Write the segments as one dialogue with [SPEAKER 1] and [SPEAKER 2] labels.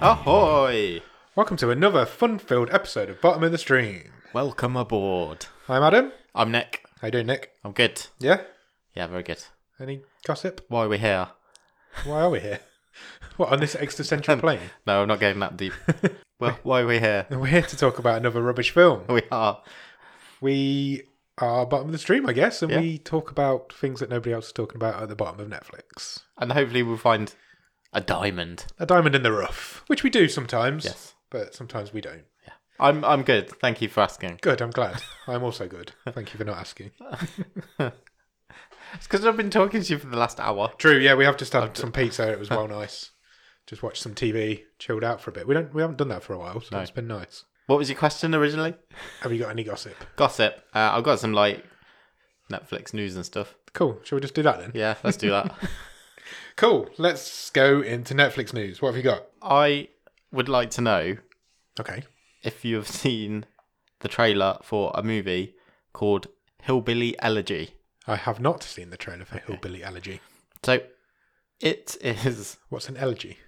[SPEAKER 1] Ahoy!
[SPEAKER 2] Welcome to another fun-filled episode of Bottom of the Stream.
[SPEAKER 1] Welcome aboard.
[SPEAKER 2] I'm Adam.
[SPEAKER 1] I'm Nick.
[SPEAKER 2] How you doing, Nick?
[SPEAKER 1] I'm good.
[SPEAKER 2] Yeah.
[SPEAKER 1] Yeah, very good.
[SPEAKER 2] Any gossip?
[SPEAKER 1] Why are we here?
[SPEAKER 2] Why are we here? What on this existential plane?
[SPEAKER 1] No, I'm not getting that deep. well, why are we here?
[SPEAKER 2] We're here to talk about another rubbish film.
[SPEAKER 1] We are.
[SPEAKER 2] We are bottom of the stream, I guess, and
[SPEAKER 1] Yeah.
[SPEAKER 2] we talk about things that nobody else is talking about at the bottom of Netflix.
[SPEAKER 1] And hopefully we'll find a diamond.
[SPEAKER 2] A diamond in the rough, which we do sometimes,
[SPEAKER 1] Yes.
[SPEAKER 2] but sometimes we don't.
[SPEAKER 1] I'm I'm good. Thank you for asking.
[SPEAKER 2] Good, I'm glad. I'm also good. Thank you for not asking.
[SPEAKER 1] It's because I've been talking to you for the last hour.
[SPEAKER 2] True. Yeah, we have just had some pizza. It was well nice. Just watched some TV, chilled out for a bit. We don't. We haven't done that for a while, so it's been nice.
[SPEAKER 1] What was your question originally?
[SPEAKER 2] Have you got any gossip?
[SPEAKER 1] Gossip. Uh, I've got some like Netflix news and stuff.
[SPEAKER 2] Cool. Shall we just do that then?
[SPEAKER 1] Yeah, let's do that.
[SPEAKER 2] Cool. Let's go into Netflix news. What have you got?
[SPEAKER 1] I would like to know
[SPEAKER 2] Okay.
[SPEAKER 1] if you have seen the trailer for a movie called Hillbilly Elegy.
[SPEAKER 2] I have not seen the trailer for Hillbilly Elegy.
[SPEAKER 1] So it is,
[SPEAKER 2] What's an elegy?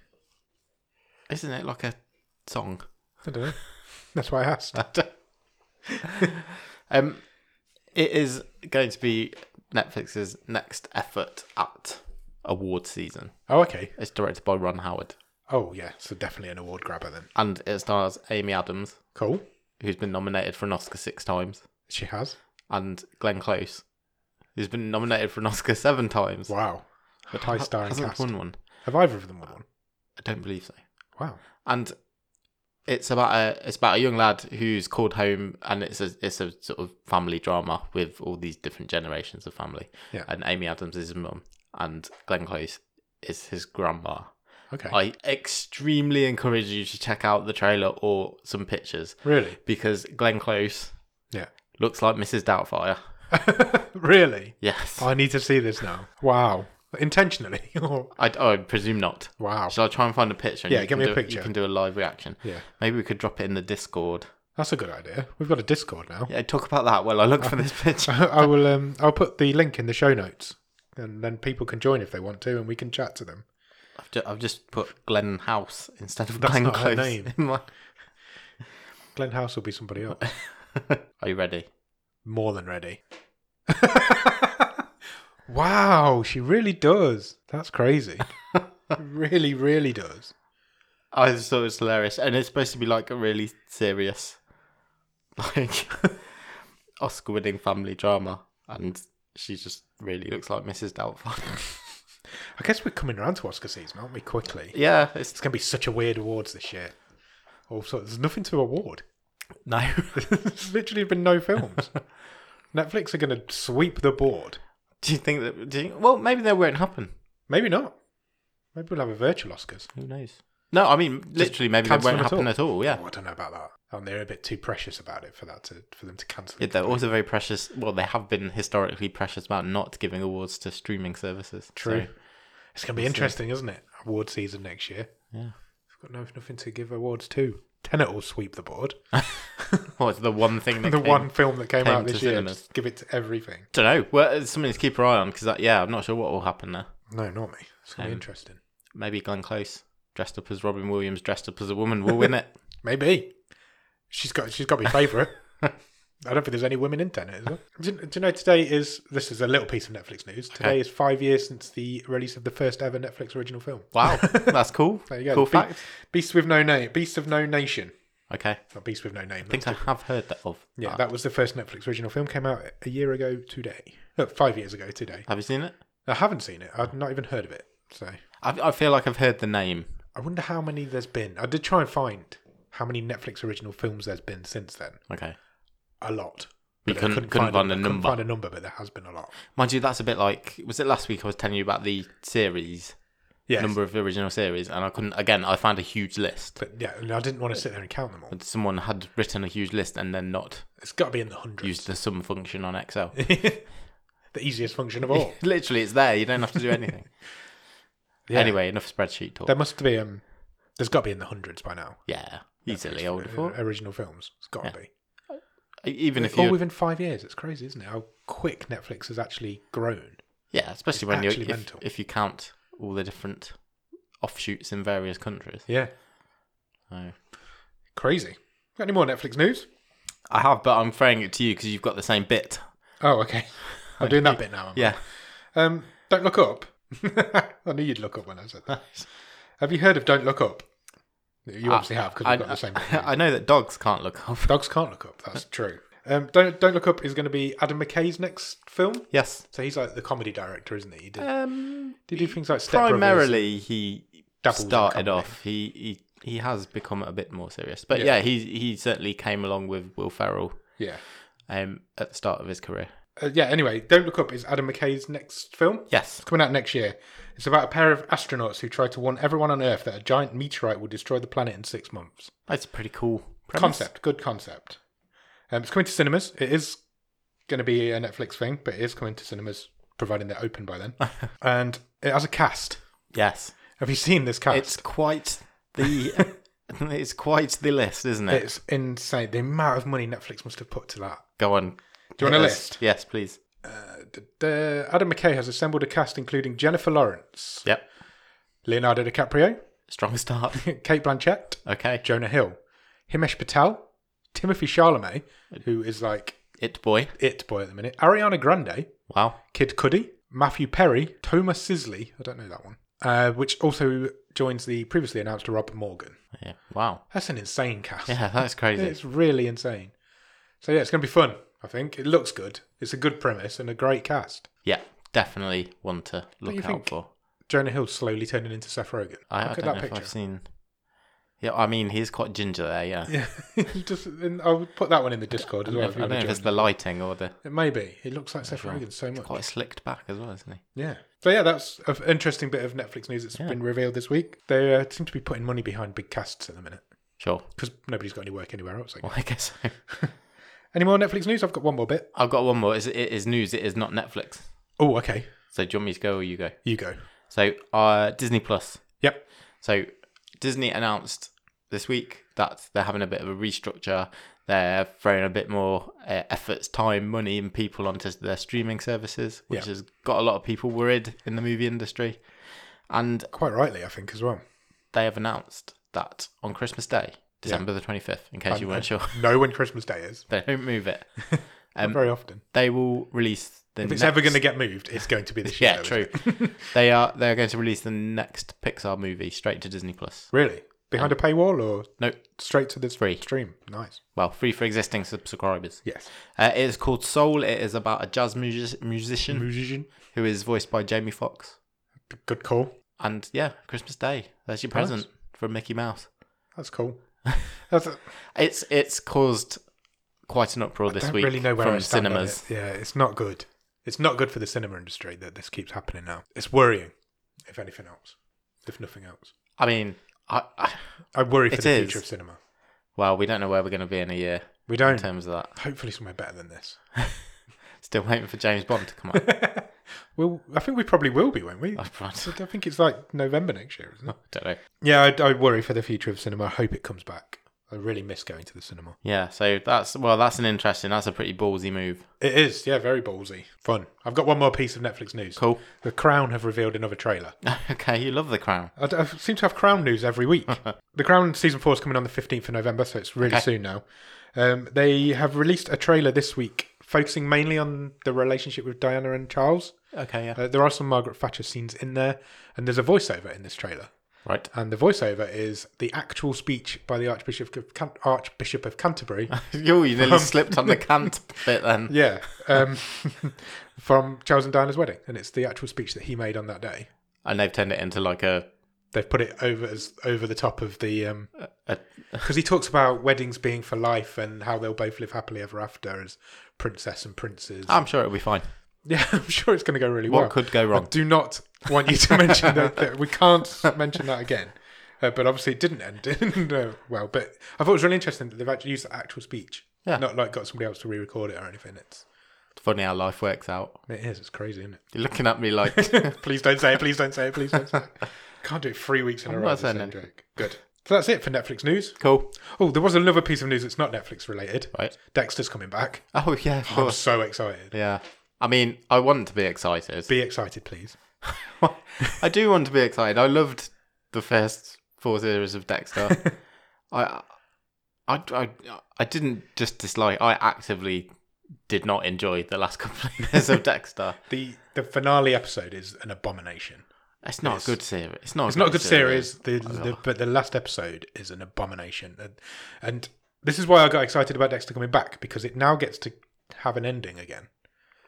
[SPEAKER 1] isn't it like a song?
[SPEAKER 2] I don't know. That's why I asked.
[SPEAKER 1] um, it is going to be Netflix's next effort at award season.
[SPEAKER 2] Oh, okay.
[SPEAKER 1] It's directed by Ron Howard
[SPEAKER 2] Oh, yeah. So definitely an award grabber then.
[SPEAKER 1] and it stars Amy Adams,
[SPEAKER 2] Cool.
[SPEAKER 1] who's been nominated for an Oscar six times,
[SPEAKER 2] She has.
[SPEAKER 1] and Glenn Close, who's been nominated for an Oscar seven times.
[SPEAKER 2] Wow. A high
[SPEAKER 1] Ha-
[SPEAKER 2] starring
[SPEAKER 1] hasn't
[SPEAKER 2] cast.
[SPEAKER 1] won one.
[SPEAKER 2] Have either of them won one?
[SPEAKER 1] I don't believe so.
[SPEAKER 2] Wow.
[SPEAKER 1] and it's about a it's about a young lad who's called home, and it's a it's a sort of family drama with all these different generations of family.
[SPEAKER 2] Yeah.
[SPEAKER 1] And Amy Adams is his mum, and Glenn Close is his grandma.
[SPEAKER 2] Okay.
[SPEAKER 1] I extremely encourage you to check out the trailer or some pictures
[SPEAKER 2] Really?
[SPEAKER 1] because Glenn Close
[SPEAKER 2] Yeah.
[SPEAKER 1] looks like Mrs. Doubtfire.
[SPEAKER 2] really?
[SPEAKER 1] Yes,
[SPEAKER 2] Oh, I need to see this now. Wow. Intentionally. Oh. or-
[SPEAKER 1] I, I presume not.
[SPEAKER 2] wow.
[SPEAKER 1] Shall I try and find a picture? and
[SPEAKER 2] Yeah,
[SPEAKER 1] you
[SPEAKER 2] give
[SPEAKER 1] can
[SPEAKER 2] me a
[SPEAKER 1] do
[SPEAKER 2] picture.
[SPEAKER 1] You can do a live reaction.
[SPEAKER 2] Yeah.
[SPEAKER 1] Maybe we could drop it in the Discord.
[SPEAKER 2] That's a good idea. We've got a Discord now.
[SPEAKER 1] Yeah, talk about that while I look for this picture.
[SPEAKER 2] I will um I'll put the link in the show notes and then people can join if they want to and we can chat to them.
[SPEAKER 1] I've, ju- have just put Glenn House instead of
[SPEAKER 2] That's
[SPEAKER 1] Glenn
[SPEAKER 2] not her
[SPEAKER 1] Close.
[SPEAKER 2] name.
[SPEAKER 1] in my-
[SPEAKER 2] Glenn House will be somebody else.
[SPEAKER 1] Are you ready?
[SPEAKER 2] More than ready. wow, she really does. That's crazy. really, really does.
[SPEAKER 1] I just thought it was hilarious, and it's supposed to be like a really serious, like Oscar-winning family drama, and she just really looks like Mrs. Doubtfire.
[SPEAKER 2] I guess we're coming around to Oscar season, aren't we, quickly?
[SPEAKER 1] yeah, it's
[SPEAKER 2] It's gonna be such a weird awards this year. Also, there's nothing to award.
[SPEAKER 1] no.
[SPEAKER 2] There's literally been no films. Netflix are gonna sweep the board.
[SPEAKER 1] do you think that? Do you, well, maybe that won't happen.
[SPEAKER 2] Maybe not. Maybe we'll have a virtual Oscars.
[SPEAKER 1] Who knows? No, I mean literally, maybe that
[SPEAKER 2] cancel
[SPEAKER 1] won't
[SPEAKER 2] them at
[SPEAKER 1] happen
[SPEAKER 2] all.
[SPEAKER 1] at all. Yeah.
[SPEAKER 2] Oh, I don't know about that. And they're a bit too precious about it for that to for them to cancel.
[SPEAKER 1] Yeah,
[SPEAKER 2] it.
[SPEAKER 1] they're also very precious. Well, they have been historically precious about not giving awards to streaming services.
[SPEAKER 2] True.
[SPEAKER 1] So,
[SPEAKER 2] It's going to be interesting, isn't it? Award season next year.
[SPEAKER 1] yeah.
[SPEAKER 2] We've got no, nothing to give awards to. Tenet will sweep the board.
[SPEAKER 1] Well, it's the one thing that
[SPEAKER 2] the
[SPEAKER 1] came-
[SPEAKER 2] one film that came
[SPEAKER 1] came
[SPEAKER 2] out
[SPEAKER 1] to
[SPEAKER 2] this year.
[SPEAKER 1] cinemas.
[SPEAKER 2] Just give it to everything.
[SPEAKER 1] don't know. Well, it's something to keep our eye on because, yeah, I'm not sure what will happen there.
[SPEAKER 2] No, not me. It's going to be interesting.
[SPEAKER 1] Maybe Glenn Close, dressed up as Robin Williams, dressed up as a woman, will win it.
[SPEAKER 2] Maybe she's got she's got to be favourite. I don't think there's any women in Tenet. Is there? do, you- do you know today is this is a little piece of Netflix news. Today is five years since the release of the first ever Netflix original film.
[SPEAKER 1] Wow, that's cool.
[SPEAKER 2] There you go.
[SPEAKER 1] Cool
[SPEAKER 2] Be-
[SPEAKER 1] fact.
[SPEAKER 2] Beast with no name. Beast of no nation.
[SPEAKER 1] Okay, I
[SPEAKER 2] Not Beast with no name.
[SPEAKER 1] think I have heard that of.
[SPEAKER 2] Yeah,
[SPEAKER 1] that.
[SPEAKER 2] that was the first Netflix original film. Came out a year ago today. No, five years ago today.
[SPEAKER 1] Have you seen it?
[SPEAKER 2] I haven't seen it. I've not even heard of it. So
[SPEAKER 1] I, I feel like I've heard the name.
[SPEAKER 2] I wonder how many there's been. I did try and find how many Netflix original films there's been since then.
[SPEAKER 1] Okay,
[SPEAKER 2] A lot.
[SPEAKER 1] you
[SPEAKER 2] But I
[SPEAKER 1] couldn't couldn't find,
[SPEAKER 2] I
[SPEAKER 1] a
[SPEAKER 2] couldn't
[SPEAKER 1] number.
[SPEAKER 2] Find a number, but there has been a lot.
[SPEAKER 1] Mind you, that's a bit like was it last week? I was telling you about the series
[SPEAKER 2] Yeah,
[SPEAKER 1] number of original series, and I couldn't. Again, I found a huge list.
[SPEAKER 2] But yeah, and I didn't want to sit there and count them all.
[SPEAKER 1] Someone had written a huge list and then not
[SPEAKER 2] It's got to be in the hundreds.
[SPEAKER 1] used the sum function on Excel.
[SPEAKER 2] the easiest function of all.
[SPEAKER 1] Literally, it's there. You don't have to do anything.
[SPEAKER 2] Yeah.
[SPEAKER 1] Anyway, enough spreadsheet talk.
[SPEAKER 2] there must be. Um, there's got to be in the hundreds by now.
[SPEAKER 1] yeah, easily
[SPEAKER 2] Uh,
[SPEAKER 1] older for
[SPEAKER 2] original films. It's got to be.
[SPEAKER 1] even if
[SPEAKER 2] all
[SPEAKER 1] you
[SPEAKER 2] within five years. It's crazy, isn't it? How quick Netflix has actually grown.
[SPEAKER 1] yeah, especially when you
[SPEAKER 2] actually
[SPEAKER 1] if,
[SPEAKER 2] mental.
[SPEAKER 1] if you count all the different offshoots in various countries.
[SPEAKER 2] Yeah.
[SPEAKER 1] Oh.
[SPEAKER 2] Crazy. Got any more Netflix news?
[SPEAKER 1] I have, but I'm throwing it to you because you've got the same bit.
[SPEAKER 2] Oh, okay. I'm doing that bit now. am I?
[SPEAKER 1] Yeah.
[SPEAKER 2] Um, don't look up. I knew you'd look up when I said that. Have you heard of Don't Look Up? You obviously have because
[SPEAKER 1] Ah, I,
[SPEAKER 2] we've got the same.
[SPEAKER 1] I know that dogs can't look up.
[SPEAKER 2] Dogs can't look up. That's true. Um, don't Don't Look Up is going to be Adam McKay's next film.
[SPEAKER 1] Yes.
[SPEAKER 2] So he's like the comedy director, isn't he? He did,
[SPEAKER 1] Um,
[SPEAKER 2] did do things like Step Brothers.
[SPEAKER 1] primarily, he
[SPEAKER 2] Doubles and
[SPEAKER 1] started
[SPEAKER 2] company.
[SPEAKER 1] off. He, he he has become a bit more serious, but yeah, he he certainly came along with Will Ferrell
[SPEAKER 2] Yeah.
[SPEAKER 1] um, at the start of his career.
[SPEAKER 2] Uh, yeah. Anyway, Don't Look Up is Adam McKay's next film.
[SPEAKER 1] Yes.
[SPEAKER 2] It's coming out next year. It's about a pair of astronauts who try to warn everyone on Earth that a giant meteorite will destroy the planet in six months.
[SPEAKER 1] That's a pretty cool premise.
[SPEAKER 2] Concept, good concept. Um, it's coming to cinemas. It is going to be a Netflix thing, but it is coming to cinemas, providing they're open by then. and it has a cast.
[SPEAKER 1] Yes.
[SPEAKER 2] Have you seen this cast?
[SPEAKER 1] It's quite the it's quite the list, isn't it?
[SPEAKER 2] It's insane. The amount of money Netflix must have put to that.
[SPEAKER 1] Go on.
[SPEAKER 2] Do you want a
[SPEAKER 1] Hit us.
[SPEAKER 2] list?
[SPEAKER 1] Yes, please.
[SPEAKER 2] Uh, d- d- Adam McKay has assembled a cast including Jennifer Lawrence,
[SPEAKER 1] Yep.
[SPEAKER 2] Leonardo DiCaprio,
[SPEAKER 1] Strong start.
[SPEAKER 2] Kate Blanchett,
[SPEAKER 1] Okay.
[SPEAKER 2] Jonah Hill, Himesh Patel, Timothy Chalamet, who is like
[SPEAKER 1] It boy.
[SPEAKER 2] it boy at the minute, Ariana Grande,
[SPEAKER 1] Wow.
[SPEAKER 2] Kid Cudi, Matthew Perry, Thomas Sisley, I don't know that one, uh, which also joins the previously announced Rob Morgan.
[SPEAKER 1] Yeah. Wow.
[SPEAKER 2] That's an insane cast.
[SPEAKER 1] Yeah, that's crazy.
[SPEAKER 2] It's really insane. So yeah, it's going to be fun, I think. It looks good. It's a good premise and a great cast.
[SPEAKER 1] Yeah, definitely one to
[SPEAKER 2] you
[SPEAKER 1] look
[SPEAKER 2] think?
[SPEAKER 1] out for.
[SPEAKER 2] Jonah Hill's slowly turning into Seth Rogen.
[SPEAKER 1] I, I
[SPEAKER 2] Look
[SPEAKER 1] don't know
[SPEAKER 2] at that
[SPEAKER 1] if I've
[SPEAKER 2] picture.
[SPEAKER 1] seen. Yeah, I mean he's quite ginger there. Yeah,
[SPEAKER 2] Yeah, just and I'll put that one in the Discord
[SPEAKER 1] I
[SPEAKER 2] as
[SPEAKER 1] don't know
[SPEAKER 2] well.
[SPEAKER 1] if,
[SPEAKER 2] if
[SPEAKER 1] I
[SPEAKER 2] you
[SPEAKER 1] don't
[SPEAKER 2] wanna
[SPEAKER 1] know if
[SPEAKER 2] join.
[SPEAKER 1] it's the lighting or the
[SPEAKER 2] It may be. It looks like Seth Rogen so much.
[SPEAKER 1] quite slicked back as well, isn't he?
[SPEAKER 2] Yeah. So yeah, that's an interesting bit of Netflix news that's been revealed this week. They uh, seem to be putting money behind big casts at the minute
[SPEAKER 1] Sure.
[SPEAKER 2] because nobody's got any work anywhere else. I guess.
[SPEAKER 1] Well, I guess so.
[SPEAKER 2] Any more Netflix news? I've got one more bit.
[SPEAKER 1] I've got one more. It's, it is news. It is not Netflix.
[SPEAKER 2] Oh, okay.
[SPEAKER 1] So do you want me to go or you go?
[SPEAKER 2] You go.
[SPEAKER 1] So uh, Disney Plus.
[SPEAKER 2] Yep.
[SPEAKER 1] So Disney announced this week that they're having a bit of a restructure. They're throwing a bit more uh, efforts, time, money, and people onto their streaming services, which
[SPEAKER 2] Yeah.
[SPEAKER 1] has got a lot of people worried in the movie industry. And
[SPEAKER 2] Quite rightly, I think as well.
[SPEAKER 1] they have announced that on Christmas Day, December the 25th, in case you weren't sure,
[SPEAKER 2] Know when Christmas Day is?
[SPEAKER 1] they don't move it. Um,
[SPEAKER 2] Not very often.
[SPEAKER 1] They will release the
[SPEAKER 2] If it's
[SPEAKER 1] next...
[SPEAKER 2] ever going to get moved, it's going to be this year.
[SPEAKER 1] yeah,
[SPEAKER 2] though,
[SPEAKER 1] true.
[SPEAKER 2] isn't it?
[SPEAKER 1] they are they are going to release the next Pixar movie straight to Disney Plus.
[SPEAKER 2] Really? Behind a paywall or
[SPEAKER 1] No,
[SPEAKER 2] straight to the
[SPEAKER 1] Um, Free.
[SPEAKER 2] stream? Nice.
[SPEAKER 1] well, free for existing subscribers.
[SPEAKER 2] Yes.
[SPEAKER 1] Uh, it is called Soul. It is about a jazz music- musician
[SPEAKER 2] Musician.
[SPEAKER 1] who is voiced by Jamie Foxx.
[SPEAKER 2] Good call.
[SPEAKER 1] And yeah, Christmas Day. There's your present from Mickey Mouse.
[SPEAKER 2] That's cool. That's a,
[SPEAKER 1] It's it's caused quite an uproar this
[SPEAKER 2] don't
[SPEAKER 1] week
[SPEAKER 2] really know where
[SPEAKER 1] from
[SPEAKER 2] I stand on
[SPEAKER 1] cinemas.
[SPEAKER 2] it. Yeah, it's not good. It's not good for the cinema industry that this keeps happening now. It's worrying, if anything else, if nothing else.
[SPEAKER 1] I mean, I, I
[SPEAKER 2] I worry for
[SPEAKER 1] It
[SPEAKER 2] the
[SPEAKER 1] is.
[SPEAKER 2] future of cinema.
[SPEAKER 1] well, we don't know where we're going to be in a year
[SPEAKER 2] We
[SPEAKER 1] in
[SPEAKER 2] don't.
[SPEAKER 1] terms of that.
[SPEAKER 2] Hopefully, somewhere better than this.
[SPEAKER 1] Still waiting for James Bond to come out.
[SPEAKER 2] Well, I think we probably will be, won't we?
[SPEAKER 1] I
[SPEAKER 2] I
[SPEAKER 1] don't
[SPEAKER 2] think it's like November next year, isn't it?
[SPEAKER 1] know.
[SPEAKER 2] Yeah, I, I worry for the future of cinema. I hope it comes back. I really miss going to the cinema.
[SPEAKER 1] Yeah, so that's well, that's an interesting. That's a pretty ballsy move.
[SPEAKER 2] It is, yeah, very ballsy. Fun. I've got one more piece of Netflix news.
[SPEAKER 1] Cool.
[SPEAKER 2] The Crown have revealed another trailer.
[SPEAKER 1] okay, you love the crown.
[SPEAKER 2] I, d- I seem to have Crown news every week. the Crown season four is coming on the fifteenth of November, so it's really soon now. Um, they have released a trailer this week, focusing mainly on the relationship with Diana and Charles.
[SPEAKER 1] Okay, yeah.
[SPEAKER 2] Uh, there are some Margaret Thatcher scenes in there, and there's a voiceover in this trailer.
[SPEAKER 1] Right.
[SPEAKER 2] And the voiceover is the actual speech by the Archbishop of, Can- Archbishop of Canterbury.
[SPEAKER 1] Yo, you
[SPEAKER 2] Um,
[SPEAKER 1] nearly slipped on the cant bit then.
[SPEAKER 2] yeah, um, from Charles and Diana's wedding, and it's the actual speech that he made on that day.
[SPEAKER 1] And they've turned it into like a
[SPEAKER 2] They've put it over as over the top of the um,
[SPEAKER 1] a,
[SPEAKER 2] because he talks about weddings being for life and how they'll both live happily ever after as princess and princes.
[SPEAKER 1] I'm sure it'll be fine.
[SPEAKER 2] yeah, I'm sure it's going to go really
[SPEAKER 1] Ah. What
[SPEAKER 2] well.
[SPEAKER 1] could go wrong?
[SPEAKER 2] Do not want you to mention that, that- We can't mention that again. Uh, but obviously, it didn't end no, well. But I thought it was really interesting that they've actually used the actual speech,
[SPEAKER 1] Yeah.
[SPEAKER 2] not like got somebody else to re-record it or anything. It's
[SPEAKER 1] Funny how life works out.
[SPEAKER 2] it is. It's crazy, isn't
[SPEAKER 1] You're looking at me like
[SPEAKER 2] it? please don't say it. Please don't say it. Please don't say it. Can't do it three weeks in a
[SPEAKER 1] I'm
[SPEAKER 2] row.
[SPEAKER 1] not
[SPEAKER 2] with the
[SPEAKER 1] saying
[SPEAKER 2] same joke. Good. So that's it for Netflix news.
[SPEAKER 1] cool.
[SPEAKER 2] Oh, there was another piece of news that's not Netflix related.
[SPEAKER 1] Right.
[SPEAKER 2] Dexter's coming back.
[SPEAKER 1] Oh yeah, of
[SPEAKER 2] I'm
[SPEAKER 1] course.
[SPEAKER 2] so excited.
[SPEAKER 1] Yeah. I mean, I want to be excited.
[SPEAKER 2] Be excited, please.
[SPEAKER 1] I do want to be excited. I loved the first four series of Dexter. I, I, I, I didn't just dislike. I actively did not enjoy the last couple of years of Dexter.
[SPEAKER 2] The the finale episode is an abomination.
[SPEAKER 1] It's not
[SPEAKER 2] It's-
[SPEAKER 1] a good series. It's not.
[SPEAKER 2] It's not a good series, the,
[SPEAKER 1] Oh,
[SPEAKER 2] the,
[SPEAKER 1] God.
[SPEAKER 2] but the last episode is an abomination. And, and this is why I got excited about Dexter coming back because it now gets to have an ending again.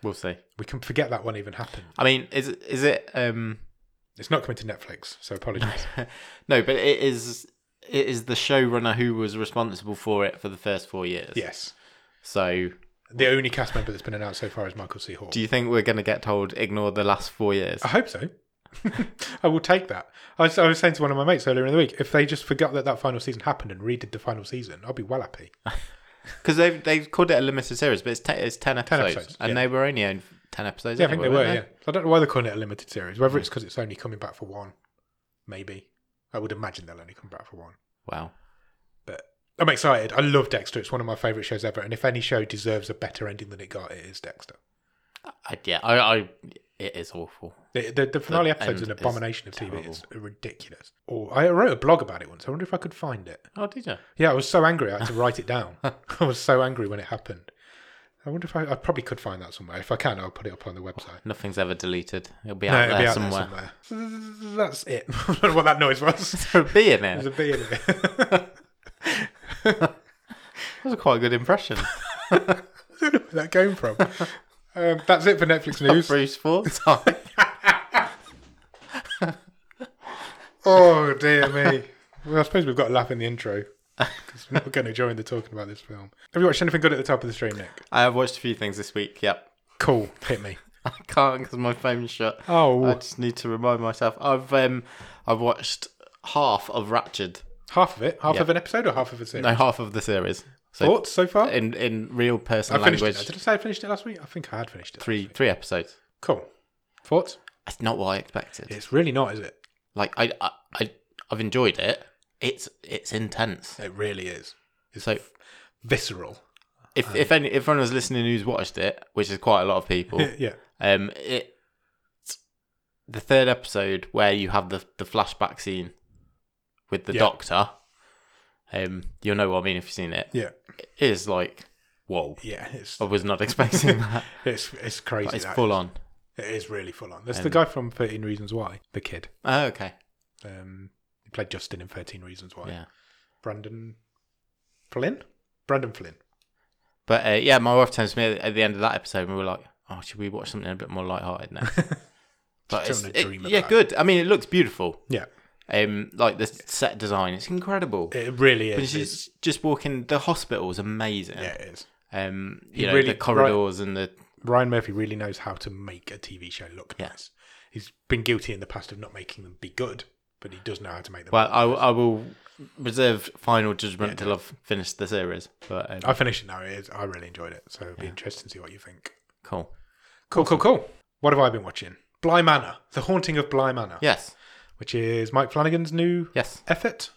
[SPEAKER 1] We'll see.
[SPEAKER 2] We can forget that one even happened.
[SPEAKER 1] I mean, is is it? Um,
[SPEAKER 2] It's not coming to Netflix, so apologies.
[SPEAKER 1] no, but it is. It is the showrunner who was responsible for it for the first four years.
[SPEAKER 2] yes.
[SPEAKER 1] So,
[SPEAKER 2] The only cast member that's been announced so far is Michael C. Hall.
[SPEAKER 1] do you think we're going to get told ignore the last four years?
[SPEAKER 2] I hope so. I will take that. I was, I was saying to one of my mates earlier in the week, if they just forgot that that final season happened and redid the final season, I'll be well happy.
[SPEAKER 1] Because they've they've called it a limited series, but it's te- it's ten episodes,
[SPEAKER 2] episodes,
[SPEAKER 1] and
[SPEAKER 2] yeah.
[SPEAKER 1] they were only on ten episodes.
[SPEAKER 2] Yeah, I think
[SPEAKER 1] anyway,
[SPEAKER 2] they were.
[SPEAKER 1] weren't
[SPEAKER 2] Yeah, I don't know why they're calling it a limited series. Whether it's because it's only coming back for one, maybe. I would imagine they'll only come back for one.
[SPEAKER 1] Wow.
[SPEAKER 2] But I'm excited. I love Dexter. It's one of my favorite shows ever. And if any show deserves a better ending than it got, it is Dexter.
[SPEAKER 1] I, yeah, I, I. It is awful.
[SPEAKER 2] The, the, the finale
[SPEAKER 1] The
[SPEAKER 2] episode is an
[SPEAKER 1] end is
[SPEAKER 2] abomination of TV.
[SPEAKER 1] terrible.
[SPEAKER 2] It's ridiculous. Or I wrote a blog about it once. I wonder if I could find it.
[SPEAKER 1] Oh, did you?
[SPEAKER 2] Yeah, I was so angry I had to write it down. I was so angry when it happened. I wonder if I, I probably could find that somewhere. If I can, I'll put it up on the website.
[SPEAKER 1] Nothing's ever deleted. It'll be
[SPEAKER 2] No,
[SPEAKER 1] out
[SPEAKER 2] it'll
[SPEAKER 1] there
[SPEAKER 2] be out there
[SPEAKER 1] somewhere.
[SPEAKER 2] somewhere. That's it. I don't know what that noise was.
[SPEAKER 1] There'll be in
[SPEAKER 2] There's
[SPEAKER 1] it.
[SPEAKER 2] a bee in it.
[SPEAKER 1] That was quite a good impression.
[SPEAKER 2] I don't know where that came from. Um, that's it for Netflix news.
[SPEAKER 1] Bruce Forsyth.
[SPEAKER 2] Oh dear me. Well, I suppose we've got a laugh in the intro because we're not going to join the talking about this film. Have you watched anything good at the top of the stream, Nick?
[SPEAKER 1] I have watched a few things this week. Yep.
[SPEAKER 2] Cool. Hit me.
[SPEAKER 1] I can't because my phone's shut.
[SPEAKER 2] Oh,
[SPEAKER 1] I just need to remind myself. I've um, I've watched half of Ratched.
[SPEAKER 2] half of it. Half
[SPEAKER 1] yeah.
[SPEAKER 2] of an episode or half of a series.
[SPEAKER 1] No, half of the series. So
[SPEAKER 2] Thoughts so far?
[SPEAKER 1] in in real person
[SPEAKER 2] Oh. I finished
[SPEAKER 1] language,
[SPEAKER 2] it. Did I say I finished it last week? I think I had finished it.
[SPEAKER 1] three three episodes.
[SPEAKER 2] Cool. Thoughts?
[SPEAKER 1] That's not what I expected.
[SPEAKER 2] It's really not, is it?
[SPEAKER 1] Like I, I, I I've enjoyed it. It's it's intense.
[SPEAKER 2] It really is. It's
[SPEAKER 1] So
[SPEAKER 2] visceral.
[SPEAKER 1] if if any if anyone's listening who's watched it, which is quite a lot of people,
[SPEAKER 2] yeah.
[SPEAKER 1] um, it the third episode where you have the the flashback scene with the
[SPEAKER 2] Yeah.
[SPEAKER 1] doctor. Um, you'll know what I mean if you've seen it.
[SPEAKER 2] Yeah.
[SPEAKER 1] It is like whoa.
[SPEAKER 2] Yeah. It's
[SPEAKER 1] I was not expecting that.
[SPEAKER 2] it's, it's crazy.
[SPEAKER 1] Oh. But it's
[SPEAKER 2] that
[SPEAKER 1] full
[SPEAKER 2] is.
[SPEAKER 1] on.
[SPEAKER 2] It is really full on. That's the guy from 13 Reasons Why, the kid.
[SPEAKER 1] Oh, okay.
[SPEAKER 2] Um, he played Justin in 13 Reasons Why.
[SPEAKER 1] Yeah.
[SPEAKER 2] Brandon Flynn? Brandon Flynn.
[SPEAKER 1] But uh, yeah, my wife turns to me at the end of that episode, and we were like, "Oh, should we watch something a bit more lighthearted now?" but it's,
[SPEAKER 2] Just trying to
[SPEAKER 1] it-
[SPEAKER 2] dream
[SPEAKER 1] yeah,
[SPEAKER 2] about it.
[SPEAKER 1] good. I mean, it looks beautiful.
[SPEAKER 2] Yeah.
[SPEAKER 1] Um, like the set design, it's incredible.
[SPEAKER 2] It really
[SPEAKER 1] When
[SPEAKER 2] is. It's-
[SPEAKER 1] she's just walking, the hospital's amazing.
[SPEAKER 2] yeah, it is.
[SPEAKER 1] Um,
[SPEAKER 2] He
[SPEAKER 1] you know,
[SPEAKER 2] really-
[SPEAKER 1] the corridors and the
[SPEAKER 2] Ryan Murphy really knows how to make a TV show look
[SPEAKER 1] Yeah.
[SPEAKER 2] nice. He's been guilty in the past of not making them be good, but he does know how to make them.
[SPEAKER 1] well, I, I will reserve final judgment until I've finished the series. But um,
[SPEAKER 2] I finished it now. It is, I really enjoyed it, so it'll be interesting to see what you think.
[SPEAKER 1] cool.
[SPEAKER 2] Cool, cool, cool. What have I been watching? Bly Manor, The Haunting of Bly Manor,
[SPEAKER 1] Yes,
[SPEAKER 2] which is Mike Flanagan's new
[SPEAKER 1] yes.
[SPEAKER 2] effort,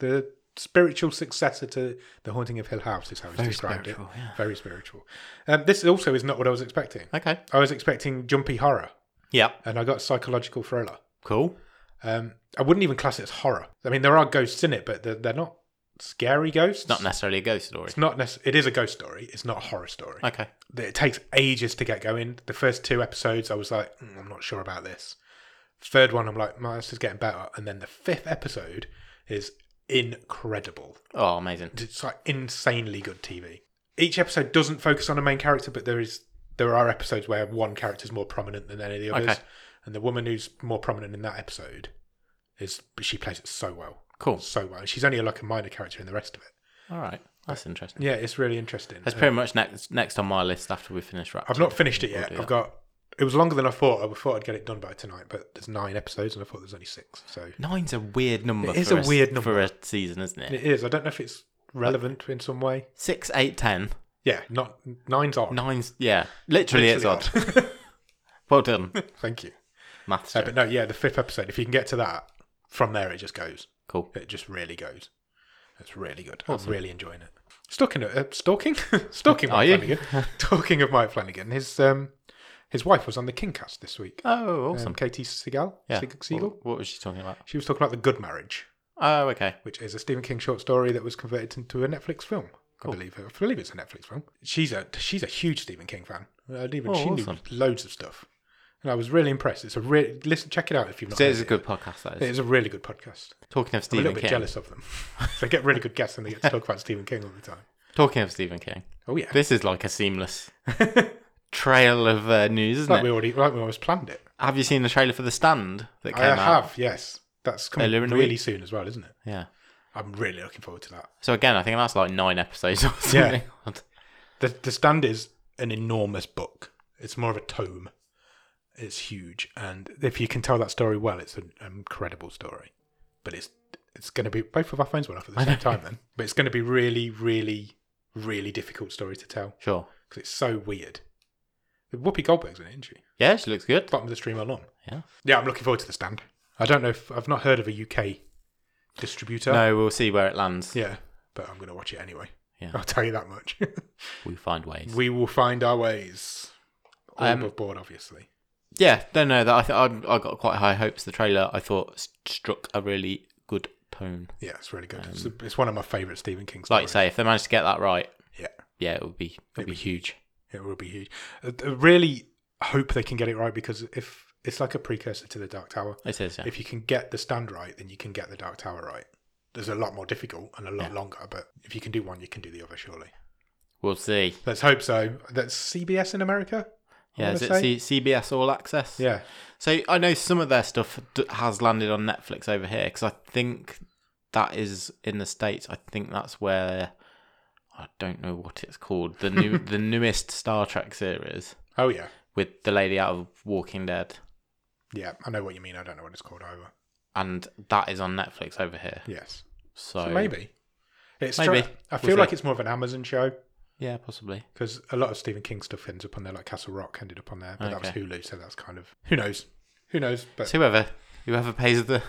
[SPEAKER 2] the spiritual successor to The Haunting of Hill House, is how he's
[SPEAKER 1] Very
[SPEAKER 2] described
[SPEAKER 1] spiritual,
[SPEAKER 2] it.
[SPEAKER 1] yeah.
[SPEAKER 2] Very spiritual. Um, this also is not what I was expecting.
[SPEAKER 1] Okay.
[SPEAKER 2] I was expecting jumpy horror,
[SPEAKER 1] Yeah.
[SPEAKER 2] and I got psychological thriller.
[SPEAKER 1] Cool.
[SPEAKER 2] Um, I wouldn't even class it as horror. I mean, there are ghosts in it, but they're, they're not scary ghosts.
[SPEAKER 1] Not necessarily a ghost story.
[SPEAKER 2] It's not nec- it is a ghost story. It's not a horror story.
[SPEAKER 1] Okay.
[SPEAKER 2] it takes ages to get going. The first two episodes, I was like, "Mm, I'm not sure about this. Third one, I'm like, "My, this is getting better. And then the fifth episode is incredible.
[SPEAKER 1] Oh, amazing.
[SPEAKER 2] It's like insanely good TV. Each episode doesn't focus on a main character, but there is there are episodes where one character is more prominent than any of the others.
[SPEAKER 1] Okay.
[SPEAKER 2] And the woman who's more prominent in that episode is she plays it so well,
[SPEAKER 1] Cool.
[SPEAKER 2] so well. She's only like a minor character in the rest of it.
[SPEAKER 1] All right. That's interesting.
[SPEAKER 2] Yeah, it's really interesting.
[SPEAKER 1] That's pretty much next next on my list after we finish wrap.
[SPEAKER 2] I've not finished it yet.
[SPEAKER 1] do
[SPEAKER 2] I've got. It was longer than I thought. I thought I'd get it done by tonight, but there's nine episodes, and I thought there's only six. So
[SPEAKER 1] Nine's a weird number.
[SPEAKER 2] It is
[SPEAKER 1] for
[SPEAKER 2] a weird
[SPEAKER 1] for a season, isn't
[SPEAKER 2] And
[SPEAKER 1] it?
[SPEAKER 2] it is. I don't know if it's relevant in some way.
[SPEAKER 1] Six, eight, ten.
[SPEAKER 2] Yeah, not nine's odd.
[SPEAKER 1] Nine's yeah. Literally, it's odd.
[SPEAKER 2] odd.
[SPEAKER 1] Well done,
[SPEAKER 2] Thank you.
[SPEAKER 1] maths.
[SPEAKER 2] Uh, but no, yeah, the fifth episode. If you can get to that, from there it just goes.
[SPEAKER 1] Cool.
[SPEAKER 2] It just really goes. It's really good. I'm really enjoying it. Stalking, uh, stalking, stalking
[SPEAKER 1] Are
[SPEAKER 2] Mike
[SPEAKER 1] you?
[SPEAKER 2] Flanagan. Talking of Mike Flanagan, his um, his wife was on the Kingcast this week.
[SPEAKER 1] Oh, awesome.
[SPEAKER 2] Um, Katie Seagal.
[SPEAKER 1] yeah.
[SPEAKER 2] Seagal.
[SPEAKER 1] What, what was she talking about?
[SPEAKER 2] She was talking about the good marriage.
[SPEAKER 1] Oh, okay.
[SPEAKER 2] which is a Stephen King short story that was converted into a Netflix film. I believe I believe it's a Netflix film. She's a she's a huge Stephen King fan. I didn't even
[SPEAKER 1] Oh,
[SPEAKER 2] she
[SPEAKER 1] awesome.
[SPEAKER 2] knew loads of stuff, and I was really impressed. It's a really listen check it out if you've not.
[SPEAKER 1] So
[SPEAKER 2] heard
[SPEAKER 1] it's a
[SPEAKER 2] it.
[SPEAKER 1] good podcast, that
[SPEAKER 2] It
[SPEAKER 1] is.
[SPEAKER 2] is a really good podcast.
[SPEAKER 1] Talking of
[SPEAKER 2] I'm a
[SPEAKER 1] Stephen
[SPEAKER 2] little bit
[SPEAKER 1] King.
[SPEAKER 2] jealous of them. they get really good guests and they get to talk about Stephen King all the time.
[SPEAKER 1] Talking of Stephen King.
[SPEAKER 2] Oh yeah,
[SPEAKER 1] This is like a seamless trail of uh, news, isn't
[SPEAKER 2] like
[SPEAKER 1] it?
[SPEAKER 2] we already like we always planned it.
[SPEAKER 1] Have you seen the trailer for The Stand that came
[SPEAKER 2] I
[SPEAKER 1] out?
[SPEAKER 2] have yes. That's coming
[SPEAKER 1] Earlier in the
[SPEAKER 2] really soon as well, isn't it?
[SPEAKER 1] Yeah.
[SPEAKER 2] I'm really looking forward to that.
[SPEAKER 1] So again, I think that's like nine episodes or
[SPEAKER 2] Yeah.
[SPEAKER 1] something.
[SPEAKER 2] The the stand is an enormous book. It's more of a tome. It's huge, and if you can tell that story well, it's an incredible story. But it's it's going to be both of our phones went off at the same time then. But it's going to be really, really, really difficult story to tell
[SPEAKER 1] Sure.
[SPEAKER 2] because it's so weird. Whoopi Goldberg's in it, isn't she?
[SPEAKER 1] Yeah, she looks good.
[SPEAKER 2] Bottom of the stream alone.
[SPEAKER 1] Yeah.
[SPEAKER 2] Yeah, I'm looking forward to the stand. I don't know if I've not heard of a UK distributor.
[SPEAKER 1] No, we'll see where it lands.
[SPEAKER 2] Yeah, but I'm going to watch it anyway.
[SPEAKER 1] Yeah.
[SPEAKER 2] I'll tell you that much.
[SPEAKER 1] We find ways.
[SPEAKER 2] We will find our ways. All
[SPEAKER 1] Um,
[SPEAKER 2] above board, obviously.
[SPEAKER 1] Yeah, don't know that. I th- I, I got quite high hopes. The trailer I thought s- struck a really good tone.
[SPEAKER 2] Yeah, it's really good. it's, it's one of my favourite Stephen King
[SPEAKER 1] um, Like you
[SPEAKER 2] stories.
[SPEAKER 1] say, if they manage to get that right,
[SPEAKER 2] yeah,
[SPEAKER 1] yeah, it would be it'd be huge.
[SPEAKER 2] it will be huge. I I really hope they can get it right because if it's like a precursor to the Dark Tower,
[SPEAKER 1] It is. Yeah.
[SPEAKER 2] if you can get the stand right, then you can get the Dark Tower right. There's a lot more difficult and a lot longer, but if you can do one, you can do the other, surely.
[SPEAKER 1] We'll see.
[SPEAKER 2] Let's hope so. That's CBS in America. I
[SPEAKER 1] Yeah, is
[SPEAKER 2] wanna say.
[SPEAKER 1] it C- CBS All Access?
[SPEAKER 2] Yeah,
[SPEAKER 1] So I know some of their stuff d- has landed on Netflix over here because I think that is in the states. I think that's where I don't know what it's called the new the newest Star Trek series
[SPEAKER 2] oh yeah,
[SPEAKER 1] with the lady out of Walking Dead,
[SPEAKER 2] yeah. I know what you mean. I don't know what it's called either.
[SPEAKER 1] and that is on Netflix over here.
[SPEAKER 2] Yes,
[SPEAKER 1] So,
[SPEAKER 2] maybe. It's
[SPEAKER 1] Maybe.
[SPEAKER 2] try- I
[SPEAKER 1] We'll
[SPEAKER 2] feel like
[SPEAKER 1] see.
[SPEAKER 2] it's more of an Amazon show.
[SPEAKER 1] yeah, possibly.
[SPEAKER 2] because a lot of Stephen King stuff ends up on there, like Castle Rock ended up on there, but that was
[SPEAKER 1] Okay.
[SPEAKER 2] Hulu, so that's kind of who knows, who knows. But
[SPEAKER 1] It's whoever whoever pays the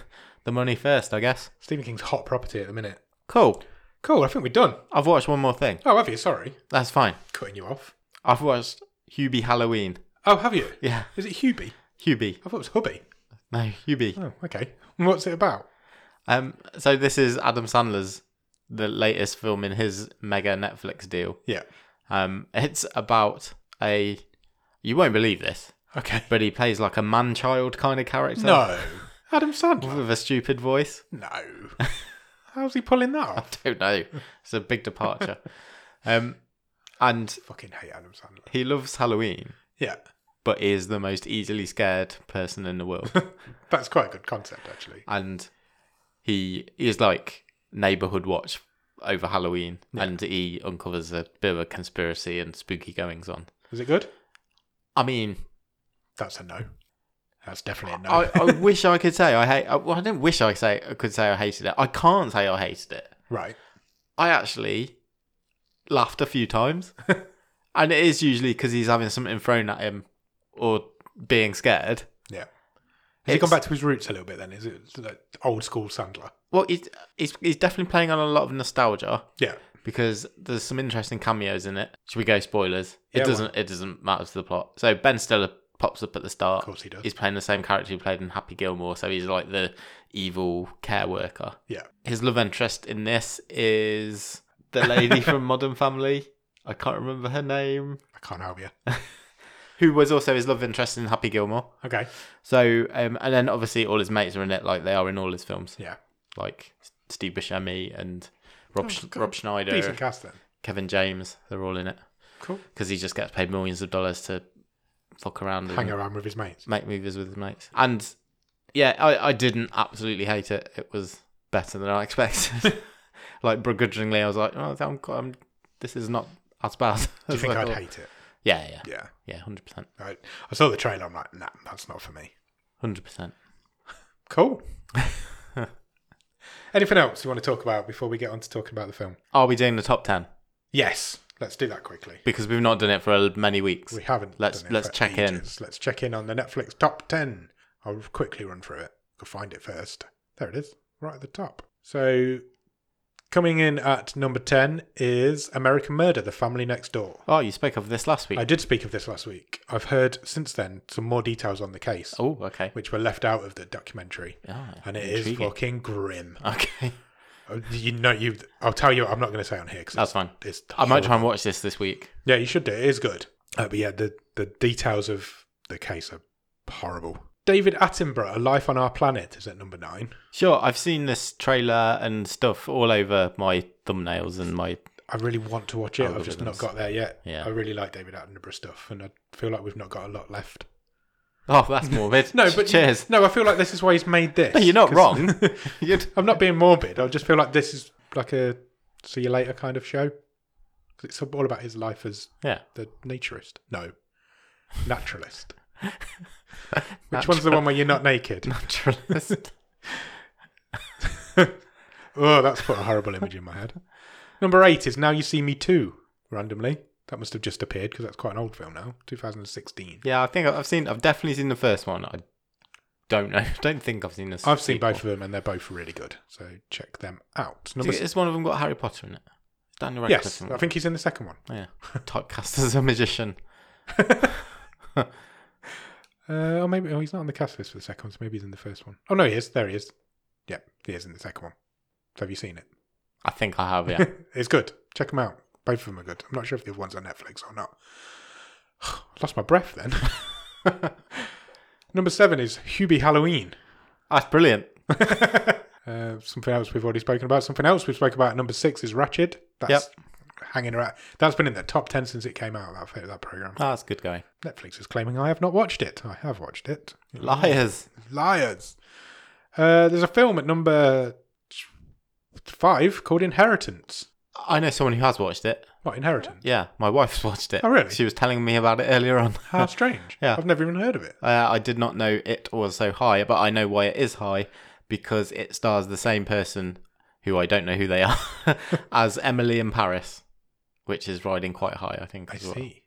[SPEAKER 1] the money first, I guess.
[SPEAKER 2] Stephen King's hot property at the minute.
[SPEAKER 1] Cool.
[SPEAKER 2] Cool, I think we're done.
[SPEAKER 1] I've watched one more thing.
[SPEAKER 2] Oh, have you? Sorry,
[SPEAKER 1] That's fine.
[SPEAKER 2] cutting you off.
[SPEAKER 1] I've watched Hubie Halloween.
[SPEAKER 2] Oh, have you?
[SPEAKER 1] Yeah,
[SPEAKER 2] Is it Hubie?
[SPEAKER 1] Hubie.
[SPEAKER 2] I thought it was Hubby.
[SPEAKER 1] No, Hubie.
[SPEAKER 2] Oh, okay. What's it about?
[SPEAKER 1] Um, so this is Adam Sandler's the latest film in his mega Netflix deal.
[SPEAKER 2] Yeah.
[SPEAKER 1] Um, it's about a you won't believe this,
[SPEAKER 2] Okay.
[SPEAKER 1] but he plays like a man-child kind of character
[SPEAKER 2] No, Adam Sandler.
[SPEAKER 1] with a stupid voice.
[SPEAKER 2] No. How's he pulling that off?
[SPEAKER 1] Don't know. It's a big departure. um, and
[SPEAKER 2] Fucking hate Adam Sandler.
[SPEAKER 1] he loves Halloween,
[SPEAKER 2] Yeah,
[SPEAKER 1] but is the most easily scared person in the world.
[SPEAKER 2] that's quite a good concept actually.
[SPEAKER 1] and he is like neighborhood watch over Halloween, and he uncovers a bit of a conspiracy and spooky goings on.
[SPEAKER 2] Is it good?
[SPEAKER 1] I mean,
[SPEAKER 2] That's a no. That's definitely a no.
[SPEAKER 1] I, I wish I could say I hate. I, well, I don't wish I say I could say I hated it. I can't say I hated it.
[SPEAKER 2] right.
[SPEAKER 1] I actually laughed a few times, and it is usually because he's having something thrown at him or being scared.
[SPEAKER 2] Yeah. Has he
[SPEAKER 1] It's-
[SPEAKER 2] gone back to his roots a little bit then? Is it like old school Sandler?
[SPEAKER 1] Well, he's, he's he's definitely playing on a lot of nostalgia.
[SPEAKER 2] Yeah.
[SPEAKER 1] because there's some interesting cameos in it. Should we go spoilers?
[SPEAKER 2] Yeah,
[SPEAKER 1] it doesn't. It doesn't matter to the plot. So Ben Stiller pops up at the start. Of
[SPEAKER 2] course he does.
[SPEAKER 1] He's playing the same character he played in Happy Gilmore, so he's like the evil care worker.
[SPEAKER 2] Yeah.
[SPEAKER 1] His love interest in this is the lady from Modern Family. I can't remember her name.
[SPEAKER 2] I can't help you.
[SPEAKER 1] Who was also his love interest in Happy Gilmore.
[SPEAKER 2] Okay.
[SPEAKER 1] So, um, and then obviously all his mates are in it, like they are in all his films,
[SPEAKER 2] Yeah.
[SPEAKER 1] like Steve Buscemi and Rob, Sch-
[SPEAKER 2] Oh, God.
[SPEAKER 1] Rob Schneider,
[SPEAKER 2] Decent cast then.
[SPEAKER 1] Kevin James. They're all in it.
[SPEAKER 2] Cool.
[SPEAKER 1] because he just gets paid millions of dollars to fuck around and
[SPEAKER 2] Hang around with his mates.
[SPEAKER 1] make movies with his mates. And yeah, I, I didn't absolutely hate it. It was better than I expected. like begrudgingly, I was like, oh, I'm, I'm, this is not as bad.
[SPEAKER 2] Do you
[SPEAKER 1] as
[SPEAKER 2] think
[SPEAKER 1] I
[SPEAKER 2] I'd
[SPEAKER 1] thought."
[SPEAKER 2] hate it?
[SPEAKER 1] Yeah, yeah,
[SPEAKER 2] Yeah.
[SPEAKER 1] yeah, hundred percent,
[SPEAKER 2] I, I saw the trailer. I'm like, nah, that's not for me.
[SPEAKER 1] hundred percent.
[SPEAKER 2] Cool. Anything else you want to talk about before we get on to talking about the film?
[SPEAKER 1] Are we doing the top ten?
[SPEAKER 2] Yes. Let's do that quickly.
[SPEAKER 1] Because we've not done it for many weeks.
[SPEAKER 2] We haven't.
[SPEAKER 1] Let's-
[SPEAKER 2] done it
[SPEAKER 1] let's
[SPEAKER 2] for
[SPEAKER 1] check in.
[SPEAKER 2] ages. Let's check in on the Netflix top ten. I'll quickly run through it. I'll find it first. There it is, right at the top. So, Coming in at number 10 is American Murder, The Family Next Door.
[SPEAKER 1] Oh, you spoke of this last week.
[SPEAKER 2] I did speak of this last week. I've heard since then some more details on the case,
[SPEAKER 1] Oh, okay.
[SPEAKER 2] which were left out of the documentary.
[SPEAKER 1] Ah,
[SPEAKER 2] And it is
[SPEAKER 1] intriguing.
[SPEAKER 2] fucking grim.
[SPEAKER 1] Okay,
[SPEAKER 2] Oh, You know, you. I'll tell you. I'm not going to say on here because
[SPEAKER 1] that's fine.
[SPEAKER 2] it's.
[SPEAKER 1] I might
[SPEAKER 2] horrible.
[SPEAKER 1] try and watch this this week.
[SPEAKER 2] Yeah, you should do. It It is good. Uh, but yeah, the, the details of the case are horrible. David Attenborough, A Life on Our Planet, is at number nine.
[SPEAKER 1] Sure, I've seen this trailer and stuff all over my thumbnails and my.
[SPEAKER 2] I really want to watch it. I've just not
[SPEAKER 1] Algorithms.
[SPEAKER 2] got there yet.
[SPEAKER 1] Oh, Yeah.
[SPEAKER 2] I really like David Attenborough stuff, and I feel like we've not got a lot left.
[SPEAKER 1] Oh, that's morbid.
[SPEAKER 2] No, but
[SPEAKER 1] cheers.
[SPEAKER 2] No, I feel like this is why he's made this.
[SPEAKER 1] No, you're not
[SPEAKER 2] 'cause-
[SPEAKER 1] wrong. You'd-
[SPEAKER 2] I'm not being morbid. I just feel like this is like a see you later kind of show. 'Cause it's all about his life as
[SPEAKER 1] Yeah.
[SPEAKER 2] the naturist. No, naturalist. Which one's the one where you're not naked?
[SPEAKER 1] Naturalist.
[SPEAKER 2] Oh, that's put a horrible image in my head. Number eight is Now You See Me Too, randomly. That must have just appeared because that's quite an old film now, 2016.
[SPEAKER 1] yeah, I think I've seen. I've definitely seen the first one. I don't know. don't think I've seen this.
[SPEAKER 2] I've seen both of them and they're both really good, so check them out. Number s-
[SPEAKER 1] Is one of them got Harry Potter in it? Daniel Radcliffe.
[SPEAKER 2] yes,
[SPEAKER 1] in
[SPEAKER 2] I
[SPEAKER 1] one.
[SPEAKER 2] think he's in the second one.
[SPEAKER 1] Yeah. Typecast as a magician.
[SPEAKER 2] Uh, or maybe oh, he's not on the cast list for the second one, so maybe he's in the first one. Oh, no, he is. There he is. Yeah, he is in the second one. So have you seen it?
[SPEAKER 1] I think I have. Yeah.
[SPEAKER 2] It's good. Check them out. Both of them are good. I'm not sure if the other one's on Netflix or not. Lost my breath then. Number seven is Hubie Halloween.
[SPEAKER 1] that's brilliant.
[SPEAKER 2] Uh, something else we've already spoken about. Something else we've spoken about at number six is Ratchet. That's hanging around. That's been in the top ten since it came out. That fi- that program.
[SPEAKER 1] Oh, that's good going.
[SPEAKER 2] Netflix is claiming I have not watched it. I have watched it.
[SPEAKER 1] Liars.
[SPEAKER 2] Liars. Uh, there's a film at number five called Inheritance.
[SPEAKER 1] I know someone who has watched it.
[SPEAKER 2] What Inheritance?
[SPEAKER 1] Yeah, my wife's watched it.
[SPEAKER 2] Oh, really?
[SPEAKER 1] She was telling me about it earlier on.
[SPEAKER 2] How strange.
[SPEAKER 1] Yeah.
[SPEAKER 2] I've never even heard of it.
[SPEAKER 1] Uh, I did not know it was so high, but I know why it is high because it stars the same person who I don't know who they are as Emily in Paris, which is riding quite high, I think.
[SPEAKER 2] I
[SPEAKER 1] as well.
[SPEAKER 2] see.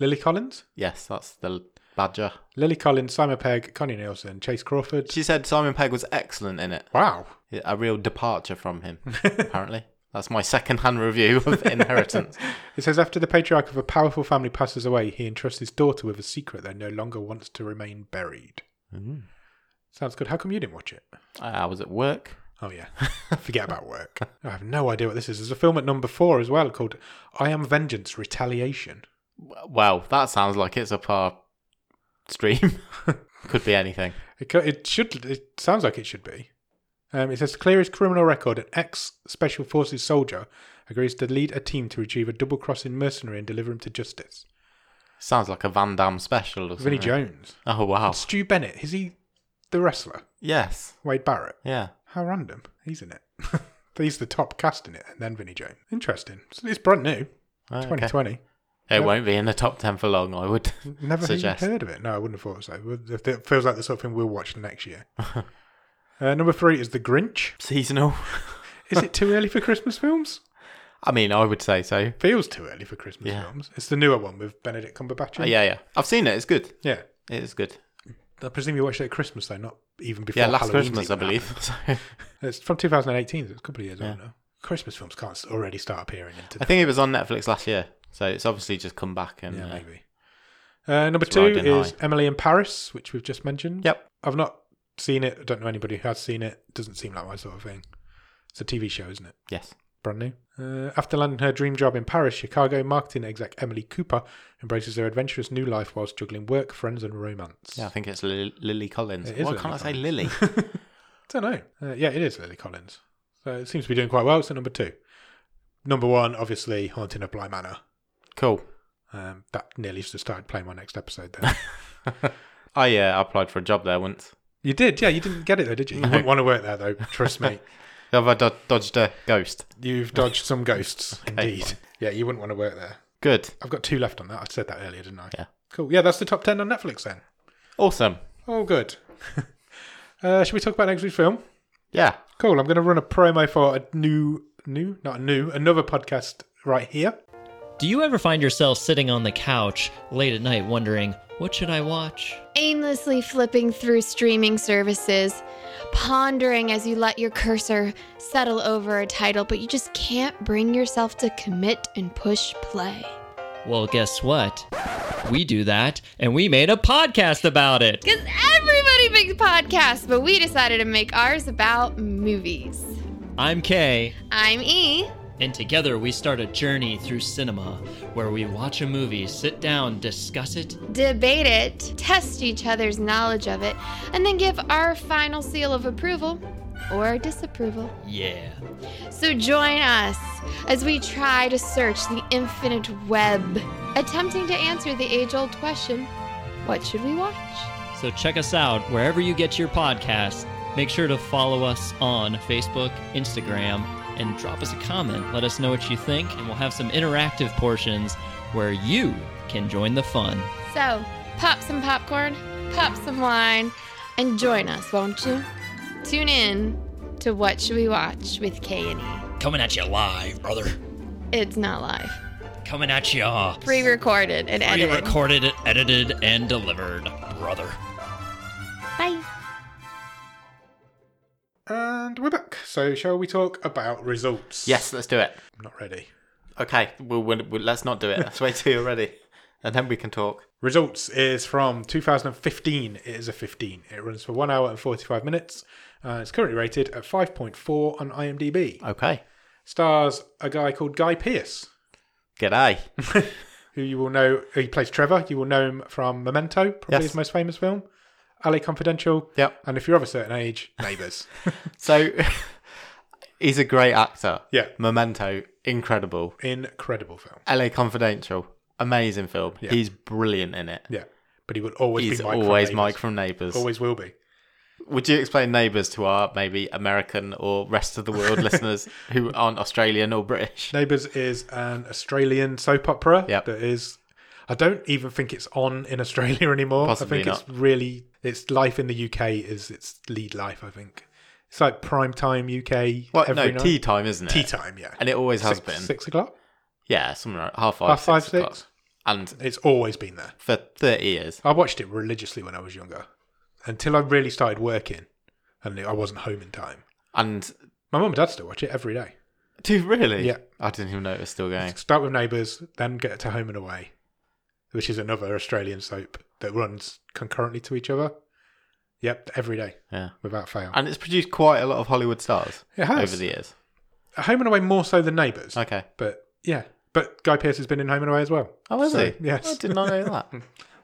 [SPEAKER 2] Lily Collins?
[SPEAKER 1] Yes, that's the badger.
[SPEAKER 2] Lily Collins, Simon Pegg, Connie Nielsen, Chase Crawford.
[SPEAKER 1] She said Simon Pegg was excellent in it.
[SPEAKER 2] Wow.
[SPEAKER 1] A real departure from him, apparently. That's my second-hand review of Inheritance.
[SPEAKER 2] It says after the patriarch of a powerful family passes away, he entrusts his daughter with a secret that no longer wants to remain buried.
[SPEAKER 1] Mm.
[SPEAKER 2] Sounds good. How come you didn't watch it?
[SPEAKER 1] I Uh, was at work.
[SPEAKER 2] Oh yeah. Forget about work. I have no idea what this is. There's a film at number four as well called I Am Vengeance Retaliation.
[SPEAKER 1] W- Well, that sounds like it's up our stream. Could be anything.
[SPEAKER 2] It, co- it should. It sounds like it should be. Um, it says clear his criminal record. An ex special forces soldier agrees to lead a team to retrieve a double crossing mercenary and deliver him to justice.
[SPEAKER 1] Sounds like a Van Damme special or something.
[SPEAKER 2] Vinnie Jones,
[SPEAKER 1] Oh wow.
[SPEAKER 2] Stu Bennett. Is he the wrestler?
[SPEAKER 1] Yes.
[SPEAKER 2] Wade Barrett.
[SPEAKER 1] Yeah.
[SPEAKER 2] How random. He's in it. He's the top cast in it, and then Vinnie Jones. Interesting. So it's brand new.
[SPEAKER 1] Okay.
[SPEAKER 2] 2020.
[SPEAKER 1] It won't be in the top ten for long, I would.
[SPEAKER 2] Never
[SPEAKER 1] Suggest.
[SPEAKER 2] even heard of it. No, I wouldn't have thought so. It it feels like the sort of thing we'll watch next year. uh, number three is The Grinch.
[SPEAKER 1] Seasonal.
[SPEAKER 2] Is it too early for Christmas films?
[SPEAKER 1] I mean, I would say so.
[SPEAKER 2] feels too early for Christmas
[SPEAKER 1] Yeah.
[SPEAKER 2] films. It's the newer one with Benedict Cumberbatch. in.
[SPEAKER 1] Uh, yeah, yeah. I've seen it. It's good.
[SPEAKER 2] yeah.
[SPEAKER 1] It is good.
[SPEAKER 2] I presume you watched it at Christmas though, not even before.
[SPEAKER 1] Yeah, last
[SPEAKER 2] Halloween's
[SPEAKER 1] Christmas, I
[SPEAKER 2] even
[SPEAKER 1] believe. So,
[SPEAKER 2] happened. It's from 2018. So it's a couple of years
[SPEAKER 1] Yeah.
[SPEAKER 2] old now. Christmas films can't s- already start appearing into
[SPEAKER 1] I think it was on Netflix last year. So it's obviously just come back and.
[SPEAKER 2] yeah,
[SPEAKER 1] uh,
[SPEAKER 2] maybe. Uh, number two
[SPEAKER 1] riding
[SPEAKER 2] is
[SPEAKER 1] high.
[SPEAKER 2] Emily in Paris, which we've just mentioned.
[SPEAKER 1] Yep.
[SPEAKER 2] I've not seen it. I don't know anybody who has seen it. Doesn't seem like my sort of thing. It's a TV show, isn't it?
[SPEAKER 1] Yes.
[SPEAKER 2] brand new. Uh, after landing her dream job in Paris, Chicago marketing exec Emily Cooper embraces her adventurous new life whilst juggling work, friends, and romance.
[SPEAKER 1] Yeah, I think it's Lil- Lily Collins.
[SPEAKER 2] It is
[SPEAKER 1] Why
[SPEAKER 2] Lily
[SPEAKER 1] can't I say
[SPEAKER 2] Collins.
[SPEAKER 1] Lily?
[SPEAKER 2] don't know. Uh, yeah, it is Lily Collins. So it seems to be doing quite well. It's at number two. Number one, obviously, Haunting of Bly Manor.
[SPEAKER 1] cool.
[SPEAKER 2] Um, that nearly should have started playing my next episode then.
[SPEAKER 1] I uh, applied for a job there once.
[SPEAKER 2] you did, yeah. You didn't get it though, did you? You didn't want to work there though. Trust me.
[SPEAKER 1] Have I dod- dodged a ghost?
[SPEAKER 2] You've dodged some ghosts,
[SPEAKER 1] Okay.
[SPEAKER 2] indeed. Yeah, you wouldn't want to work there.
[SPEAKER 1] Good.
[SPEAKER 2] I've got two left on that. I said that earlier, didn't I?
[SPEAKER 1] Yeah.
[SPEAKER 2] Cool. Yeah, that's the top 10 on Netflix then.
[SPEAKER 1] Awesome.
[SPEAKER 2] Oh, good. uh, should we talk about next week's film?
[SPEAKER 1] Yeah.
[SPEAKER 2] Cool. I'm going to run a promo for a new, new, not a new, another podcast right here.
[SPEAKER 3] Do you ever find yourself sitting on the couch late at night wondering, what should I watch?
[SPEAKER 4] aimlessly flipping through streaming services, pondering as you let your cursor settle over a title, but you just can't bring yourself to commit and push play.
[SPEAKER 3] Well, guess what? We do that, and we made a podcast about it.
[SPEAKER 4] Because everybody makes podcasts, but we decided to make ours about movies.
[SPEAKER 3] I'm Kay,
[SPEAKER 4] I'm E.
[SPEAKER 3] and together we start a journey through cinema where we watch a movie, sit down, discuss it,
[SPEAKER 4] debate it, test each other's knowledge of it, and then give our final seal of approval or disapproval.
[SPEAKER 3] yeah.
[SPEAKER 4] So join us as we try to search the infinite web, attempting to answer the age old question what should we watch?
[SPEAKER 3] So check us out wherever you get your podcasts. Make sure to follow us on Facebook, Instagram, and drop us a comment. Let us know what you think, and we'll have some interactive portions where you can join the fun.
[SPEAKER 4] So pop some popcorn, pop some wine, and join us, won't you? Tune in to What Should We Watch with K and E.
[SPEAKER 3] Coming at you live, brother.
[SPEAKER 4] It's not live,
[SPEAKER 3] Coming at you.
[SPEAKER 4] pre recorded and edited.
[SPEAKER 3] Pre-recorded, edited, and delivered, brother.
[SPEAKER 4] Bye.
[SPEAKER 2] And we're back. So, shall we talk about results?
[SPEAKER 1] Yes, let's do it.
[SPEAKER 2] I'm not ready.
[SPEAKER 1] Okay, we'll, we'll, we'll- let's not do it. Let's wait till you're ready, and then we can talk.
[SPEAKER 2] Results is from 2015. It is a 15. It runs for 1 hour and 45 minutes. Uh, it's currently rated at 5.4 on IMDb.
[SPEAKER 1] Okay.
[SPEAKER 2] Stars a guy called Guy Pearce,
[SPEAKER 1] G'day.
[SPEAKER 2] who you will know, he plays Trevor. You will know him from Memento, probably
[SPEAKER 1] Yes.
[SPEAKER 2] his most famous film, LA Confidential,
[SPEAKER 1] yep.
[SPEAKER 2] and if you're of a certain age, Neighbours.
[SPEAKER 1] So he's a great actor.
[SPEAKER 2] Yeah.
[SPEAKER 1] Memento, incredible.
[SPEAKER 2] Incredible film.
[SPEAKER 1] LA Confidential, amazing film.
[SPEAKER 2] Yeah.
[SPEAKER 1] He's brilliant in it.
[SPEAKER 2] Yeah. But he will always
[SPEAKER 1] He's
[SPEAKER 2] be Mike. from
[SPEAKER 1] always
[SPEAKER 2] Neighbours.
[SPEAKER 1] Mike from Neighbours.
[SPEAKER 2] Always will be.
[SPEAKER 1] Would you explain Neighbours to our maybe American or rest of the world listeners who aren't Australian or British?
[SPEAKER 2] Neighbours is an Australian soap opera
[SPEAKER 1] Yep.
[SPEAKER 2] that is. I don't even think it's on in Australia anymore.
[SPEAKER 1] Possibly
[SPEAKER 2] I think it's really its life in the UK is its lead life. I think it's like prime time UK.
[SPEAKER 1] Well,
[SPEAKER 2] every
[SPEAKER 1] no,
[SPEAKER 2] night.
[SPEAKER 1] tea time, isn't it?
[SPEAKER 2] Tea time, yeah.
[SPEAKER 1] And it always has
[SPEAKER 2] six,
[SPEAKER 1] been.
[SPEAKER 2] six o'clock,
[SPEAKER 1] Yeah, something like half five.
[SPEAKER 2] half five,
[SPEAKER 1] six o'clock.
[SPEAKER 2] six.
[SPEAKER 1] And
[SPEAKER 2] It's always been there.
[SPEAKER 1] for 30 years.
[SPEAKER 2] I watched it religiously when I was younger, until I really started working, and I wasn't home in time.
[SPEAKER 1] And
[SPEAKER 2] My mum and dad still watch it every day.
[SPEAKER 1] do you really?
[SPEAKER 2] Yeah.
[SPEAKER 1] I didn't even know it was still going.
[SPEAKER 2] Start with Neighbours, then get to Home and Away, which is another Australian soap that runs concurrently to each other. Yep, every day
[SPEAKER 1] Yeah.
[SPEAKER 2] without fail.
[SPEAKER 1] And it's produced quite a lot of Hollywood stars
[SPEAKER 2] It has.
[SPEAKER 1] over the years.
[SPEAKER 2] Home and Away more so than Neighbours,
[SPEAKER 1] Okay.
[SPEAKER 2] but yeah. But Guy Pearce has been in Home and Away as well.
[SPEAKER 1] Oh, is
[SPEAKER 2] So,
[SPEAKER 1] he?
[SPEAKER 2] Yes.
[SPEAKER 1] I did not know that.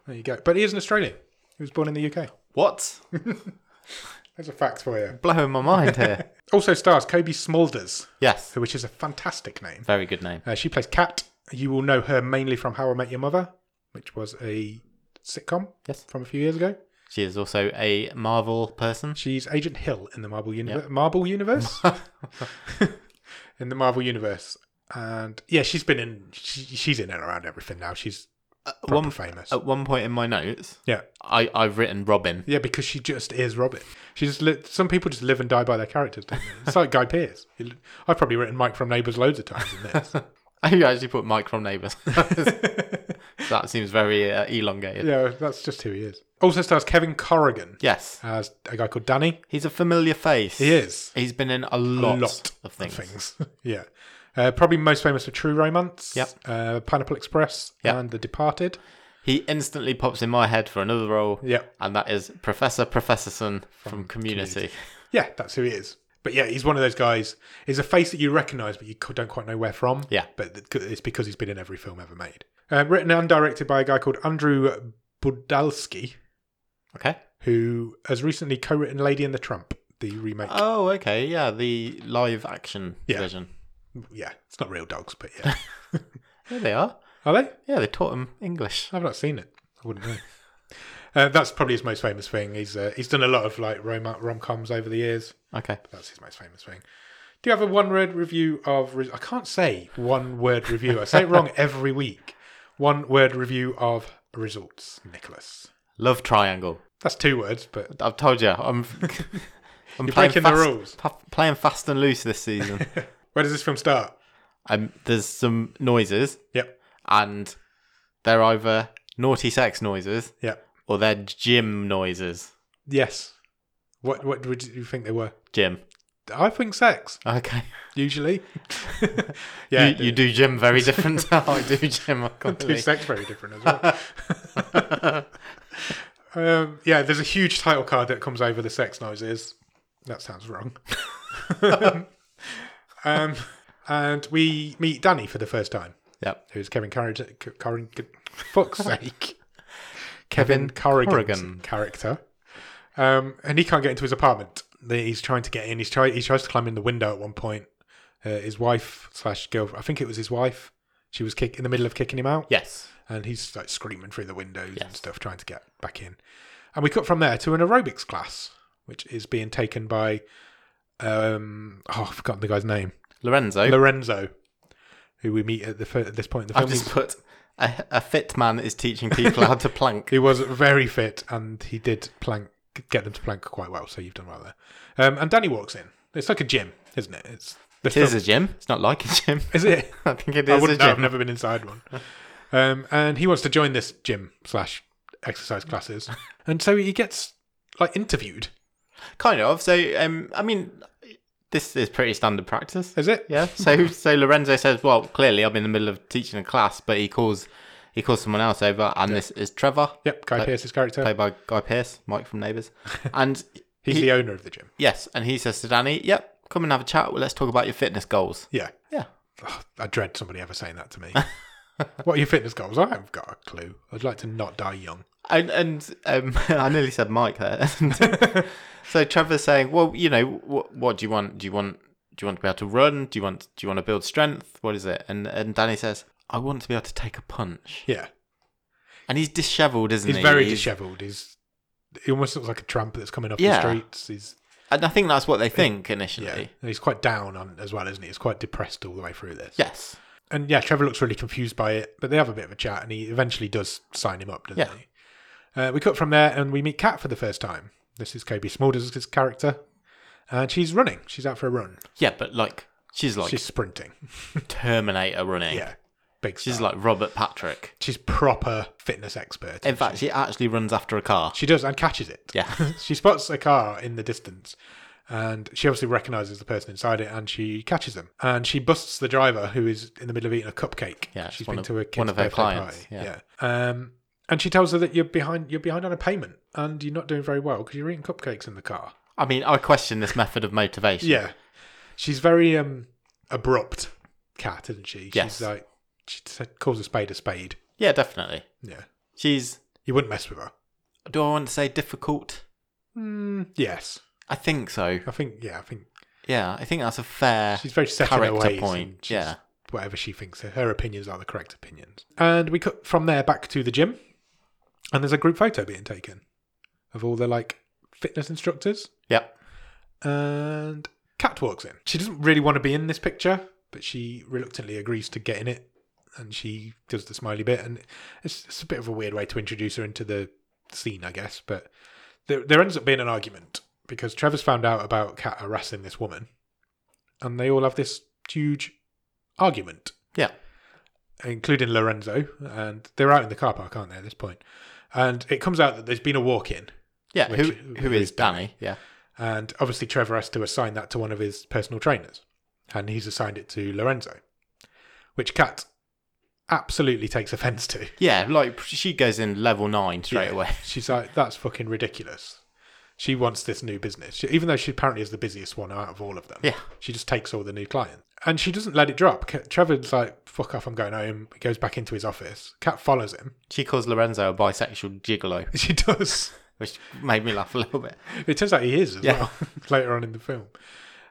[SPEAKER 2] There you go. But he is an Australian. He was born in the UK.
[SPEAKER 1] what?
[SPEAKER 2] There's a fact for you.
[SPEAKER 1] Blowing my mind here.
[SPEAKER 2] Also stars Kobe Smulders,
[SPEAKER 1] yes.
[SPEAKER 2] which is a fantastic name.
[SPEAKER 1] Very good name.
[SPEAKER 2] Uh, she plays Kat. You will know her mainly from How I Met Your Mother, which was a sitcom
[SPEAKER 1] Yes.
[SPEAKER 2] from a few years ago.
[SPEAKER 1] She is also a Marvel person.
[SPEAKER 2] She's Agent Hill in the Marvel universe. Marvel universe. in the Marvel universe, and yeah, she's been in. She, she's in and around everything now. She's proper
[SPEAKER 1] one-
[SPEAKER 2] famous.
[SPEAKER 1] At one point in my notes,
[SPEAKER 2] Yeah,
[SPEAKER 1] I, I've written Robin.
[SPEAKER 2] yeah, because she just is Robin. She just li- some people just live and die by their characters. Don't they? It's like Guy Pearce. He- I've probably written Mike from Neighbours loads of times in this.
[SPEAKER 1] I actually put Mike from Neighbours. that seems very uh, elongated.
[SPEAKER 2] yeah, that's just who he is. Also stars Kevin Corrigan
[SPEAKER 1] Yes.
[SPEAKER 2] as a guy called Danny.
[SPEAKER 1] He's a familiar face.
[SPEAKER 2] He is
[SPEAKER 1] He's been in a
[SPEAKER 2] a
[SPEAKER 1] lot,
[SPEAKER 2] lot
[SPEAKER 1] of things.
[SPEAKER 2] yeah. Uh, probably most famous for True Romance,
[SPEAKER 1] Yep.
[SPEAKER 2] uh, Pineapple Express,
[SPEAKER 1] Yep.
[SPEAKER 2] and The Departed.
[SPEAKER 1] He instantly pops in my head for another role,
[SPEAKER 2] Yeah,
[SPEAKER 1] and that is Professor Professorson from Community.
[SPEAKER 2] yeah, that's who he is. But yeah, he's one of those guys. He's a face that you recognise, but you c- don't quite know where from.
[SPEAKER 1] Yeah.
[SPEAKER 2] but th- it's because he's been in every film ever made. Uh, written and directed by a guy called Andrew Budalski,
[SPEAKER 1] Okay.
[SPEAKER 2] who has recently co-written Lady and the Trump, the remake.
[SPEAKER 1] Oh, okay. Yeah, the live action
[SPEAKER 2] Yeah.
[SPEAKER 1] version.
[SPEAKER 2] yeah, it's not real dogs, but yeah,
[SPEAKER 1] There they are.
[SPEAKER 2] are they?
[SPEAKER 1] Yeah, they taught him English.
[SPEAKER 2] I've not seen it. I wouldn't know. uh, that's probably his most famous thing. He's uh, he's done a lot of like rom rom coms over the years.
[SPEAKER 1] Okay.
[SPEAKER 2] That's his most famous thing. Do you have a one word review of? Re- I can't say one word review. I say it wrong every week. One word review of results, Nicholas.
[SPEAKER 1] Love triangle.
[SPEAKER 2] That's two words, but
[SPEAKER 1] I've told you, I'm. I'm
[SPEAKER 2] You're
[SPEAKER 1] playing
[SPEAKER 2] breaking the
[SPEAKER 1] fast,
[SPEAKER 2] rules.
[SPEAKER 1] pa- playing fast and loose this season.
[SPEAKER 2] where does this film start?
[SPEAKER 1] um, there's some noises,
[SPEAKER 2] Yep.
[SPEAKER 1] and they're either naughty sex noises
[SPEAKER 2] Yeah.
[SPEAKER 1] or they're gym noises.
[SPEAKER 2] Yes. What what would you think they were?
[SPEAKER 1] Gym.
[SPEAKER 2] I think sex
[SPEAKER 1] Okay.
[SPEAKER 2] usually.
[SPEAKER 1] Yeah,
[SPEAKER 2] yeah,
[SPEAKER 1] you, you do gym very different to how I do gym. I can't
[SPEAKER 2] do
[SPEAKER 1] believe-
[SPEAKER 2] sex very different as well. Um, yeah, there's a huge title card that comes over the sex noises. That sounds wrong. um, and we meet Danny for the first time,
[SPEAKER 1] Yep.
[SPEAKER 2] who's Kevin Carrigan. Carrig- fuck's sake.
[SPEAKER 1] Kevin
[SPEAKER 2] Corrigan's
[SPEAKER 1] Corrigan.
[SPEAKER 2] character. Um, and he can't get into his apartment. The- He's trying to get in. He's try- he tries to climb in the window at one point. Uh, his wife slash girlfriend, I think it was his wife, she was kick- in the middle of kicking him out
[SPEAKER 1] Yes.
[SPEAKER 2] and he's like screaming through the windows and
[SPEAKER 1] Yes.
[SPEAKER 2] stuff, trying to get back in. And we cut from there to an aerobics class, which is being taken by um oh, I've forgotten the guy's name,
[SPEAKER 1] Lorenzo.
[SPEAKER 2] Lorenzo, who we meet at the fir- at this point in the
[SPEAKER 1] I've
[SPEAKER 2] film.
[SPEAKER 1] just
[SPEAKER 2] He's-
[SPEAKER 1] put a, a fit man is teaching people how to plank.
[SPEAKER 2] He was very fit, and he did plank get them to plank quite well. So you've done well there. Um, and Danny walks in. It's like a gym, isn't it? It's the
[SPEAKER 1] It is
[SPEAKER 2] film-
[SPEAKER 1] a gym. It's not like a gym.
[SPEAKER 2] Is it?
[SPEAKER 1] I think it
[SPEAKER 2] I
[SPEAKER 1] is a
[SPEAKER 2] wouldn't know. I've
[SPEAKER 1] gym.
[SPEAKER 2] never been inside one. Um, and he wants to join this gym slash exercise classes, and so he gets like interviewed.
[SPEAKER 1] Kind of. So, um, I mean, this is pretty standard practice.
[SPEAKER 2] Is it?
[SPEAKER 1] Yeah. So, so Lorenzo says, "Well, clearly, I'm in the middle of teaching a class," but he calls, he calls someone else over, and this is Trevor,
[SPEAKER 2] Yep. Guy
[SPEAKER 1] Like-
[SPEAKER 2] Pearce's character.
[SPEAKER 1] played by Guy Pearce, Mike from Neighbours, and
[SPEAKER 2] He's
[SPEAKER 1] he-
[SPEAKER 2] the owner of the gym.
[SPEAKER 1] yes, and he says to Danny, "Yep, come and have a chat. Well, let's talk about your fitness goals."
[SPEAKER 2] Yeah.
[SPEAKER 1] Yeah.
[SPEAKER 2] Ugh, I dread somebody ever saying that to me. what are your fitness goals? I haven't got a clue. I'd like to not die young.
[SPEAKER 1] And and um, I nearly said Mike there. so Trevor's saying, "Well, you know, what, what do you want? Do you want do you want to be able to run? Do you want do you want to build strength? What is it?" And and Danny says, "I want to be able to take a punch."
[SPEAKER 2] Yeah.
[SPEAKER 1] And he's dishevelled, isn't
[SPEAKER 2] He's
[SPEAKER 1] he?
[SPEAKER 2] very dishevelled. He's he almost looks like a tramp that's coming off
[SPEAKER 1] Yeah.
[SPEAKER 2] the streets. He's
[SPEAKER 1] And I think that's what they think initially.
[SPEAKER 2] yeah. And he's quite down on as well, isn't he? He's quite depressed all the way through this.
[SPEAKER 1] Yes.
[SPEAKER 2] And yeah, Trevor looks really confused by it, but they have a bit of a chat, and he eventually does sign him up, doesn't
[SPEAKER 1] Yeah.
[SPEAKER 2] he? Uh, we cut from there, and we meet Kat for the first time. This is Kobe Smulders' character, and she's running. She's out for a run.
[SPEAKER 1] Yeah, but like she's like
[SPEAKER 2] she's sprinting.
[SPEAKER 1] Terminator running.
[SPEAKER 2] Yeah, big.
[SPEAKER 1] She's
[SPEAKER 2] star.
[SPEAKER 1] like Robert Patrick.
[SPEAKER 2] she's proper fitness expert.
[SPEAKER 1] In fact, she actually runs after a car.
[SPEAKER 2] she does and catches it.
[SPEAKER 1] Yeah.
[SPEAKER 2] she spots a car in the distance, and she obviously recognizes the person inside it, and she catches them. And she busts the driver who is in the middle of eating a cupcake.
[SPEAKER 1] Yeah, it's
[SPEAKER 2] she's
[SPEAKER 1] one
[SPEAKER 2] been
[SPEAKER 1] of-
[SPEAKER 2] to a kid's
[SPEAKER 1] one of her
[SPEAKER 2] birthday
[SPEAKER 1] clients,
[SPEAKER 2] party. Yeah. Um, and she tells her that you're behind. You're behind on a payment, and you're not doing very well because you're eating cupcakes in the car.
[SPEAKER 1] I mean, I question this method of motivation.
[SPEAKER 2] Yeah, she's very um abrupt, cat, isn't she?
[SPEAKER 1] Yes.
[SPEAKER 2] She's like she calls a spade a spade.
[SPEAKER 1] Yeah, definitely.
[SPEAKER 2] Yeah,
[SPEAKER 1] She's
[SPEAKER 2] you wouldn't mess with her.
[SPEAKER 1] do I want to say difficult?
[SPEAKER 2] Mm, yes,
[SPEAKER 1] I think so.
[SPEAKER 2] I think. Yeah, I think
[SPEAKER 1] Yeah, I think that's a fair
[SPEAKER 2] she's very set in her
[SPEAKER 1] uh, character
[SPEAKER 2] ways. and
[SPEAKER 1] point.
[SPEAKER 2] she's-
[SPEAKER 1] Yeah.
[SPEAKER 2] whatever she thinks her opinions are the correct opinions. And we cut from there back to the gym, and there's a group photo being taken of all the like fitness instructors.
[SPEAKER 1] Yep.
[SPEAKER 2] And Kat walks in. She doesn't really want to be in this picture, but she reluctantly agrees to get in it. And she does the smiley bit, and it's, it's a bit of a weird way to introduce her into the scene, I guess. But there, there ends up being an argument because Trevor's found out about Kat harassing this woman, and they all have this huge argument
[SPEAKER 1] Yeah.
[SPEAKER 2] including Lorenzo, and they're out in the car park, aren't they, at this point? And it comes out that there's been a walk in,
[SPEAKER 1] Yeah. Who
[SPEAKER 2] Which-
[SPEAKER 1] who is Danny? Yeah.
[SPEAKER 2] and obviously Trevor has to assign that to one of his personal trainers, and he's assigned it to Lorenzo, which Kat absolutely takes offense to.
[SPEAKER 1] Yeah, like she goes in level nine straight
[SPEAKER 2] Yeah.
[SPEAKER 1] away.
[SPEAKER 2] She's like, that's fucking ridiculous. She wants this new business, she, even though she apparently is the busiest one out of all of them.
[SPEAKER 1] Yeah.
[SPEAKER 2] She just takes all the new clients. And she doesn't let it drop. Kat- Trevor's like, fuck off, I'm going home. He goes back into his office. Kat follows him.
[SPEAKER 1] She calls Lorenzo a bisexual gigolo,
[SPEAKER 2] She does.
[SPEAKER 1] which made me laugh a little bit.
[SPEAKER 2] It turns out he is as
[SPEAKER 1] Yeah.
[SPEAKER 2] well later on in the film.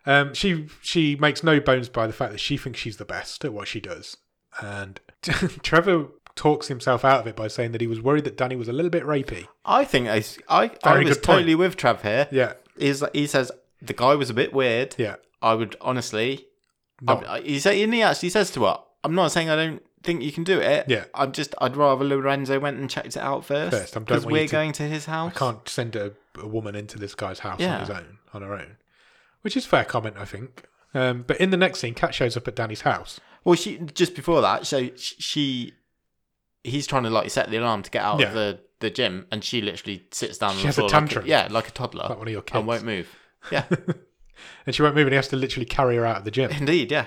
[SPEAKER 2] Um, she she makes no bones by the fact that she thinks she's the best at what she does, and Trevor talks himself out of it by saying that he was worried that Danny was a little bit rapey.
[SPEAKER 1] I think I s- I, I
[SPEAKER 2] Very
[SPEAKER 1] was
[SPEAKER 2] good point.
[SPEAKER 1] totally with Trav here.
[SPEAKER 2] Yeah,
[SPEAKER 1] He's, he says the guy was a bit weird.
[SPEAKER 2] yeah,
[SPEAKER 1] I would honestly.
[SPEAKER 2] No.
[SPEAKER 1] I, I- he say, and he actually says to her, "I'm not saying I don't think you can do it.
[SPEAKER 2] Yeah.
[SPEAKER 1] I'm just. I'd rather Lorenzo went and checked it out first.
[SPEAKER 2] First, I don't
[SPEAKER 1] because
[SPEAKER 2] want you
[SPEAKER 1] we're
[SPEAKER 2] to-
[SPEAKER 1] going to his house.
[SPEAKER 2] I can't send a, a woman into this guy's house
[SPEAKER 1] Yeah.
[SPEAKER 2] on his own on her own, which is fair comment I think. Um, but in the next scene, Kat shows up at Danny's house.
[SPEAKER 1] Well, she just before that, so sh- she he's trying to like set the alarm to get out
[SPEAKER 2] Yeah.
[SPEAKER 1] of the, the gym, and she literally sits down. on
[SPEAKER 2] She
[SPEAKER 1] the
[SPEAKER 2] has a
[SPEAKER 1] floor
[SPEAKER 2] tantrum.
[SPEAKER 1] Like yeah, like a toddler.
[SPEAKER 2] Like one of your kids.
[SPEAKER 1] And won't move. Yeah,
[SPEAKER 2] and she won't move, and he has to literally carry her out of the gym.
[SPEAKER 1] indeed. Yeah,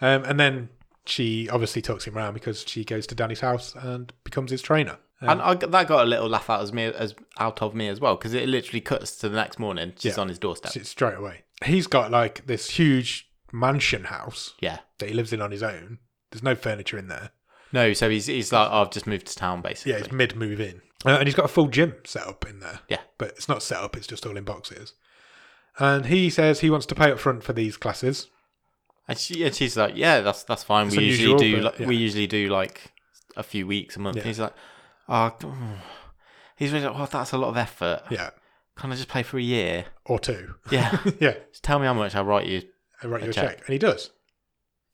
[SPEAKER 2] Um, and then she obviously talks him round because she goes to Danny's house and becomes his trainer. Um,
[SPEAKER 1] and I, that got a little laugh out as me as out of me as well because it literally cuts to the next morning. She's
[SPEAKER 2] Yeah.
[SPEAKER 1] on his doorstep.
[SPEAKER 2] s- straight away, he's got like this huge mansion house
[SPEAKER 1] yeah.
[SPEAKER 2] that he lives in on his own. There's no furniture in there.
[SPEAKER 1] No, so he's he's like "Oh, I've just moved to town basically.
[SPEAKER 2] Yeah, it's mid move in, uh, and he's got a full gym set up in there.
[SPEAKER 1] Yeah.
[SPEAKER 2] but it's not set up; it's just all in boxes. And he says he wants to pay up front for these classes.
[SPEAKER 1] And she and she's like, yeah, that's that's fine.
[SPEAKER 2] It's
[SPEAKER 1] we
[SPEAKER 2] unusual,
[SPEAKER 1] usually do
[SPEAKER 2] but,
[SPEAKER 1] like,
[SPEAKER 2] yeah.
[SPEAKER 1] we usually do like a few weeks a month.
[SPEAKER 2] Yeah.
[SPEAKER 1] He's like, oh, g- mm." he's really like, oh, that's a lot of effort.
[SPEAKER 2] Yeah,
[SPEAKER 1] Can I just play for a year?
[SPEAKER 2] or two.
[SPEAKER 1] Yeah,
[SPEAKER 2] yeah,
[SPEAKER 1] just tell me how much I'll write you.
[SPEAKER 2] I write
[SPEAKER 1] A
[SPEAKER 2] you a
[SPEAKER 1] check.
[SPEAKER 2] check. And he does.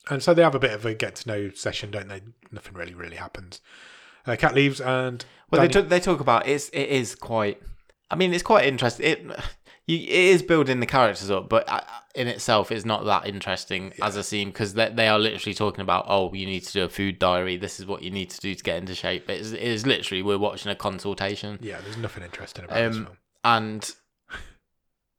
[SPEAKER 2] And so they have a bit of a get to know session, don't they? Nothing really, really happens. Uh, Cat leaves and.
[SPEAKER 1] Well, they
[SPEAKER 2] Danny-
[SPEAKER 1] talk, they talk about it's it is quite. I mean, it's quite interesting. It you, it is building the characters up, but uh, in itself, it's not that interesting as a scene because they, they are literally talking about oh, you need to do a food diary. This is what you need to do to get into shape. It's, it is literally we're watching a consultation.
[SPEAKER 2] yeah, there's nothing interesting about this
[SPEAKER 1] Um,
[SPEAKER 2] film.
[SPEAKER 1] and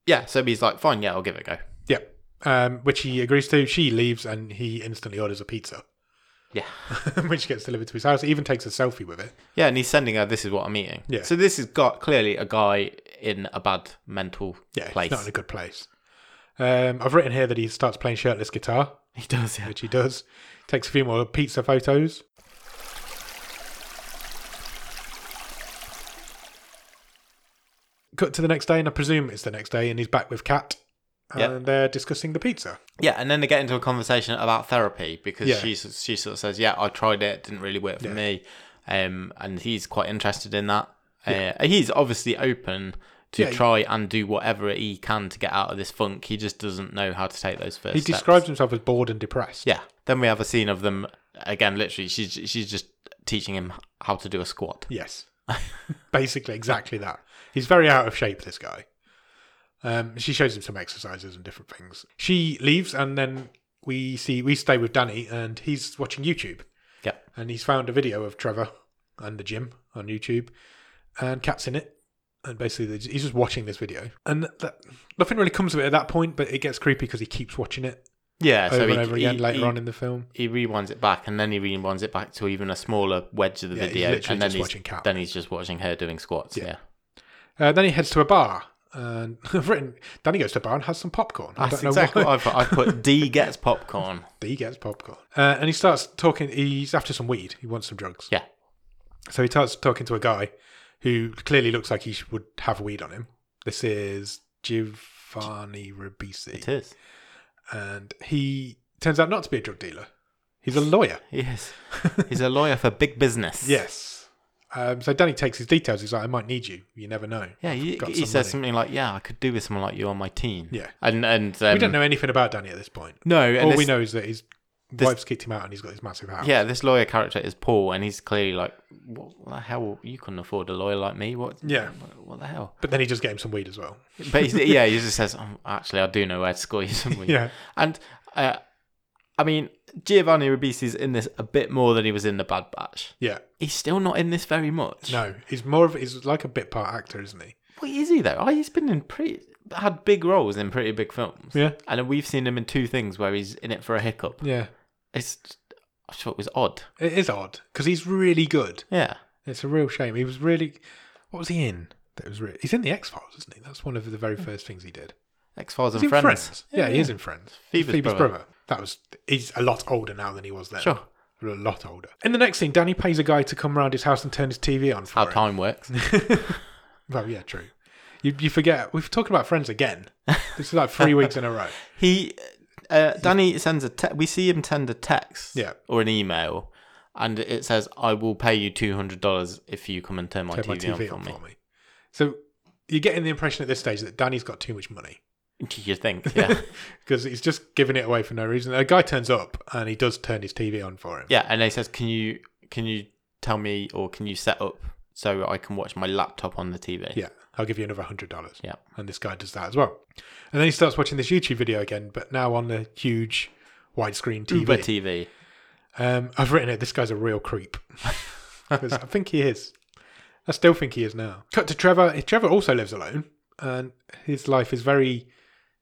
[SPEAKER 1] yeah, so he's like, fine, yeah, I'll give it a go.
[SPEAKER 2] Yeah. Um, which he agrees to. She leaves and he instantly orders a pizza,
[SPEAKER 1] Yeah,
[SPEAKER 2] which gets delivered to his house. He even takes a selfie with it.
[SPEAKER 1] yeah, and he's sending her. This is what I'm eating.
[SPEAKER 2] Yeah.
[SPEAKER 1] So this is got clearly a guy in a bad mental
[SPEAKER 2] Yeah, he's
[SPEAKER 1] place.
[SPEAKER 2] not in a good place. Um, I've written here that he starts playing shirtless guitar,
[SPEAKER 1] He does. Yeah.
[SPEAKER 2] which he does. Takes a few more pizza photos. Cut to the next day, and I presume it's the next day, and he's back with Kat, and
[SPEAKER 1] Yeah.
[SPEAKER 2] they're discussing the pizza.
[SPEAKER 1] Yeah, and then they get into a conversation about therapy because
[SPEAKER 2] Yeah.
[SPEAKER 1] she s- she sort of says, "Yeah, I tried it, didn't really work for
[SPEAKER 2] Yeah.
[SPEAKER 1] me," um, and he's quite interested in that. Uh, he's obviously open to
[SPEAKER 2] Yeah, he-
[SPEAKER 1] try and do whatever he can to get out of this funk. He just doesn't know how to take those first.
[SPEAKER 2] He
[SPEAKER 1] steps.
[SPEAKER 2] describes himself as bored and depressed.
[SPEAKER 1] Yeah. Then we have a scene of them again. Literally, she's she's just teaching him how to do a squat.
[SPEAKER 2] Yes. Basically, exactly that. He's very out of shape, this guy. Um, she shows him some exercises and different things. She leaves, and then we see we stay with Danny, and he's watching YouTube.
[SPEAKER 1] Yeah.
[SPEAKER 2] And he's found a video of Trevor and the gym on YouTube, and Cat's in it. And basically, they- he's just watching this video, and that, nothing really comes of it at that point. But it gets creepy because he keeps watching it
[SPEAKER 1] Yeah.
[SPEAKER 2] over and over again later
[SPEAKER 1] he,
[SPEAKER 2] on in the film.
[SPEAKER 1] he rewinds it back, and then he rewinds it back to even a smaller wedge of the
[SPEAKER 2] Yeah, he's
[SPEAKER 1] video,
[SPEAKER 2] literally
[SPEAKER 1] and then
[SPEAKER 2] just
[SPEAKER 1] he's
[SPEAKER 2] watching Cat.
[SPEAKER 1] then he's just watching her doing squats.
[SPEAKER 2] Yeah.
[SPEAKER 1] Yeah.
[SPEAKER 2] Uh, then he heads to a bar, and I've written Danny goes to a bar and has some popcorn. I don't
[SPEAKER 1] That's
[SPEAKER 2] know
[SPEAKER 1] exactly
[SPEAKER 2] why.
[SPEAKER 1] what I put. I put D gets popcorn.
[SPEAKER 2] He gets popcorn. Uh, and he starts talking. He's after some weed. He wants some drugs.
[SPEAKER 1] Yeah.
[SPEAKER 2] So he starts talking to a guy who clearly looks like he sh- would have weed on him. This is Giovanni
[SPEAKER 1] It
[SPEAKER 2] Ribisi.
[SPEAKER 1] is.
[SPEAKER 2] And he turns out not to be a drug dealer, he's a lawyer.
[SPEAKER 1] Yes. He's a lawyer for big business.
[SPEAKER 2] Yes. Um, so Danny takes his details. He's like, I might need you. You never know.
[SPEAKER 1] Yeah, he,
[SPEAKER 2] Got
[SPEAKER 1] he
[SPEAKER 2] some
[SPEAKER 1] says
[SPEAKER 2] money.
[SPEAKER 1] something like, "Yeah, I could do with someone like you on my team."
[SPEAKER 2] Yeah.
[SPEAKER 1] and and um,
[SPEAKER 2] we don't know anything about Danny at this point.
[SPEAKER 1] No, and
[SPEAKER 2] All
[SPEAKER 1] this-
[SPEAKER 2] we know is that his
[SPEAKER 1] this-
[SPEAKER 2] wife's kicked him out and he's got this massive house.
[SPEAKER 1] Yeah, this lawyer character is Paul, and he's clearly like, "What the hell? You couldn't afford a lawyer like me? What?
[SPEAKER 2] Yeah.
[SPEAKER 1] What, what the hell?"
[SPEAKER 2] But then he just gave him some weed as well.
[SPEAKER 1] But he's, yeah, he just says, oh, "Actually, I do know where to score you some weed."
[SPEAKER 2] Yeah.
[SPEAKER 1] and uh, I mean, Giovanni Ribisi's in this a bit more than he was in the Bad Batch.
[SPEAKER 2] Yeah.
[SPEAKER 1] He's still not in this very much.
[SPEAKER 2] No, he's more of he's like a bit part actor, isn't he?
[SPEAKER 1] what is he though? Oh, He's been in pretty had big roles in pretty big films.
[SPEAKER 2] Yeah.
[SPEAKER 1] and we've seen him in two things where he's in it for a hiccup.
[SPEAKER 2] Yeah,
[SPEAKER 1] It's I thought it was odd.
[SPEAKER 2] it is odd because he's really good.
[SPEAKER 1] Yeah.
[SPEAKER 2] It's a real shame. He was really. What was he in? That was re- he's in the X Files, isn't he? That's one of the very first things he did.
[SPEAKER 1] X Files
[SPEAKER 2] He's
[SPEAKER 1] and
[SPEAKER 2] in
[SPEAKER 1] Friends.
[SPEAKER 2] Friends. Yeah, he is in Friends.
[SPEAKER 1] Phoebe's brother.
[SPEAKER 2] That was. He's a lot older now than he was then.
[SPEAKER 1] Sure.
[SPEAKER 2] a lot older. In the next scene, Danny pays a guy to come round his house and turn his TV on. For
[SPEAKER 1] How
[SPEAKER 2] him.
[SPEAKER 1] time works.
[SPEAKER 2] Well, yeah, true. You, you forget we've talked about Friends again. this is like three weeks in a row.
[SPEAKER 1] He, uh, Danny sends a. Te- we see him send a text.
[SPEAKER 2] Yeah.
[SPEAKER 1] Or an email, and it says, "I will pay you two hundred dollars if you come and turn my,
[SPEAKER 2] Turn
[SPEAKER 1] TV,
[SPEAKER 2] my TV
[SPEAKER 1] on for me."
[SPEAKER 2] So you're getting the impression at this stage that Danny's got too much money.
[SPEAKER 1] You think? Yeah.
[SPEAKER 2] because he's just giving it away for no reason. A guy turns up and he does turn his TV on for him.
[SPEAKER 1] yeah, and he says, "Can you can you tell me or can you set up so I can watch my laptop on the TV?"
[SPEAKER 2] Yeah, I'll give you another hundred dollars.
[SPEAKER 1] Yeah.
[SPEAKER 2] and this guy does that as well. And then he starts watching this YouTube video again, but now on the huge widescreen TV.
[SPEAKER 1] Uber TV.
[SPEAKER 2] um, I've written it. This guy's a real creep. 'Cause I think he is. I still think he is now. Cut to Trevor. Trevor also lives alone, and his life is very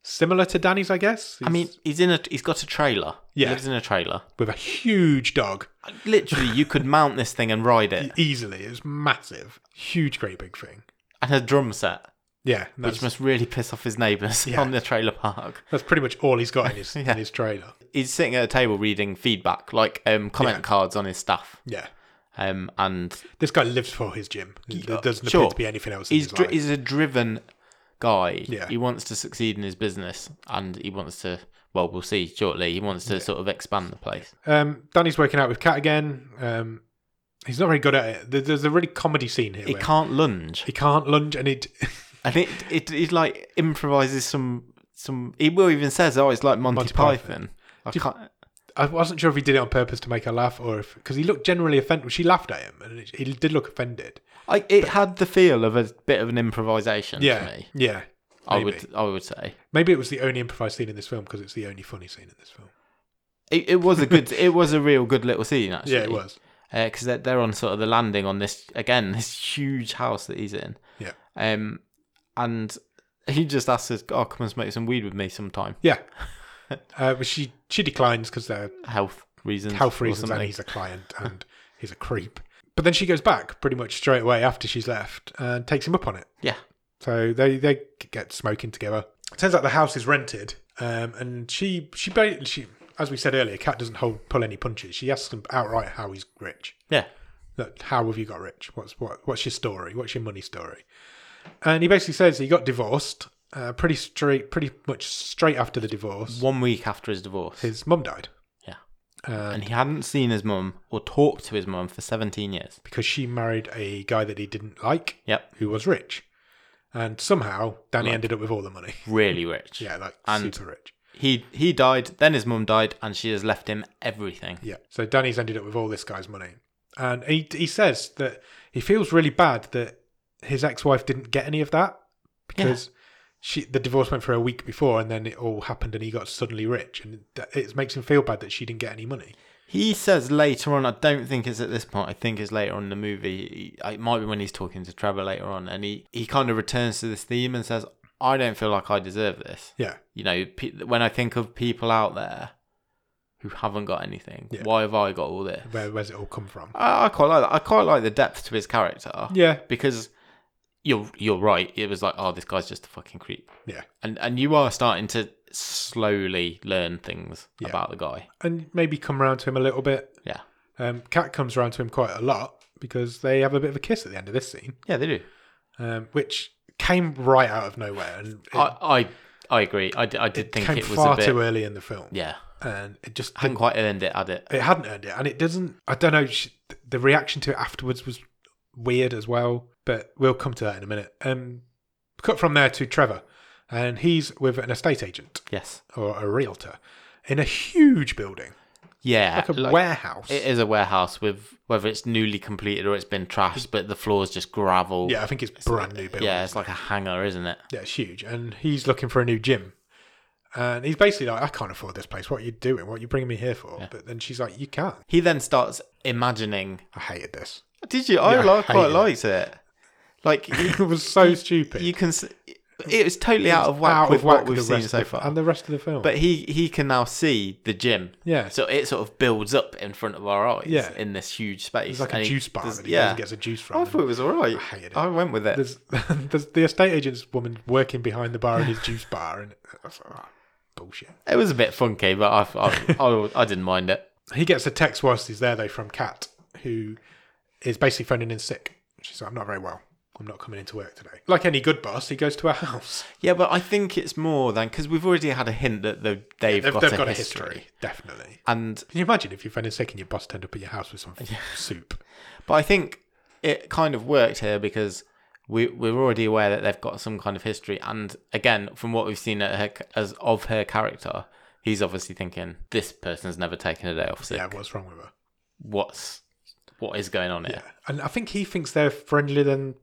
[SPEAKER 2] similar to Danny's, I guess.
[SPEAKER 1] I mean,
[SPEAKER 2] He's-
[SPEAKER 1] he's in a he's got a trailer.
[SPEAKER 2] Yeah.
[SPEAKER 1] He lives in a trailer.
[SPEAKER 2] with a huge dog,
[SPEAKER 1] Literally, you could mount this thing and ride it,
[SPEAKER 2] easily. It's massive, huge, great big thing.
[SPEAKER 1] and a drum set,
[SPEAKER 2] Yeah, and
[SPEAKER 1] which
[SPEAKER 2] that's,
[SPEAKER 1] must really piss off his neighbours
[SPEAKER 2] Yeah.
[SPEAKER 1] on the trailer park.
[SPEAKER 2] that's pretty much all he's got in his
[SPEAKER 1] Yeah.
[SPEAKER 2] in his trailer.
[SPEAKER 1] He's sitting at a table reading feedback, like um, comment
[SPEAKER 2] Yeah.
[SPEAKER 1] cards on his stuff,
[SPEAKER 2] Yeah,
[SPEAKER 1] um, and
[SPEAKER 2] this guy lives for his gym. There doesn't
[SPEAKER 1] Sure.
[SPEAKER 2] appear to be anything else. In
[SPEAKER 1] he's
[SPEAKER 2] his
[SPEAKER 1] dri-
[SPEAKER 2] life.
[SPEAKER 1] he's a driven guy.
[SPEAKER 2] Yeah.
[SPEAKER 1] He wants to succeed in his business, and he wants to. Well, we'll see shortly. He wants to sort of expand the place.
[SPEAKER 2] Um, Danny's working out with Kat again. Um, he's not very good at it. There- There's a really comedy scene here.
[SPEAKER 1] He
[SPEAKER 2] where
[SPEAKER 1] can't lunge.
[SPEAKER 2] He can't lunge, and it.
[SPEAKER 1] and it it it like improvises some some. He will even says, "Oh, it's like Monty,
[SPEAKER 2] Monty
[SPEAKER 1] Python." I
[SPEAKER 2] Do-
[SPEAKER 1] can't.
[SPEAKER 2] I wasn't sure if he did it on purpose to make her laugh, or if because he looked generally offended. She laughed at him, and it, he did look offended.
[SPEAKER 1] I, it had the feel of a bit of an improvisation
[SPEAKER 2] Yeah,
[SPEAKER 1] to me.
[SPEAKER 2] yeah.
[SPEAKER 1] I
[SPEAKER 2] maybe.
[SPEAKER 1] would I would say
[SPEAKER 2] Maybe it was the only improvised scene in this film because it's the only funny scene in this film.
[SPEAKER 1] it, it was a good it was a real good little scene actually.
[SPEAKER 2] yeah, it was.
[SPEAKER 1] because they're, they're on sort of the landing on this again this huge house that he's in.
[SPEAKER 2] Yeah.
[SPEAKER 1] Um, and he just asks us, "Oh, come and smoke some weed with me sometime."
[SPEAKER 2] Yeah. Uh, but she she declines because they're
[SPEAKER 1] Health reasons.
[SPEAKER 2] health
[SPEAKER 1] or
[SPEAKER 2] reasons and
[SPEAKER 1] something.
[SPEAKER 2] he's a client and he's a creep. But then she goes back pretty much straight away after she's left and takes him up on it.
[SPEAKER 1] Yeah.
[SPEAKER 2] So they they get smoking together. turns out the house is rented, um, and she she ba- she as we said earlier, Kat doesn't hold pull any punches. She asks him outright how he's rich.
[SPEAKER 1] Yeah.
[SPEAKER 2] Look, how have you got rich? What's what, what's your story? What's your money story? And he basically says he got divorced uh, pretty straight, pretty much straight after the divorce.
[SPEAKER 1] One week after his divorce,
[SPEAKER 2] His mum died.
[SPEAKER 1] Yeah.
[SPEAKER 2] Uh,
[SPEAKER 1] and he hadn't seen his mum or talked to his mum for 17 years.
[SPEAKER 2] because she married a guy that he didn't like,
[SPEAKER 1] Yep.
[SPEAKER 2] who was rich, and somehow Danny ended up with all the money.
[SPEAKER 1] Really rich.
[SPEAKER 2] Yeah, like
[SPEAKER 1] And-
[SPEAKER 2] super rich.
[SPEAKER 1] He he died, then his mum died, and she has left him everything.
[SPEAKER 2] Yeah. So Danny's ended up with all this guy's money. And he he says that he feels really bad that his ex-wife didn't get any of that because she the divorce went for a week before and then it all happened and he got suddenly rich and that- it makes him feel bad that she didn't get any money.
[SPEAKER 1] He says later on, I don't think it's at this point, I think it's later on in the movie. He- It might be when he's talking to Trevor later on, and he, he kind of returns to this theme and says, I don't feel like I deserve this.
[SPEAKER 2] Yeah.
[SPEAKER 1] You know, pe- when I think of people out there who haven't got anything,
[SPEAKER 2] Yeah.
[SPEAKER 1] why have I got all this?
[SPEAKER 2] Where where's it all come from?
[SPEAKER 1] I, I quite like that. I quite like the depth to his character.
[SPEAKER 2] Yeah.
[SPEAKER 1] because you're you're right. It was like, oh, this guy's just a fucking creep,
[SPEAKER 2] Yeah.
[SPEAKER 1] and and you are starting to slowly learn things
[SPEAKER 2] Yeah.
[SPEAKER 1] about the guy.
[SPEAKER 2] And maybe come round to him a little bit.
[SPEAKER 1] Yeah,
[SPEAKER 2] Um Kat comes round to him quite a lot because they have a bit of a kiss at the end of this scene,
[SPEAKER 1] yeah, they do.
[SPEAKER 2] um, which came right out of nowhere and it
[SPEAKER 1] I I, I agree. I, d- I did think
[SPEAKER 2] came
[SPEAKER 1] it was
[SPEAKER 2] far
[SPEAKER 1] a bit.
[SPEAKER 2] too early in the film.
[SPEAKER 1] Yeah,
[SPEAKER 2] And it just
[SPEAKER 1] hadn't quite earned it, had it?
[SPEAKER 2] it hadn't earned it, and it doesn't. I don't know. She, the reaction to it afterwards was weird as well, but we'll come to that in a minute. Um, cut from there to Trevor, and he's with an estate agent
[SPEAKER 1] Yes.
[SPEAKER 2] or a realtor in a huge building,
[SPEAKER 1] Yeah,
[SPEAKER 2] like a
[SPEAKER 1] like-
[SPEAKER 2] warehouse.
[SPEAKER 1] It is a warehouse with whether it's newly completed or it's been trashed, but the floor's just gravel.
[SPEAKER 2] yeah, I think it's, brand new building.
[SPEAKER 1] yeah, it's like a hangar, isn't it?
[SPEAKER 2] Yeah, it's huge, and he's looking for a new gym. And he's basically like, I can't afford this place. What are you doing? What are you bringing me here for? But then she's like, You can.
[SPEAKER 1] He then starts imagining.
[SPEAKER 2] I hated this.
[SPEAKER 1] Did you? I
[SPEAKER 2] Yeah, I
[SPEAKER 1] like,
[SPEAKER 2] hate it.
[SPEAKER 1] quite liked it. Like
[SPEAKER 2] It was so stupid.
[SPEAKER 1] you can s- it was totally out of whack
[SPEAKER 2] Out
[SPEAKER 1] with
[SPEAKER 2] of whack
[SPEAKER 1] what we've
[SPEAKER 2] with the
[SPEAKER 1] seen
[SPEAKER 2] rest
[SPEAKER 1] so
[SPEAKER 2] of the-
[SPEAKER 1] far
[SPEAKER 2] and the rest of the film.
[SPEAKER 1] but he he can now see the gym
[SPEAKER 2] Yeah.
[SPEAKER 1] so it sort of builds up in front of our eyes
[SPEAKER 2] Yeah.
[SPEAKER 1] in this huge space
[SPEAKER 2] It's like a
[SPEAKER 1] And he
[SPEAKER 2] juice bar
[SPEAKER 1] does-
[SPEAKER 2] that he goes and gets a juice from.
[SPEAKER 1] i thought it was all right i
[SPEAKER 2] hated it.
[SPEAKER 1] went with it
[SPEAKER 2] there's, there's the estate agent's woman working behind the bar in his juice bar, and that's oh, bullshit.
[SPEAKER 1] it was a bit funky but i I, I, I didn't mind it
[SPEAKER 2] He gets a text whilst he's there though from Kat, who is basically phoning in sick. She's like, "I'm not very well. I'm not coming into work today." Like any good boss, he goes to her house.
[SPEAKER 1] yeah but i think it's more than because we've already had a hint that the, they've,
[SPEAKER 2] They've,
[SPEAKER 1] got,
[SPEAKER 2] they've
[SPEAKER 1] a,
[SPEAKER 2] got, a
[SPEAKER 1] history.
[SPEAKER 2] history, definitely.
[SPEAKER 1] and
[SPEAKER 2] Can you imagine if you're phoning sick and your boss turned up at your house with some soup?
[SPEAKER 1] but i think it kind of worked here because we, we're already aware that they've got some kind of history and again from what we've seen at her, as of her character he's obviously thinking this person's never taken a day off sick
[SPEAKER 2] Yeah, what's wrong with her?
[SPEAKER 1] what's what is going on here.
[SPEAKER 2] And I think he thinks they're friendlier than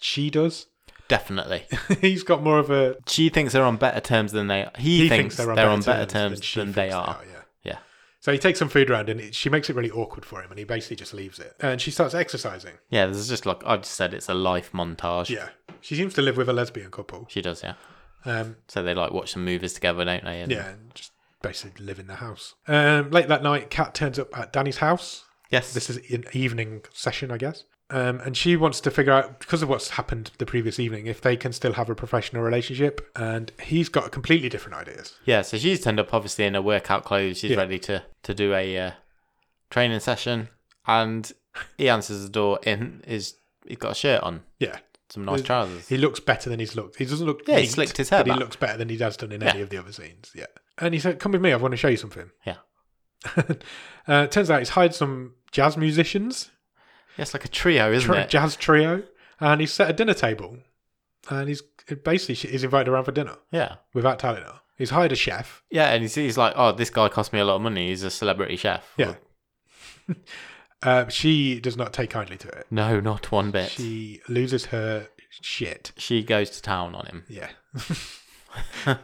[SPEAKER 2] she does.
[SPEAKER 1] Definitely,
[SPEAKER 2] he's got more of a
[SPEAKER 1] she thinks they're on better terms than they. He, thinks, they're on better terms, than,
[SPEAKER 2] she
[SPEAKER 1] they
[SPEAKER 2] thinks
[SPEAKER 1] are.
[SPEAKER 2] yeah.
[SPEAKER 1] Yeah,
[SPEAKER 2] So he takes some food around and it, she makes it really awkward for him and he basically just leaves it. And she starts exercising.
[SPEAKER 1] Yeah, this is just like I've just said it's a life montage.
[SPEAKER 2] Yeah. She seems to live with a lesbian couple.
[SPEAKER 1] She does, yeah.
[SPEAKER 2] Um,
[SPEAKER 1] So they like watch some movies together, don't they? And
[SPEAKER 2] yeah, and just basically live in the house. Um, late that night, Kat turns up at Danny's house.
[SPEAKER 1] Yes.
[SPEAKER 2] This is an evening session, I guess. Um, and she wants to figure out, because of what's happened the previous evening, if they can still have a professional relationship. And he's got completely different ideas.
[SPEAKER 1] Yeah, so she's turned up obviously in her workout clothes. She's
[SPEAKER 2] Yeah.
[SPEAKER 1] ready to to do a uh, training session, and he answers the door in his he's got a shirt on,
[SPEAKER 2] Yeah.
[SPEAKER 1] some nice
[SPEAKER 2] There's-
[SPEAKER 1] trousers.
[SPEAKER 2] He looks better than he's looked. He doesn't look.
[SPEAKER 1] Yeah, he
[SPEAKER 2] neat,
[SPEAKER 1] slicked his hair
[SPEAKER 2] But he
[SPEAKER 1] back.
[SPEAKER 2] looks better than he has done in
[SPEAKER 1] Yeah.
[SPEAKER 2] any of the other scenes. Yeah. And he said, "Come with me. I want to show you something."
[SPEAKER 1] Yeah.
[SPEAKER 2] uh, turns out he's hired some jazz musicians,
[SPEAKER 1] Yeah, it's like a trio, isn't
[SPEAKER 2] tri-
[SPEAKER 1] it?
[SPEAKER 2] jazz trio, and he's set a dinner table, and he's basically she- he's invited around for dinner
[SPEAKER 1] yeah,
[SPEAKER 2] without telling her. He's hired a chef.
[SPEAKER 1] yeah, and he's, he's like, oh, this guy cost me a lot of money. He's a celebrity chef.
[SPEAKER 2] Yeah. Uh, she does not take kindly to it.
[SPEAKER 1] No, not one bit. She,
[SPEAKER 2] She loses her shit.
[SPEAKER 1] goes to town on him.
[SPEAKER 2] Yeah.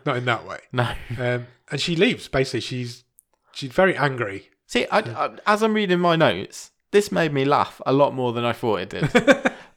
[SPEAKER 2] not in that way.
[SPEAKER 1] No.
[SPEAKER 2] Um, and she leaves. Basically, she's she's very angry
[SPEAKER 1] See, I, I, as I'm reading my notes, this made me laugh a lot more than I thought it did.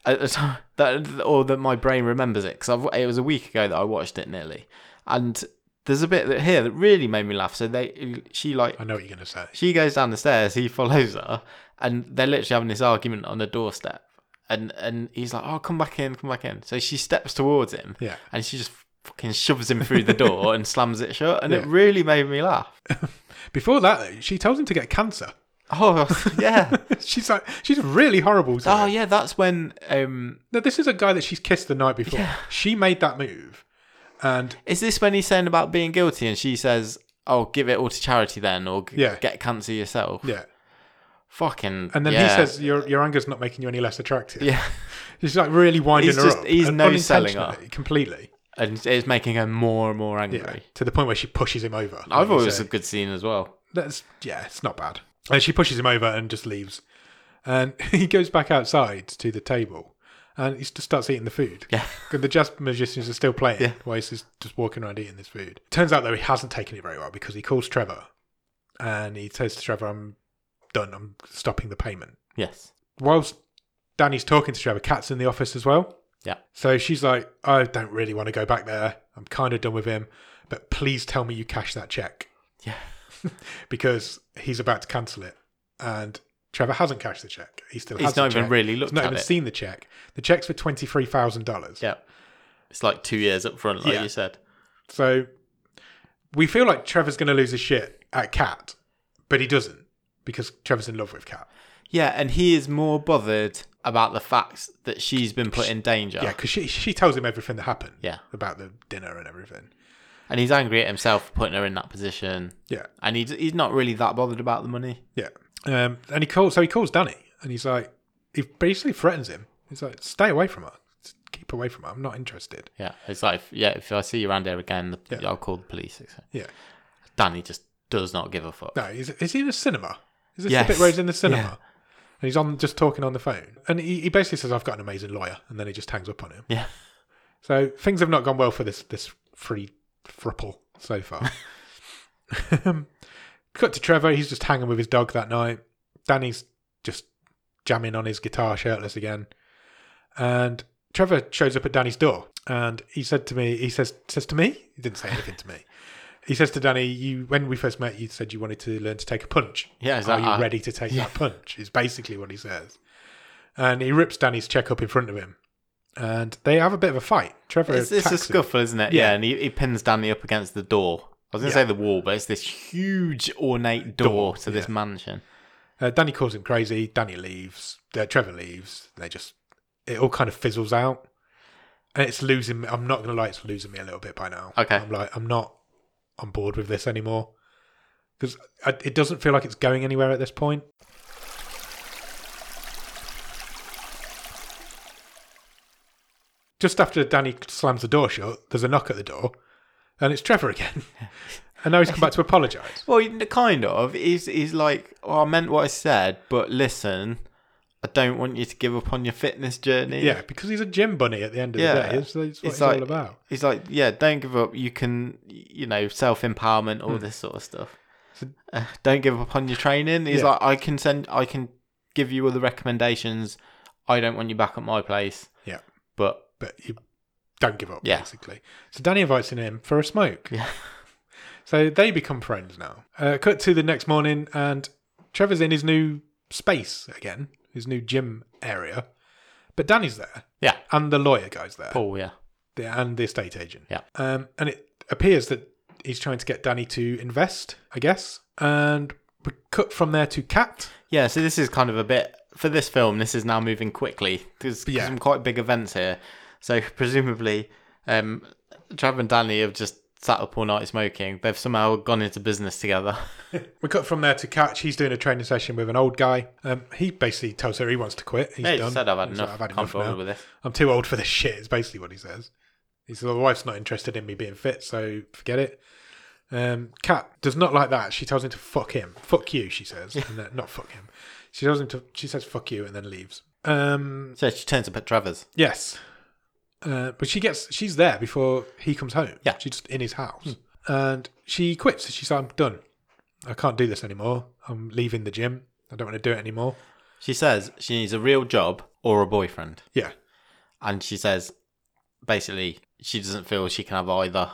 [SPEAKER 1] At the time, that, or that my brain remembers it because it was a week ago that I watched it nearly, and there's a bit that here that really made me laugh. So they, she like
[SPEAKER 2] I know what you're going to say.
[SPEAKER 1] she goes down the stairs, he follows her, and they're literally having this argument on the doorstep, and and he's like, "Oh, come back in, come back in." So she steps towards him,
[SPEAKER 2] Yeah.
[SPEAKER 1] and she just fucking shoves him through the door and slams it shut, and it
[SPEAKER 2] Yeah.
[SPEAKER 1] really made me laugh.
[SPEAKER 2] Before that, though, she tells him to get cancer.
[SPEAKER 1] Oh yeah.
[SPEAKER 2] she's like, she's really horrible. To
[SPEAKER 1] Oh
[SPEAKER 2] him.
[SPEAKER 1] yeah, that's when um
[SPEAKER 2] Now, this is a guy that she's kissed the night before. She made that move, and
[SPEAKER 1] Is this when he's saying about being guilty and she says, "Oh, give it all to charity then, or g-
[SPEAKER 2] Yeah.
[SPEAKER 1] get cancer yourself"?
[SPEAKER 2] yeah,
[SPEAKER 1] Fucking.
[SPEAKER 2] and then
[SPEAKER 1] yeah.
[SPEAKER 2] he says, "Your your anger's not making you any less attractive."
[SPEAKER 1] "Yeah,"
[SPEAKER 2] She's like really winding
[SPEAKER 1] He's
[SPEAKER 2] her
[SPEAKER 1] just-
[SPEAKER 2] up.
[SPEAKER 1] he's
[SPEAKER 2] and
[SPEAKER 1] no-selling her.
[SPEAKER 2] unintentionally, completely.
[SPEAKER 1] and it's making her more and more
[SPEAKER 2] Yeah,
[SPEAKER 1] angry.
[SPEAKER 2] to the point where she pushes him over.
[SPEAKER 1] I
[SPEAKER 2] like you
[SPEAKER 1] thought it was
[SPEAKER 2] say.
[SPEAKER 1] a good scene as well.
[SPEAKER 2] That's yeah, it's not bad. And she pushes him over and just leaves. And he goes back outside to the table and he just starts eating the food.
[SPEAKER 1] Yeah.
[SPEAKER 2] And the jazz musicians are still playing
[SPEAKER 1] Yeah.
[SPEAKER 2] while he's just, just walking around eating this food. Turns out though he hasn't taken it very well because he calls Trevor and he says to Trevor, I'm done, I'm stopping the payment.
[SPEAKER 1] Yes.
[SPEAKER 2] Whilst Danny's talking to Trevor, Kat's in the office as well.
[SPEAKER 1] Yeah.
[SPEAKER 2] So she's like, I don't really want to go back there. I'm kind of done with him, but please tell me you cash that check
[SPEAKER 1] Yeah.
[SPEAKER 2] because he's about to cancel it, and Trevor hasn't cashed the check. He still
[SPEAKER 1] He's
[SPEAKER 2] has
[SPEAKER 1] not
[SPEAKER 2] the
[SPEAKER 1] even
[SPEAKER 2] check.
[SPEAKER 1] really
[SPEAKER 2] He's
[SPEAKER 1] looked
[SPEAKER 2] not
[SPEAKER 1] at
[SPEAKER 2] even
[SPEAKER 1] it.
[SPEAKER 2] seen the check. The check's for twenty three thousand dollars.
[SPEAKER 1] Yeah. It's like two years up front, like
[SPEAKER 2] Yeah.
[SPEAKER 1] you said.
[SPEAKER 2] So we feel like Trevor's going to lose his shit at Cat, but he doesn't because Trevor's in love with Cat.
[SPEAKER 1] Yeah, and he is more bothered about the fact that she's been put in danger.
[SPEAKER 2] Yeah, because she she tells him everything that happened.
[SPEAKER 1] Oh. Yeah.
[SPEAKER 2] about the dinner and everything.
[SPEAKER 1] And he's angry at himself for putting her in that position.
[SPEAKER 2] Yeah,
[SPEAKER 1] And he's, he's not really that bothered about the money.
[SPEAKER 2] yeah. Um, and he calls. So he calls Danny, and he's like, he basically threatens him. He's like, stay away from her. Just Keep away from her. I'm not interested.
[SPEAKER 1] Yeah. It's like, yeah, if I see you around here again, the,
[SPEAKER 2] Yeah.
[SPEAKER 1] I'll call the police. etc.
[SPEAKER 2] Yeah.
[SPEAKER 1] Danny just does not give a fuck.
[SPEAKER 2] No, is, is he in a cinema? Is this
[SPEAKER 1] Yes.
[SPEAKER 2] the bit where he's in the cinema?
[SPEAKER 1] Yeah.
[SPEAKER 2] And he's on just talking on the phone. And he, he basically says, I've got an amazing lawyer. And then he just hangs up on him.
[SPEAKER 1] Yeah.
[SPEAKER 2] So things have not gone well for this this free fripple so far. um, cut to Trevor. He's just hanging with his dog that night. Danny's just jamming on his guitar shirtless again. And Trevor shows up at Danny's door. And he said to me, he says, says to me, he didn't say anything to me. He says to Danny, "You when we first met, you said you wanted to learn to take a punch.
[SPEAKER 1] Yeah, is
[SPEAKER 2] are
[SPEAKER 1] that-
[SPEAKER 2] you
[SPEAKER 1] uh,
[SPEAKER 2] ready to take that punch?" Is basically what he says, and he rips Danny's check up in front of him, and they have a bit of a fight. Trevor,
[SPEAKER 1] It's, it's a
[SPEAKER 2] attacks him.
[SPEAKER 1] scuffle, isn't it?
[SPEAKER 2] Yeah.
[SPEAKER 1] Yeah, and he, he pins Danny up against the door. I was going to
[SPEAKER 2] Yeah.
[SPEAKER 1] say the wall, but it's this huge ornate door,
[SPEAKER 2] Door,
[SPEAKER 1] to this
[SPEAKER 2] yeah.
[SPEAKER 1] mansion.
[SPEAKER 2] Uh, Danny calls him crazy. Danny leaves. Uh, Trevor leaves. They just it all kind of fizzles out, and it's losing. me I'm not gonna lie, it's losing me a little bit by now.
[SPEAKER 1] Okay.
[SPEAKER 2] I'm like I'm not on board with this anymore because it doesn't feel like it's going anywhere at this point. Just after Danny slams the door shut, there's a knock at the door, and it's Trevor again. and now he's come back to apologise.
[SPEAKER 1] Well, n- kind of. He's, he's like, oh, I meant what I said, but listen, I don't want you to give up on your fitness journey.
[SPEAKER 2] Yeah, because he's a gym bunny at the end of
[SPEAKER 1] Yeah.
[SPEAKER 2] the day. That's, that's what
[SPEAKER 1] It's
[SPEAKER 2] it's
[SPEAKER 1] like-
[SPEAKER 2] all about. Hmm.
[SPEAKER 1] He's like, yeah, don't give up. You can, you know, self empowerment, all this sort of stuff. uh, don't give up on your training. He's
[SPEAKER 2] Yeah.
[SPEAKER 1] like, I can send, I can give you all the recommendations. I don't want you back at my place.
[SPEAKER 2] Yeah.
[SPEAKER 1] But
[SPEAKER 2] but you don't give up,
[SPEAKER 1] Yeah.
[SPEAKER 2] basically. So Danny invites him in for a smoke.
[SPEAKER 1] Yeah.
[SPEAKER 2] So they become friends now. Uh, cut to the next morning, and Trevor's in his new space again, his new gym area. But Danny's there,
[SPEAKER 1] yeah,
[SPEAKER 2] and the lawyer guy's there,
[SPEAKER 1] Paul, yeah,
[SPEAKER 2] the, and the estate agent.
[SPEAKER 1] Yeah.
[SPEAKER 2] Um, and it appears that he's trying to get Danny to invest, I guess. And we cut from there to Kat.
[SPEAKER 1] yeah. So this is kind of a bit for this film. This is now moving quickly. There's
[SPEAKER 2] Yeah.
[SPEAKER 1] some quite big events here. So presumably, um, Trav and Danny have just sat up all night smoking. They've somehow gone into business together.
[SPEAKER 2] We cut from there to Catch. He's doing a training session with an old guy. Um, he basically tells her he wants to quit. He's
[SPEAKER 1] They
[SPEAKER 2] done.
[SPEAKER 1] said I've had
[SPEAKER 2] He's
[SPEAKER 1] enough.
[SPEAKER 2] like,
[SPEAKER 1] Can't be bothered
[SPEAKER 2] now.
[SPEAKER 1] with this.
[SPEAKER 2] I'm too old for this shit. Is basically what he says. He says, "Well, the wife's not interested in me being fit, so forget it." Um, Kat does not like that. She tells him to fuck him. Fuck you, she says, and then, not fuck him. She tells him to. She says, "Fuck you," and then leaves. Um,
[SPEAKER 1] So she turns up at Trevor's.
[SPEAKER 2] yes, uh, but she gets. She's there before he comes home.
[SPEAKER 1] Yeah. Hmm.
[SPEAKER 2] she's just in his house, and she quits. She's like, "I'm done. I can't do this anymore. I'm leaving the gym. I don't want to do it anymore."
[SPEAKER 1] She says she needs a real job or a boyfriend.
[SPEAKER 2] Yeah,
[SPEAKER 1] and she says basically she doesn't feel she can have either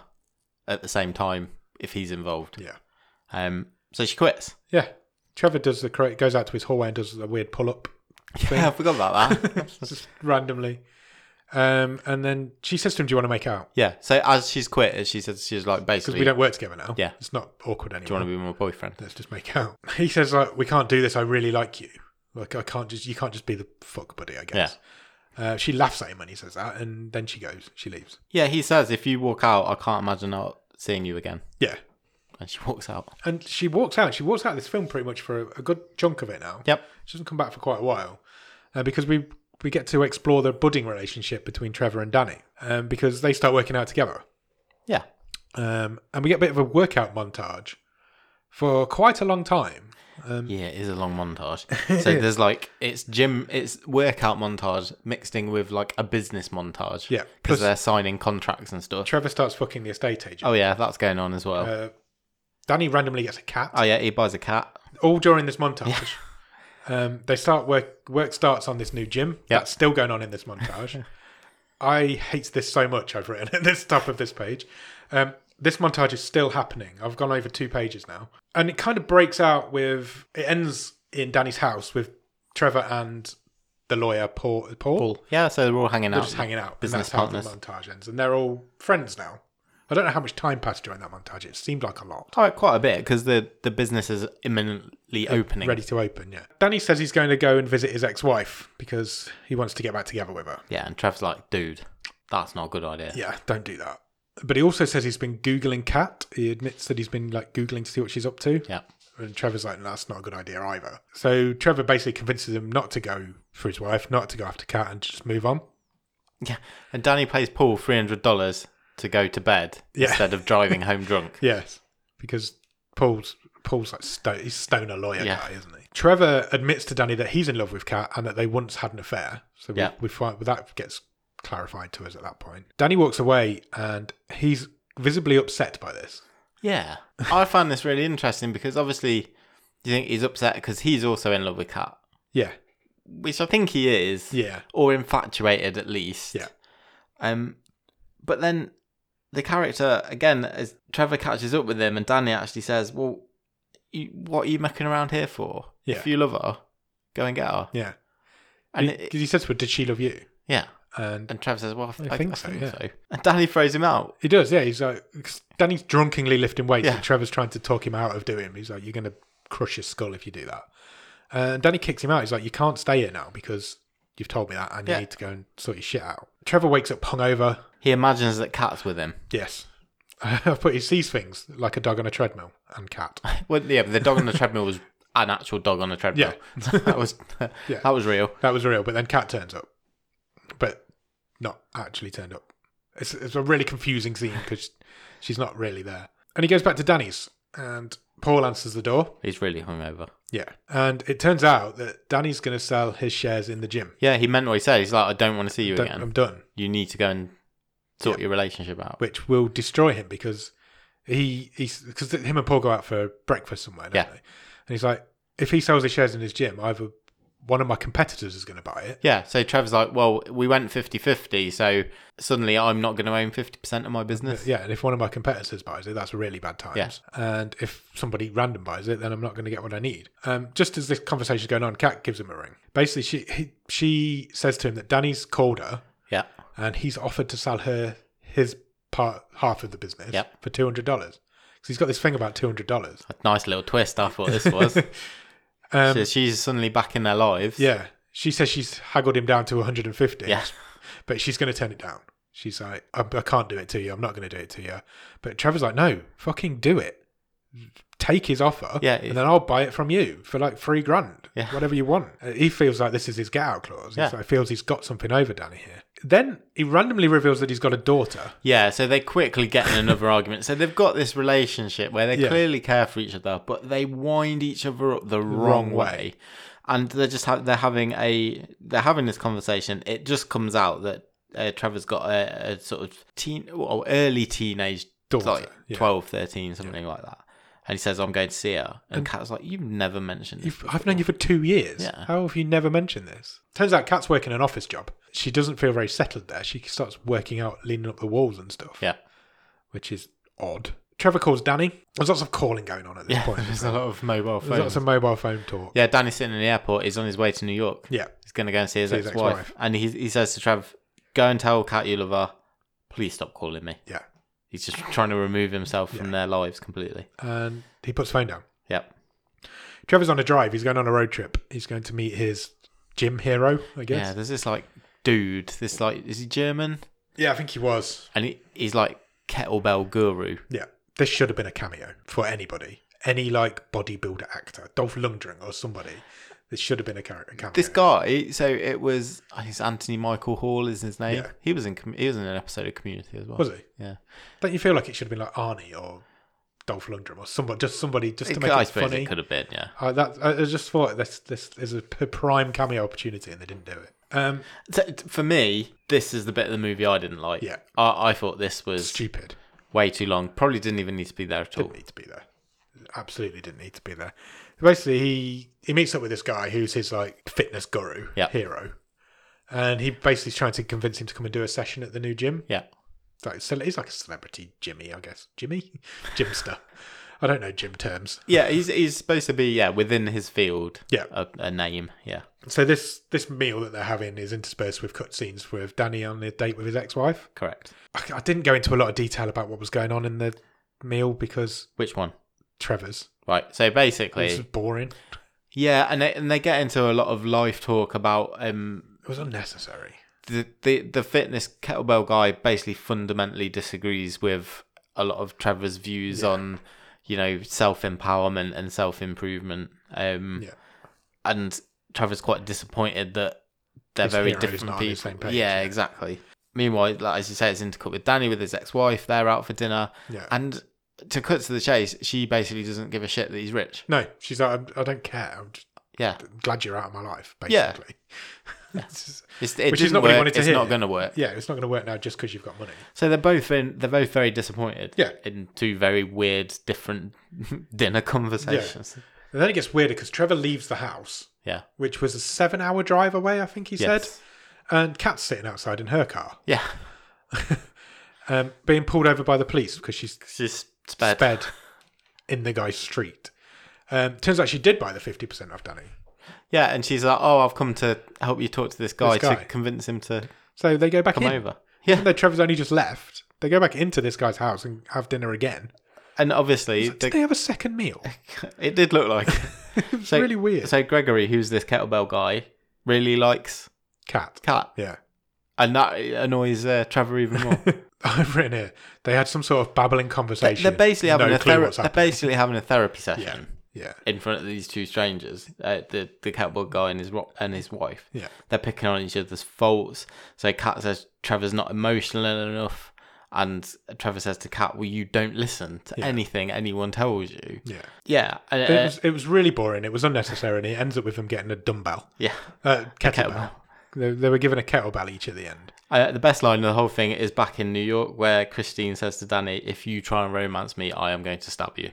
[SPEAKER 1] at the same time if he's involved.
[SPEAKER 2] yeah.
[SPEAKER 1] Um, so she quits.
[SPEAKER 2] Yeah. Trevor does the correct, goes out to his hallway and does a weird pull up
[SPEAKER 1] Yeah, I forgot about that.
[SPEAKER 2] just randomly. Um, and then she says to him, Do you want to make out?
[SPEAKER 1] yeah. So as she's quit, she says she's like
[SPEAKER 2] Because
[SPEAKER 1] basically,
[SPEAKER 2] we don't work together now.
[SPEAKER 1] Yeah.
[SPEAKER 2] It's not awkward
[SPEAKER 1] do you
[SPEAKER 2] anymore.
[SPEAKER 1] want to be my boyfriend?
[SPEAKER 2] Let's just make out. He says, like, We can't do this. I really like you. Like, I can't just, you can't just be the fuck buddy, I guess. Uh, she laughs at him when he says that. And then she goes, she leaves.
[SPEAKER 1] Yeah, he says if you walk out, I can't imagine not seeing you again.
[SPEAKER 2] Yeah.
[SPEAKER 1] And she walks out.
[SPEAKER 2] And she walks out. She walks out of this film pretty much for a, a good chunk of it now.
[SPEAKER 1] Yep.
[SPEAKER 2] She doesn't come back for quite a while uh, because we we get to explore the budding relationship between Trevor and Danny um, because they start working out together.
[SPEAKER 1] Yeah.
[SPEAKER 2] Um, and we get a bit of a workout montage for quite a long time.
[SPEAKER 1] Yeah, it is a long montage. So there's like it's gym, it's workout montage mixed in with like a business montage.
[SPEAKER 2] Yeah. Plus-
[SPEAKER 1] because they're signing contracts and stuff.
[SPEAKER 2] Trevor starts fucking the estate agent.
[SPEAKER 1] Oh yeah, that's going on as well.
[SPEAKER 2] Uh, Danny randomly gets a cat.
[SPEAKER 1] oh yeah, he buys a cat.
[SPEAKER 2] all during this montage. Um, they start work. Work starts on this new gym.
[SPEAKER 1] Yeah.
[SPEAKER 2] That's still going on in this montage. I hate this so much. I've written at this top of this page. Um, this montage is still happening. I've gone over two pages now, and it kind of breaks out with. It ends in Danny's house with Trevor and the lawyer Paul. Paul.
[SPEAKER 1] Yeah, so they're all hanging
[SPEAKER 2] They're
[SPEAKER 1] out.
[SPEAKER 2] just hanging out. and
[SPEAKER 1] Business
[SPEAKER 2] that's how
[SPEAKER 1] partners.
[SPEAKER 2] the montage ends, and they're all friends now. I don't know how much time passed during that montage. It seemed like a lot.
[SPEAKER 1] Quite, quite a bit because the, the business is imminently opening.
[SPEAKER 2] ready to open. Yeah. Danny says he's going to go and visit his ex-wife because he wants to get back together with her.
[SPEAKER 1] Yeah, and Trev's like, dude, that's not a good idea.
[SPEAKER 2] Yeah, don't do that. But he also says he's been googling Kat. He admits that he's been like googling to see what she's up to.
[SPEAKER 1] Yeah.
[SPEAKER 2] And Trevor's like, "No, that's not a good idea either. So Trevor basically convinces him not to go for his wife, not to go after Kat, and just move on.
[SPEAKER 1] Yeah. And Danny pays Paul $300 to go to bed
[SPEAKER 2] Yeah.
[SPEAKER 1] instead of driving home drunk.
[SPEAKER 2] Yes, because Paul's Paul's like sto- he's stoner lawyer
[SPEAKER 1] Yeah.
[SPEAKER 2] guy, isn't he? Trevor admits to Danny that he's in love with Kat and that they once had an affair. So we,
[SPEAKER 1] Yeah.
[SPEAKER 2] we find that gets clarified to us at that point. Danny walks away and he's visibly upset by this.
[SPEAKER 1] Yeah. I found this really interesting because obviously you think he's upset because he's also in love with Kat,
[SPEAKER 2] Yeah,
[SPEAKER 1] which I think he is,
[SPEAKER 2] yeah,
[SPEAKER 1] or infatuated at least.
[SPEAKER 2] Yeah.
[SPEAKER 1] Um, but then the character again, as Trevor catches up with him, and Danny actually says, "Well, you, what are you mucking around here for?
[SPEAKER 2] Yeah.
[SPEAKER 1] If you love her, go and get her."
[SPEAKER 2] yeah.
[SPEAKER 1] And
[SPEAKER 2] Because
[SPEAKER 1] it,
[SPEAKER 2] he says, "Well, did she love you?"
[SPEAKER 1] yeah,
[SPEAKER 2] And
[SPEAKER 1] and Trevor says, "Well, I,
[SPEAKER 2] I
[SPEAKER 1] I
[SPEAKER 2] think
[SPEAKER 1] think,
[SPEAKER 2] so, yeah.
[SPEAKER 1] so." And Danny throws him out.
[SPEAKER 2] he does. Yeah, he's like 'cause Danny's drunkenly lifting weights,
[SPEAKER 1] Yeah.
[SPEAKER 2] and Trevor's trying to talk him out of doing. He's like, "You're going to crush your skull if you do that." And Danny kicks him out. He's like, "You can't stay here now because you've told me that, and
[SPEAKER 1] Yeah.
[SPEAKER 2] you need to go and sort your shit out." Trevor wakes up hungover.
[SPEAKER 1] He imagines that Cat's with him.
[SPEAKER 2] Yes, I've put he sees things like a dog on a treadmill and cat.
[SPEAKER 1] Well, yeah, but the dog on the treadmill was an actual dog on a treadmill. Yeah. that was
[SPEAKER 2] Yeah.
[SPEAKER 1] that was real.
[SPEAKER 2] That was real, but then cat turns up, but not actually turned up. It's, it's a really confusing scene because she's not really there. And he goes back to Danny's, and Paul answers the door.
[SPEAKER 1] He's really hungover.
[SPEAKER 2] Yeah. And it turns out that Danny's going to sell his shares in the gym.
[SPEAKER 1] Yeah, he meant what he said. He's like, "I don't want to see you
[SPEAKER 2] Don't- um,
[SPEAKER 1] again.
[SPEAKER 2] I'm done.
[SPEAKER 1] You need to go and sort your relationship out."
[SPEAKER 2] Which will destroy him because he he's because him and Paul go out for breakfast somewhere, don't
[SPEAKER 1] Yeah.
[SPEAKER 2] they? And he's like, if he sells his shares in his gym, either one of my competitors is going to buy it.
[SPEAKER 1] Yeah, so Trevor's like, well, we went 50 50, so suddenly I'm not going to own 50% of my business.
[SPEAKER 2] Uh, Yeah, and if one of my competitors buys it, that's really bad times.
[SPEAKER 1] Yeah.
[SPEAKER 2] And if somebody random buys it, then I'm not going to get what I need. Um, just as this conversation's going on, Kat gives him a ring. Basically, she he, she says to him that Danny's called her
[SPEAKER 1] Yeah.
[SPEAKER 2] and he's offered to sell her his part half of the business
[SPEAKER 1] Yep.
[SPEAKER 2] for two hundred dollars. Because he's got this thing about two hundred dollars.
[SPEAKER 1] A nice little twist, I thought this was.
[SPEAKER 2] Um,
[SPEAKER 1] so she's suddenly back in their lives.
[SPEAKER 2] Yeah. She says she's haggled him down to 150.
[SPEAKER 1] Yeah.
[SPEAKER 2] But she's going to turn it down. She's like, I, I can't do it to you. I'm not going to do it to you. But Trevor's like, no, fucking do it. Take his offer.
[SPEAKER 1] Yeah,
[SPEAKER 2] And then I'll buy it from you for like three grand.
[SPEAKER 1] Yeah.
[SPEAKER 2] Whatever you want. Uh, He feels like this is his get out clause. He
[SPEAKER 1] Yeah.
[SPEAKER 2] feels he's got something over Danny here. Then he randomly reveals that he's got a daughter.
[SPEAKER 1] Yeah, so they quickly get in another argument. So they've got this relationship where they
[SPEAKER 2] Yeah.
[SPEAKER 1] clearly care for each other, but they wind each other up the wrong, way.
[SPEAKER 2] way.
[SPEAKER 1] And they're just ha- they're having a they're having this conversation. It just comes out that uh, Trevor's got a, a sort of teen or early teenage
[SPEAKER 2] Daughter,
[SPEAKER 1] like
[SPEAKER 2] yeah.
[SPEAKER 1] 12, 13, something like that. And he says, "I'm going to see her." And, Kat's like, "You've never mentioned it."
[SPEAKER 2] You've, I've known you for two years.
[SPEAKER 1] Yeah.
[SPEAKER 2] How have you never mentioned this? Turns out Kat's working an office job. She doesn't feel very settled there. She starts working out, leaning up the walls and stuff.
[SPEAKER 1] Yeah,
[SPEAKER 2] which is odd. Trevor calls Danny. There's lots of calling going on at this
[SPEAKER 1] yeah.
[SPEAKER 2] point.
[SPEAKER 1] There's a lot of mobile
[SPEAKER 2] There's lots
[SPEAKER 1] phones.
[SPEAKER 2] of mobile phone talk.
[SPEAKER 1] yeah, Danny's sitting in the airport. He's on his way to New York.
[SPEAKER 2] Yeah.
[SPEAKER 1] He's going to go and see his
[SPEAKER 2] See his
[SPEAKER 1] ex-wife.
[SPEAKER 2] ex-wife.
[SPEAKER 1] And he, he says to Trav, go and tell Kat you love her. Please stop calling me.
[SPEAKER 2] Yeah.
[SPEAKER 1] He's just trying to remove himself from their lives completely.
[SPEAKER 2] And he puts the phone down.
[SPEAKER 1] Yep.
[SPEAKER 2] Trevor's on a drive. He's going on a road trip. He's going to meet his gym hero, I
[SPEAKER 1] Yeah,
[SPEAKER 2] guess.
[SPEAKER 1] there's this like dude, this like, is he German?
[SPEAKER 2] Yeah, I think he was.
[SPEAKER 1] And he, he's like kettlebell guru.
[SPEAKER 2] Yeah. This should have been a cameo for anybody. Any like bodybuilder actor, Dolph Lundgren or somebody. This should have been a character cameo.
[SPEAKER 1] This guy, so it was, I think it's Anthony Michael Hall is his name.
[SPEAKER 2] Yeah.
[SPEAKER 1] He was in Com- he was in an episode of Community as well.
[SPEAKER 2] was he?
[SPEAKER 1] Yeah.
[SPEAKER 2] Don't you feel like it should have been like Arnie or Dolph Lundgren or somebody, just somebody, just to
[SPEAKER 1] It
[SPEAKER 2] make
[SPEAKER 1] could- I
[SPEAKER 2] it
[SPEAKER 1] suppose
[SPEAKER 2] funny?
[SPEAKER 1] it could have been, yeah.
[SPEAKER 2] I, that, I I just thought this this is a p- prime cameo opportunity, and they didn't do it. Um,
[SPEAKER 1] T- t- for me, this is the bit of the movie I didn't like.
[SPEAKER 2] Yeah.
[SPEAKER 1] I, I thought this was
[SPEAKER 2] stupid.
[SPEAKER 1] way too long. Probably didn't even need to be there at all.
[SPEAKER 2] Didn't need to be there. Absolutely didn't need to be there. Basically, he he meets up with this guy who's his like fitness guru
[SPEAKER 1] Yeah.
[SPEAKER 2] hero, and he basically is trying to convince him to come and do a session at the new gym.
[SPEAKER 1] Yeah.
[SPEAKER 2] It's Like, so he's like a celebrity Jimmy, I guess. Jimmy, gymster. I don't know gym terms.
[SPEAKER 1] Yeah, he's he's supposed to be yeah within his field.
[SPEAKER 2] Yeah.
[SPEAKER 1] a, a name. Yeah,
[SPEAKER 2] So this this meal that they're having is interspersed with cutscenes with Danny on a date with his ex-wife.
[SPEAKER 1] correct.
[SPEAKER 2] I I didn't go into a lot of detail about what was going on in the meal because
[SPEAKER 1] Which one?
[SPEAKER 2] Trevor's.
[SPEAKER 1] Right. So basically,
[SPEAKER 2] This is boring.
[SPEAKER 1] yeah, and they and they get into a lot of life talk about um
[SPEAKER 2] It was unnecessary.
[SPEAKER 1] the the the fitness kettlebell guy basically fundamentally disagrees with a lot of Trevor's views on you know self empowerment and self improvement. Um,
[SPEAKER 2] Yeah.
[SPEAKER 1] and Trevor's quite disappointed that they're
[SPEAKER 2] His
[SPEAKER 1] very
[SPEAKER 2] hero's
[SPEAKER 1] different
[SPEAKER 2] not on
[SPEAKER 1] people.
[SPEAKER 2] the same page,
[SPEAKER 1] yeah,
[SPEAKER 2] yeah.
[SPEAKER 1] exactly. Meanwhile, like, as you say, it's intercut with Danny with his ex-wife. They're out for dinner,
[SPEAKER 2] Yeah.
[SPEAKER 1] and to cut to the chase, she basically doesn't give a shit that he's rich.
[SPEAKER 2] No, she's like, "I'm- I don't care. I'm just
[SPEAKER 1] Yeah,
[SPEAKER 2] glad you're out of my life,
[SPEAKER 1] Yeah.
[SPEAKER 2] basically. It's-
[SPEAKER 1] it's, it
[SPEAKER 2] Which is
[SPEAKER 1] didn't
[SPEAKER 2] not what
[SPEAKER 1] work.
[SPEAKER 2] he wanted to
[SPEAKER 1] it's
[SPEAKER 2] hear.
[SPEAKER 1] not going to work.
[SPEAKER 2] yeah, it's not going to work now just because you've got money.
[SPEAKER 1] So they're both in, they're both very disappointed.
[SPEAKER 2] Yeah.
[SPEAKER 1] in two very weird, different dinner conversations.
[SPEAKER 2] And then it gets weirder because Trevor leaves the house,
[SPEAKER 1] Yeah,
[SPEAKER 2] which was a seven hour drive away, I think he
[SPEAKER 1] Yes.
[SPEAKER 2] said. And Kat's sitting outside in her car,
[SPEAKER 1] yeah.
[SPEAKER 2] um, being pulled over by the police because she's
[SPEAKER 1] She's spared.
[SPEAKER 2] sped in the guy's street. Um, turns out she did buy the 50% off Danny.
[SPEAKER 1] Yeah, and she's like, "Oh, I've come to help you talk to this guy,
[SPEAKER 2] guy.
[SPEAKER 1] to convince him to
[SPEAKER 2] So they go back
[SPEAKER 1] come
[SPEAKER 2] in.
[SPEAKER 1] over." Yeah,
[SPEAKER 2] Even though Trevor's only just left, they go back into this guy's house and have dinner again.
[SPEAKER 1] and obviously
[SPEAKER 2] Did
[SPEAKER 1] the-
[SPEAKER 2] they have a second meal?
[SPEAKER 1] It did look like
[SPEAKER 2] It was really weird.
[SPEAKER 1] So Gregory, who's this kettlebell guy, really likes
[SPEAKER 2] Cat.
[SPEAKER 1] Cat,
[SPEAKER 2] Yeah.
[SPEAKER 1] and that annoys uh, Trevor even more.
[SPEAKER 2] I've written here. They had some sort of babbling conversation.
[SPEAKER 1] they're basically having
[SPEAKER 2] no
[SPEAKER 1] a
[SPEAKER 2] clue
[SPEAKER 1] thera-
[SPEAKER 2] what's
[SPEAKER 1] they're
[SPEAKER 2] happening.
[SPEAKER 1] basically having a therapy session
[SPEAKER 2] Yeah.
[SPEAKER 1] in front of these two strangers, uh, the the kettlebell guy and his ro- and his wife.
[SPEAKER 2] Yeah.
[SPEAKER 1] They're picking on each other's faults. So Cat says Trevor's not emotional enough. And Trevor says to Cat, "Well, you don't listen to anything anyone tells you."
[SPEAKER 2] Yeah.
[SPEAKER 1] Yeah, and,
[SPEAKER 2] It
[SPEAKER 1] uh,
[SPEAKER 2] was, it was really boring. It was unnecessary, and it ends up with them getting a dumbbell,
[SPEAKER 1] yeah,
[SPEAKER 2] uh, kettlebell.
[SPEAKER 1] kettlebell.
[SPEAKER 2] They, they were given a kettlebell each at the end.
[SPEAKER 1] Uh, the best line of the whole thing is back in New York, where Christine says to Danny, "If you try and romance me, I am going to stab you."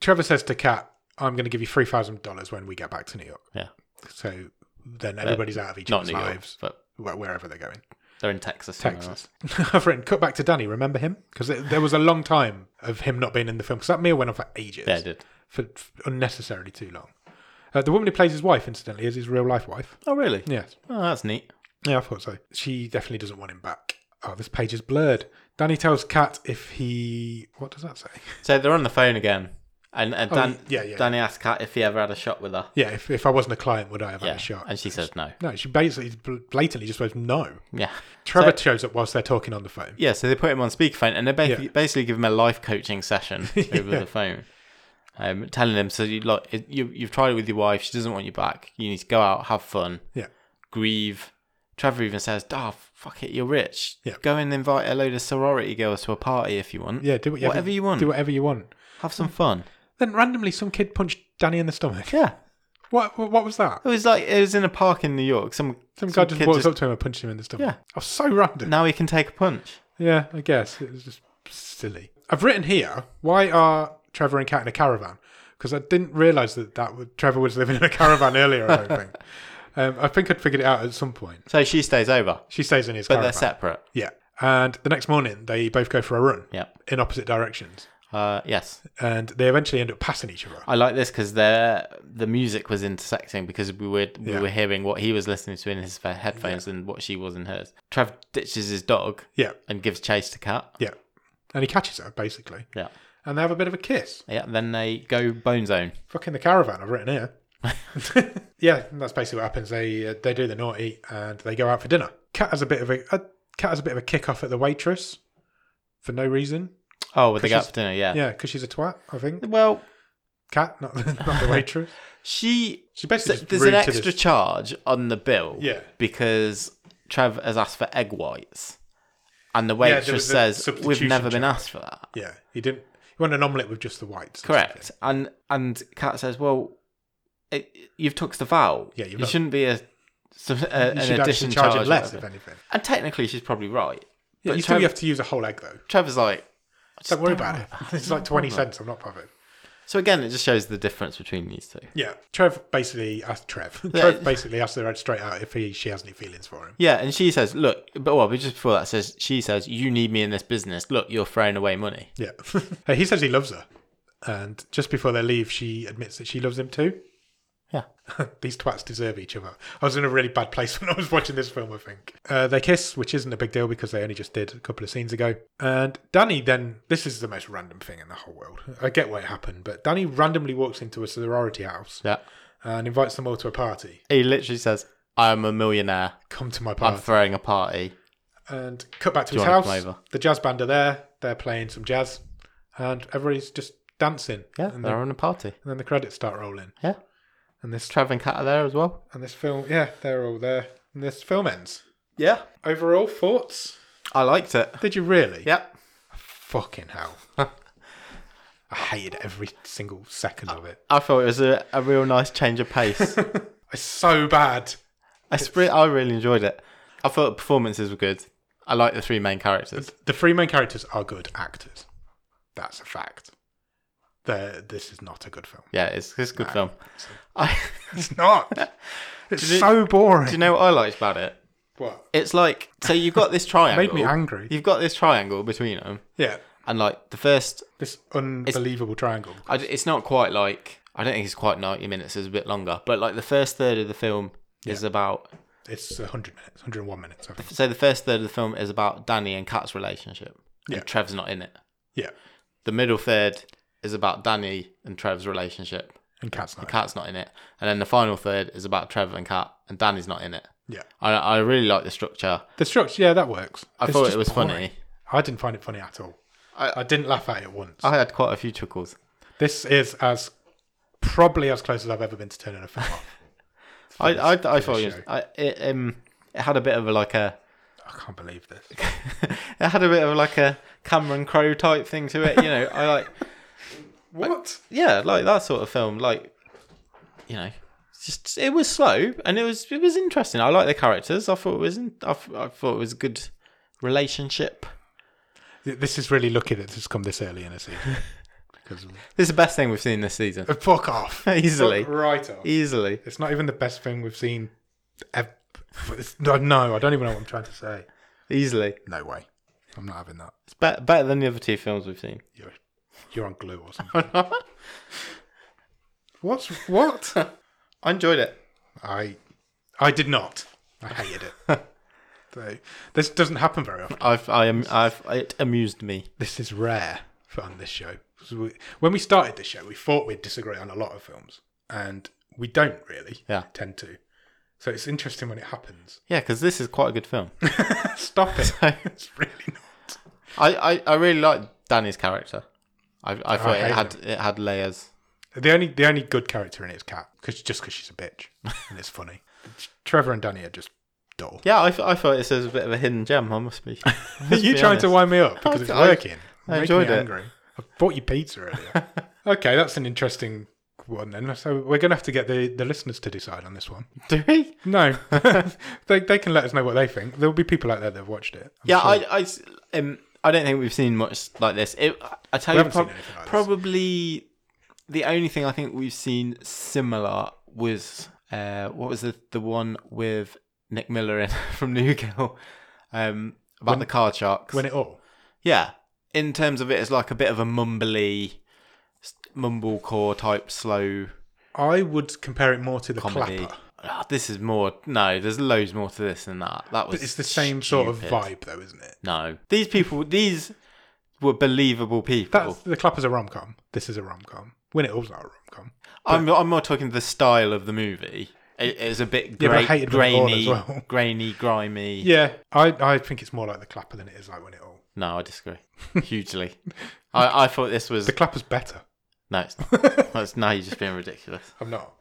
[SPEAKER 2] Trevor says to Kat, I'm going to give you $3,000 when we get back to New York.
[SPEAKER 1] Yeah.
[SPEAKER 2] So then everybody's out of each
[SPEAKER 1] Uh, Not
[SPEAKER 2] other's
[SPEAKER 1] New York,
[SPEAKER 2] lives,
[SPEAKER 1] but
[SPEAKER 2] wh- wherever they're going.
[SPEAKER 1] they're in Texas. somewhere
[SPEAKER 2] Texas. I've written cut back to Danny. Remember him? Because there was a long time of him not being in the film. Because that meal went on for ages,
[SPEAKER 1] else. Yeah, I did.
[SPEAKER 2] for f- unnecessarily too long. Uh, the woman who plays his wife, incidentally, is his real life wife.
[SPEAKER 1] Oh, really?
[SPEAKER 2] Yes.
[SPEAKER 1] Oh, that's neat.
[SPEAKER 2] Yeah, I thought so. She definitely doesn't want him back. Oh, this page is blurred. Danny tells Kat if he. What does that say?
[SPEAKER 1] So they're on the phone again, and, and
[SPEAKER 2] Oh,
[SPEAKER 1] Dan,
[SPEAKER 2] yeah, yeah.
[SPEAKER 1] Danny asks Kat if he ever had a shot with her.
[SPEAKER 2] Yeah, if, if I wasn't a client, would I have
[SPEAKER 1] Yeah,
[SPEAKER 2] had a shot?
[SPEAKER 1] and she says no.
[SPEAKER 2] no, she basically bl- blatantly just goes, no.
[SPEAKER 1] Yeah,
[SPEAKER 2] Trevor
[SPEAKER 1] So-
[SPEAKER 2] shows up whilst they're talking on the phone.
[SPEAKER 1] yeah. So they put him on speakerphone, and they basically,
[SPEAKER 2] Yeah.
[SPEAKER 1] basically give him a life coaching session over the phone, um, telling him so you like it- you you've tried it with your wife. She doesn't want you back. You need to go out, have fun,
[SPEAKER 2] Yeah.
[SPEAKER 1] grieve. Trevor even says, "Ah, fuck it, you're rich.
[SPEAKER 2] Yeah.
[SPEAKER 1] Go and invite a load of sorority girls to a party if you want.
[SPEAKER 2] Yeah, do whatever,
[SPEAKER 1] whatever you want.
[SPEAKER 2] Do whatever you want.
[SPEAKER 1] have some fun."
[SPEAKER 2] Then randomly, some kid punched Danny in the stomach.
[SPEAKER 1] Yeah,
[SPEAKER 2] What? What what was that?
[SPEAKER 1] it was like it was in a park in New York. Some
[SPEAKER 2] Some guy just
[SPEAKER 1] kid
[SPEAKER 2] walks up to him and punches him in the stomach.
[SPEAKER 1] Yeah.
[SPEAKER 2] I was so random.
[SPEAKER 1] now he can take a punch.
[SPEAKER 2] Yeah, I guess it was just silly. I've written here. Why are Trevor and Kat in a caravan? Because I didn't realise that that would, Trevor was living in a caravan earlier. I don't think. Um, I think I'd figured it out at some point.
[SPEAKER 1] So she stays over,
[SPEAKER 2] She stays in his
[SPEAKER 1] but
[SPEAKER 2] caravan.
[SPEAKER 1] they're separate.
[SPEAKER 2] Yeah. And the next morning, they both go for a run
[SPEAKER 1] Yep.
[SPEAKER 2] in opposite directions,
[SPEAKER 1] Uh, yes,
[SPEAKER 2] and they eventually end up passing each other.
[SPEAKER 1] I like this because the the music was intersecting because we were we
[SPEAKER 2] Yeah.
[SPEAKER 1] were hearing what he was listening to in his fa- headphones and what she was in hers. Trev ditches his dog
[SPEAKER 2] Yeah.
[SPEAKER 1] and gives chase to Cat.
[SPEAKER 2] Yeah. And he catches her basically,
[SPEAKER 1] Yeah,
[SPEAKER 2] and they have a bit of a kiss.
[SPEAKER 1] yeah. Then they go bone zone.
[SPEAKER 2] Fucking the caravan. I've written here. yeah, and that's basically what happens. They uh, they do the naughty and they go out for dinner. Cat has a bit of a, a cat has a bit of a kick off at the waitress for no reason.
[SPEAKER 1] Oh, with the
[SPEAKER 2] Cause
[SPEAKER 1] gap
[SPEAKER 2] she's-
[SPEAKER 1] for dinner. Yeah.
[SPEAKER 2] Yeah, because she's a twat. I think
[SPEAKER 1] Well,
[SPEAKER 2] cat, not not the waitress.
[SPEAKER 1] she
[SPEAKER 2] She basically
[SPEAKER 1] so
[SPEAKER 2] just
[SPEAKER 1] there's an
[SPEAKER 2] rude to
[SPEAKER 1] extra
[SPEAKER 2] this-
[SPEAKER 1] charge on the bill.
[SPEAKER 2] Yeah.
[SPEAKER 1] Because Trev has asked for egg whites, and the
[SPEAKER 2] there
[SPEAKER 1] waitress
[SPEAKER 2] was a
[SPEAKER 1] says we've
[SPEAKER 2] substitution
[SPEAKER 1] never been
[SPEAKER 2] charge."
[SPEAKER 1] asked for that.
[SPEAKER 2] Yeah, he didn't. He wanted an omelette with just the whites. or something.
[SPEAKER 1] Correct. And and Kat says, "Well, it, you've took the vow.
[SPEAKER 2] Yeah, you've
[SPEAKER 1] you
[SPEAKER 2] not-
[SPEAKER 1] shouldn't be a, some, a
[SPEAKER 2] You
[SPEAKER 1] an
[SPEAKER 2] should actually
[SPEAKER 1] addition
[SPEAKER 2] charge,
[SPEAKER 1] charge
[SPEAKER 2] it less,
[SPEAKER 1] or
[SPEAKER 2] if
[SPEAKER 1] whatever."
[SPEAKER 2] anything.
[SPEAKER 1] And technically, she's probably right.
[SPEAKER 2] Yeah,
[SPEAKER 1] But
[SPEAKER 2] you still
[SPEAKER 1] Trev-
[SPEAKER 2] have to use a whole egg though.
[SPEAKER 1] Trevor's like, "Just
[SPEAKER 2] Don't worry about it. It's like
[SPEAKER 1] no
[SPEAKER 2] twenty
[SPEAKER 1] problem."
[SPEAKER 2] cents. I'm not bothered.
[SPEAKER 1] So again, it just shows the difference between these two.
[SPEAKER 2] Yeah, Trev basically asked Trev.
[SPEAKER 1] Yeah.
[SPEAKER 2] Trev basically asked her straight out if he she has any feelings for him.
[SPEAKER 1] Yeah, and she says, "Look, but well, but just before that, says she says you need me in this business. Look, you're throwing away money.
[SPEAKER 2] Yeah. Uh, he says he loves her. And just before they leave, she admits that she loves him too.
[SPEAKER 1] Yeah.
[SPEAKER 2] These twats deserve each other. I was in a really bad place when I was watching this film, I think. Uh, they kiss, which isn't a big deal because they only just did a couple of scenes ago. And Danny then, this is the most random thing in the whole world. I get why it happened, but Danny randomly walks into a sorority house
[SPEAKER 1] Yeah."
[SPEAKER 2] and invites them all to a party.
[SPEAKER 1] He literally says, "I'm a millionaire.
[SPEAKER 2] Come to my
[SPEAKER 1] I'm
[SPEAKER 2] party.
[SPEAKER 1] throwing a party."
[SPEAKER 2] and cut back to
[SPEAKER 1] Do you
[SPEAKER 2] his
[SPEAKER 1] wanna
[SPEAKER 2] house.
[SPEAKER 1] come over?
[SPEAKER 2] The jazz band are there. They're playing some jazz. And everybody's just dancing.
[SPEAKER 1] Yeah,
[SPEAKER 2] And,
[SPEAKER 1] they're
[SPEAKER 2] then,
[SPEAKER 1] on a party.
[SPEAKER 2] and then the credits start rolling.
[SPEAKER 1] Yeah,
[SPEAKER 2] And this
[SPEAKER 1] Trevor and Kat are there as well.
[SPEAKER 2] And this film, yeah, they're all there. And this film ends.
[SPEAKER 1] Yeah,
[SPEAKER 2] Overall thoughts?
[SPEAKER 1] I liked it.
[SPEAKER 2] Did you really?
[SPEAKER 1] Yep.
[SPEAKER 2] Fucking hell. I hated every single second of it.
[SPEAKER 1] I thought it was a, a real nice change of pace.
[SPEAKER 2] It's so bad.
[SPEAKER 1] I, spri- I really enjoyed it. I thought the performances were good. I like the three main characters.
[SPEAKER 2] The three main characters are good actors. That's a fact. They're, this is not a good film.
[SPEAKER 1] Yeah, it's, it's a good film. I,
[SPEAKER 2] It's not. It's
[SPEAKER 1] you-
[SPEAKER 2] so boring.
[SPEAKER 1] do you know what I liked about it?
[SPEAKER 2] what?
[SPEAKER 1] It's like, so you've got this triangle.
[SPEAKER 2] Made me angry.
[SPEAKER 1] You've got this triangle between them.
[SPEAKER 2] Yeah.
[SPEAKER 1] And like the first,
[SPEAKER 2] This unbelievable triangle.
[SPEAKER 1] I d it's not quite like, I don't think it's quite 90 minutes, it's a bit longer. But like the first third of the film is about,
[SPEAKER 2] It's 100 minutes, 101 minutes, I think.
[SPEAKER 1] so the first third of the film is about Danny and Kat's relationship.
[SPEAKER 2] Yeah.
[SPEAKER 1] And Trev's not in it.
[SPEAKER 2] Yeah.
[SPEAKER 1] The middle third is about Danny and Trev's relationship.
[SPEAKER 2] And Cat's not.
[SPEAKER 1] Cat's not in it. And then the final third is about Trevor and Cat, and Danny's not in it.
[SPEAKER 2] Yeah.
[SPEAKER 1] I, I really like the structure.
[SPEAKER 2] The structure, yeah, that works.
[SPEAKER 1] I
[SPEAKER 2] It's
[SPEAKER 1] thought
[SPEAKER 2] just
[SPEAKER 1] it was
[SPEAKER 2] boring.
[SPEAKER 1] funny.
[SPEAKER 2] I didn't find it funny at all. I,
[SPEAKER 1] I-
[SPEAKER 2] didn't laugh at it once.
[SPEAKER 1] I had quite a few chuckles.
[SPEAKER 2] this is as probably as close as I've ever been to turning a film off.
[SPEAKER 1] I I, I
[SPEAKER 2] for
[SPEAKER 1] thought
[SPEAKER 2] the
[SPEAKER 1] it, was,
[SPEAKER 2] show.
[SPEAKER 1] I, it um it had a bit of a like a
[SPEAKER 2] I can't believe this.
[SPEAKER 1] it had a bit of like a Cameron Crowe type thing to it. You know, I like
[SPEAKER 2] What?
[SPEAKER 1] yeah like that sort of film. Like you know, just it was slow and it was it was interesting. I like the characters. I thought it was in, I, th- I thought it was a good relationship.
[SPEAKER 2] Th- This is really lucky that this has come this early in the season. 'Cause- Uh,
[SPEAKER 1] This is the best thing we've seen this season.
[SPEAKER 2] fuck off.
[SPEAKER 1] Easily.
[SPEAKER 2] Fuck right off.
[SPEAKER 1] Easily.
[SPEAKER 2] It's not even the best thing we've seen. Ever. No, no, I don't even know what I'm trying to say.
[SPEAKER 1] Easily.
[SPEAKER 2] No way. I'm not having that.
[SPEAKER 1] It's be- better than the other two films we've seen.
[SPEAKER 2] You're, you're on glue or something. What's what?
[SPEAKER 1] I enjoyed it.
[SPEAKER 2] I, I did not. I hated it. so, this doesn't happen very often.
[SPEAKER 1] I've I am I've it amused me.
[SPEAKER 2] This is rare for on this show. So we, when we started this show, we thought we'd disagree on a lot of films, and we don't really.
[SPEAKER 1] Yeah.
[SPEAKER 2] Tend to. So it's interesting when it happens.
[SPEAKER 1] Yeah, because this is quite a good film.
[SPEAKER 2] Stop it. it's really not.
[SPEAKER 1] I, I, I really liked Danny's character. I I thought
[SPEAKER 2] Oh, hate
[SPEAKER 1] it had it had layers.
[SPEAKER 2] The only the only good character in it is Kat, cause, just because she's a bitch, and it's funny. Trevor and Danny are just dull.
[SPEAKER 1] Yeah, I, th- I thought this was a bit of a hidden gem. I must be. I
[SPEAKER 2] Are
[SPEAKER 1] must
[SPEAKER 2] you
[SPEAKER 1] be
[SPEAKER 2] trying to
[SPEAKER 1] honest.
[SPEAKER 2] wind me up because it's
[SPEAKER 1] I-
[SPEAKER 2] working?
[SPEAKER 1] I
[SPEAKER 2] You're
[SPEAKER 1] enjoyed
[SPEAKER 2] making me
[SPEAKER 1] it.
[SPEAKER 2] Angry. I bought you pizza earlier. okay, that's an interesting one then. So we're going to have to get the, the listeners to decide on this one.
[SPEAKER 1] Do we?
[SPEAKER 2] No, they they can let us know what they think. There will be people out there that have watched it. I'm
[SPEAKER 1] Yeah,
[SPEAKER 2] sure.
[SPEAKER 1] I, I s- um, I don't think we've seen much like this. It, I tell
[SPEAKER 2] We
[SPEAKER 1] you,
[SPEAKER 2] haven't
[SPEAKER 1] prob-
[SPEAKER 2] seen anything like this.
[SPEAKER 1] probably the only thing I think we've seen similar was uh, what was the the one with Nick Miller in from New Girl um, about the card sharks.
[SPEAKER 2] win it all.
[SPEAKER 1] yeah, in terms of it, it's like a bit of a mumbly, s- mumblecore type slow
[SPEAKER 2] I would compare it more to the
[SPEAKER 1] comedy.
[SPEAKER 2] clapper.
[SPEAKER 1] Ah, this is more no. There's loads more to this than that. That was
[SPEAKER 2] But it's the same sort of
[SPEAKER 1] stupid.
[SPEAKER 2] vibe, though, isn't it?
[SPEAKER 1] No, these people, these were believable people.
[SPEAKER 2] That's the clapper's a rom com. This is a rom com. Win it all's not a rom com.
[SPEAKER 1] I'm, I'm more talking the style of the movie. It, it's a bit
[SPEAKER 2] Yeah, but I
[SPEAKER 1] gra-
[SPEAKER 2] hated Win It All
[SPEAKER 1] grainy,
[SPEAKER 2] as well.
[SPEAKER 1] grainy, grimy.
[SPEAKER 2] Yeah, I I think it's more like the clapper than it is like win it all.
[SPEAKER 1] No, I disagree hugely. I, I thought this was
[SPEAKER 2] The clapper's better.
[SPEAKER 1] no, it's not. That's, now you're just being ridiculous.
[SPEAKER 2] I'm not.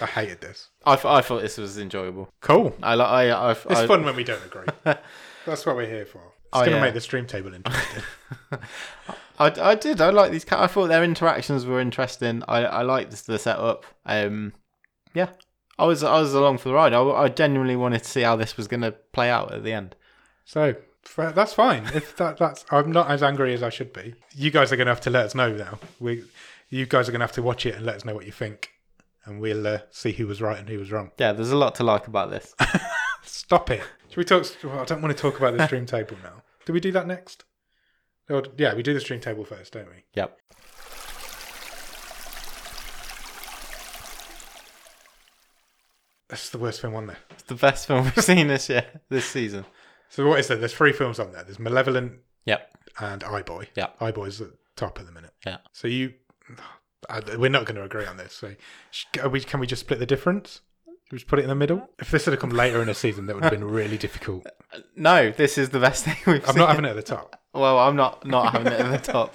[SPEAKER 2] I hated this.
[SPEAKER 1] I, th- I thought this was enjoyable.
[SPEAKER 2] Cool.
[SPEAKER 1] I like. I, I've,
[SPEAKER 2] It's
[SPEAKER 1] I,
[SPEAKER 2] fun when we don't agree. That's what we're here for. It's
[SPEAKER 1] Oh,
[SPEAKER 2] going to
[SPEAKER 1] yeah.
[SPEAKER 2] make the stream table interesting.
[SPEAKER 1] I, I did. I like these. ca- I thought their interactions were interesting. I I liked the setup. Um, yeah, I was I was along for the ride. I, I genuinely wanted to see how this was going to play out at the end.
[SPEAKER 2] so f- that's fine. If that that's, I'm not as angry as I should be. You guys are going to have to let us know now. We, you guys are going to have to watch it and let us know what you think, and we'll uh, see who was right and who was wrong.
[SPEAKER 1] Yeah, there's a lot to like about this.
[SPEAKER 2] Stop it. Should we talk? Well, I don't want to talk about the stream table now. Do we do that next? Or, yeah, we do the stream table first, don't we?
[SPEAKER 1] yep.
[SPEAKER 2] That's the worst film on there.
[SPEAKER 1] It's the best film we've seen this year, this season.
[SPEAKER 2] So what is there? There's three films on there. There's Malevolent,
[SPEAKER 1] Yep.
[SPEAKER 2] and iBoy.
[SPEAKER 1] Yeah.
[SPEAKER 2] iBoy's at the top at the minute.
[SPEAKER 1] Yeah.
[SPEAKER 2] So you, I, we're not going to agree on this. So sh- are we, can we just split the difference? Should we just put it in the middle? If this had come later in the season, that would have been really difficult.
[SPEAKER 1] No, this is the best thing we've
[SPEAKER 2] I'm
[SPEAKER 1] seen.
[SPEAKER 2] not having it at the top.
[SPEAKER 1] well, I'm not not having it at the top.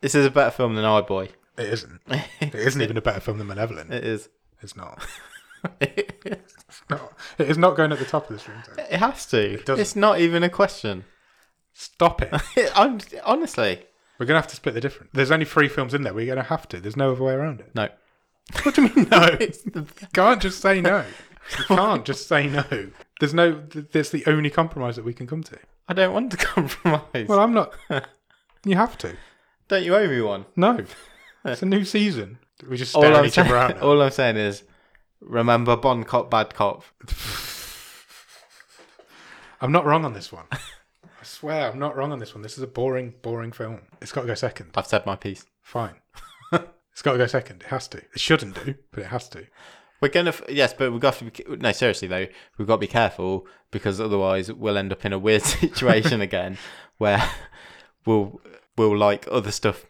[SPEAKER 1] This is a better film than I Boy.
[SPEAKER 2] It isn't. It isn't even a better film than Malevolent.
[SPEAKER 1] It is.
[SPEAKER 2] It's not.
[SPEAKER 1] it
[SPEAKER 2] It's not. It is not going at the top of this room. Table.
[SPEAKER 1] has to.
[SPEAKER 2] doesn't.
[SPEAKER 1] it's not even a question.
[SPEAKER 2] Stop it.
[SPEAKER 1] I'm honestly
[SPEAKER 2] We're going to have to split the difference. There's only three films in there. We're going to have to. There's no other way around it.
[SPEAKER 1] no.
[SPEAKER 2] What do you mean? No.
[SPEAKER 1] It's the
[SPEAKER 2] can't just say no. You can't just say no. There's no. th- That's the only compromise that we can come to.
[SPEAKER 1] I don't want to compromise.
[SPEAKER 2] Well, I'm not. You have to.
[SPEAKER 1] don't you owe me one?
[SPEAKER 2] No, it's a new season. We just
[SPEAKER 1] All
[SPEAKER 2] stare at
[SPEAKER 1] I'm,
[SPEAKER 2] each other out.
[SPEAKER 1] saying,
[SPEAKER 2] now.
[SPEAKER 1] all I'm saying is, remember Bon Cop, Bad Cop.
[SPEAKER 2] I'm not wrong on this one. I swear, I'm not wrong on this one. This is a boring, boring film. It's got to go second.
[SPEAKER 1] I've said my piece.
[SPEAKER 2] Fine. it's got to go second. It has to. It shouldn't do, but it has to.
[SPEAKER 1] We're gonna f- yes, but we've got to be ca- no seriously though. We've got to be careful because otherwise we'll end up in a weird situation again where we'll we'll like other stuff.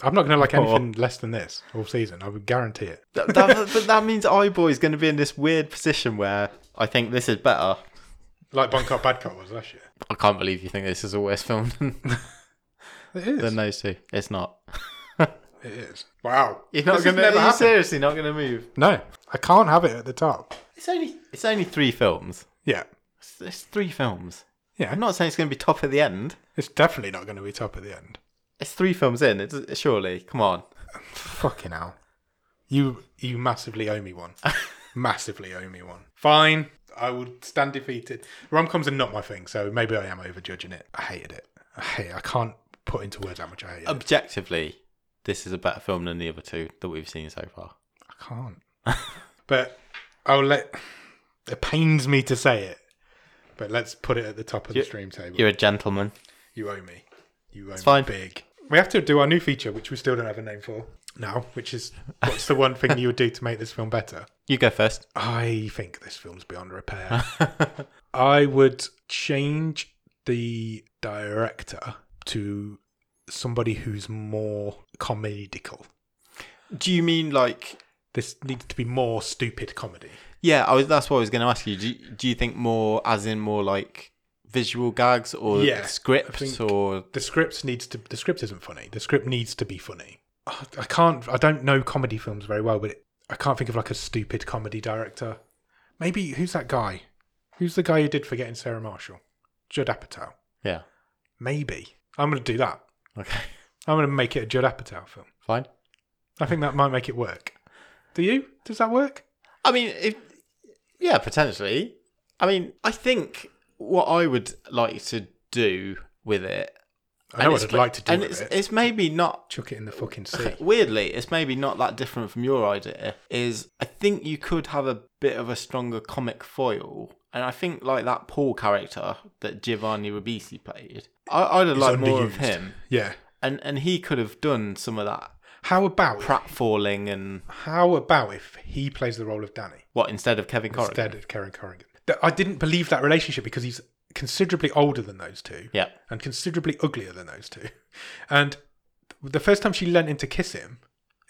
[SPEAKER 2] I'm not going to like
[SPEAKER 1] Poor.
[SPEAKER 2] anything less than this all season. I would guarantee it.
[SPEAKER 1] That, that, but that means iBoy is going to be in this weird position where I think this is better.
[SPEAKER 2] Like Bon Cop Bad Cop was last year.
[SPEAKER 1] I can't believe you think this is a worse film than,
[SPEAKER 2] It is.
[SPEAKER 1] than those two. It's not.
[SPEAKER 2] It is. Wow.
[SPEAKER 1] You're not
[SPEAKER 2] This
[SPEAKER 1] going
[SPEAKER 2] has never
[SPEAKER 1] to.
[SPEAKER 2] happened.
[SPEAKER 1] Seriously, not going to move.
[SPEAKER 2] No, I can't have it at the top.
[SPEAKER 1] It's only it's only three films.
[SPEAKER 2] Yeah.
[SPEAKER 1] It's, it's three films.
[SPEAKER 2] Yeah.
[SPEAKER 1] I'm not saying it's going to be top at the end.
[SPEAKER 2] It's definitely not going to be top at the end.
[SPEAKER 1] It's three films in. It's surely come on.
[SPEAKER 2] Fucking hell. You you massively owe me one. massively owe me one. Fine. I would stand defeated. Rom coms are not my thing, so maybe I am overjudging it. I hated it. I hate. I can't put into words how much I hate it.
[SPEAKER 1] Objectively, this is a better film than the other two that we've seen so far.
[SPEAKER 2] I can't. but I'll let. It pains me to say it, but let's put it at the top of
[SPEAKER 1] You-
[SPEAKER 2] the stream table.
[SPEAKER 1] You're a gentleman.
[SPEAKER 2] You owe me. You owe me
[SPEAKER 1] fine.
[SPEAKER 2] big. We have to do our new feature, which we still don't have a name for now, which is what's the one thing you would do to make this film better?
[SPEAKER 1] You go first.
[SPEAKER 2] I think this film's beyond repair. I would change the director to somebody who's more comedical.
[SPEAKER 1] Do you mean like?
[SPEAKER 2] This needs to be more stupid comedy.
[SPEAKER 1] Yeah, I was. That's what I was going to ask you. Do you, Do you think more, as in more like visual gags or
[SPEAKER 2] Yeah, I
[SPEAKER 1] scripts
[SPEAKER 2] think-
[SPEAKER 1] or?
[SPEAKER 2] The script needs to. The script isn't funny. The script needs to be funny. I I can't. I don't know comedy films very well, but I can't think of like a stupid comedy director. Maybe who's that guy? Who's the guy who did Forgetting Sarah Marshall? Judd Apatow.
[SPEAKER 1] Yeah.
[SPEAKER 2] Maybe I'm going to do that.
[SPEAKER 1] Okay.
[SPEAKER 2] I'm going to make it a Judd Apatow film.
[SPEAKER 1] Fine.
[SPEAKER 2] I think that might make it work. Do you? Does that work?
[SPEAKER 1] I mean, if, yeah, potentially. I mean, I think what I would like to do with it.
[SPEAKER 2] I know
[SPEAKER 1] and
[SPEAKER 2] what
[SPEAKER 1] it's
[SPEAKER 2] I'd
[SPEAKER 1] ma-
[SPEAKER 2] like to do
[SPEAKER 1] and
[SPEAKER 2] with
[SPEAKER 1] it's,
[SPEAKER 2] it.
[SPEAKER 1] it's maybe not
[SPEAKER 2] Chuck it in the fucking sea.
[SPEAKER 1] weirdly, it's maybe not that different from your idea. Is I think you could have a bit of a stronger comic foil, and I think like that Paul character that Giovanni Ribisi played, I, I'd have
[SPEAKER 2] It's
[SPEAKER 1] liked more of
[SPEAKER 2] underused.
[SPEAKER 1] him,
[SPEAKER 2] Yeah.
[SPEAKER 1] and and he could have done some of that
[SPEAKER 2] How about
[SPEAKER 1] pratfalling and
[SPEAKER 2] how about if he plays the role of Danny
[SPEAKER 1] what instead of Kevin Corrigan.
[SPEAKER 2] instead of Karen Corrigan? Th- I didn't believe that relationship because he's considerably older than those two.
[SPEAKER 1] Yeah,
[SPEAKER 2] And considerably uglier than those two. And th- the first time she leant in to kiss him,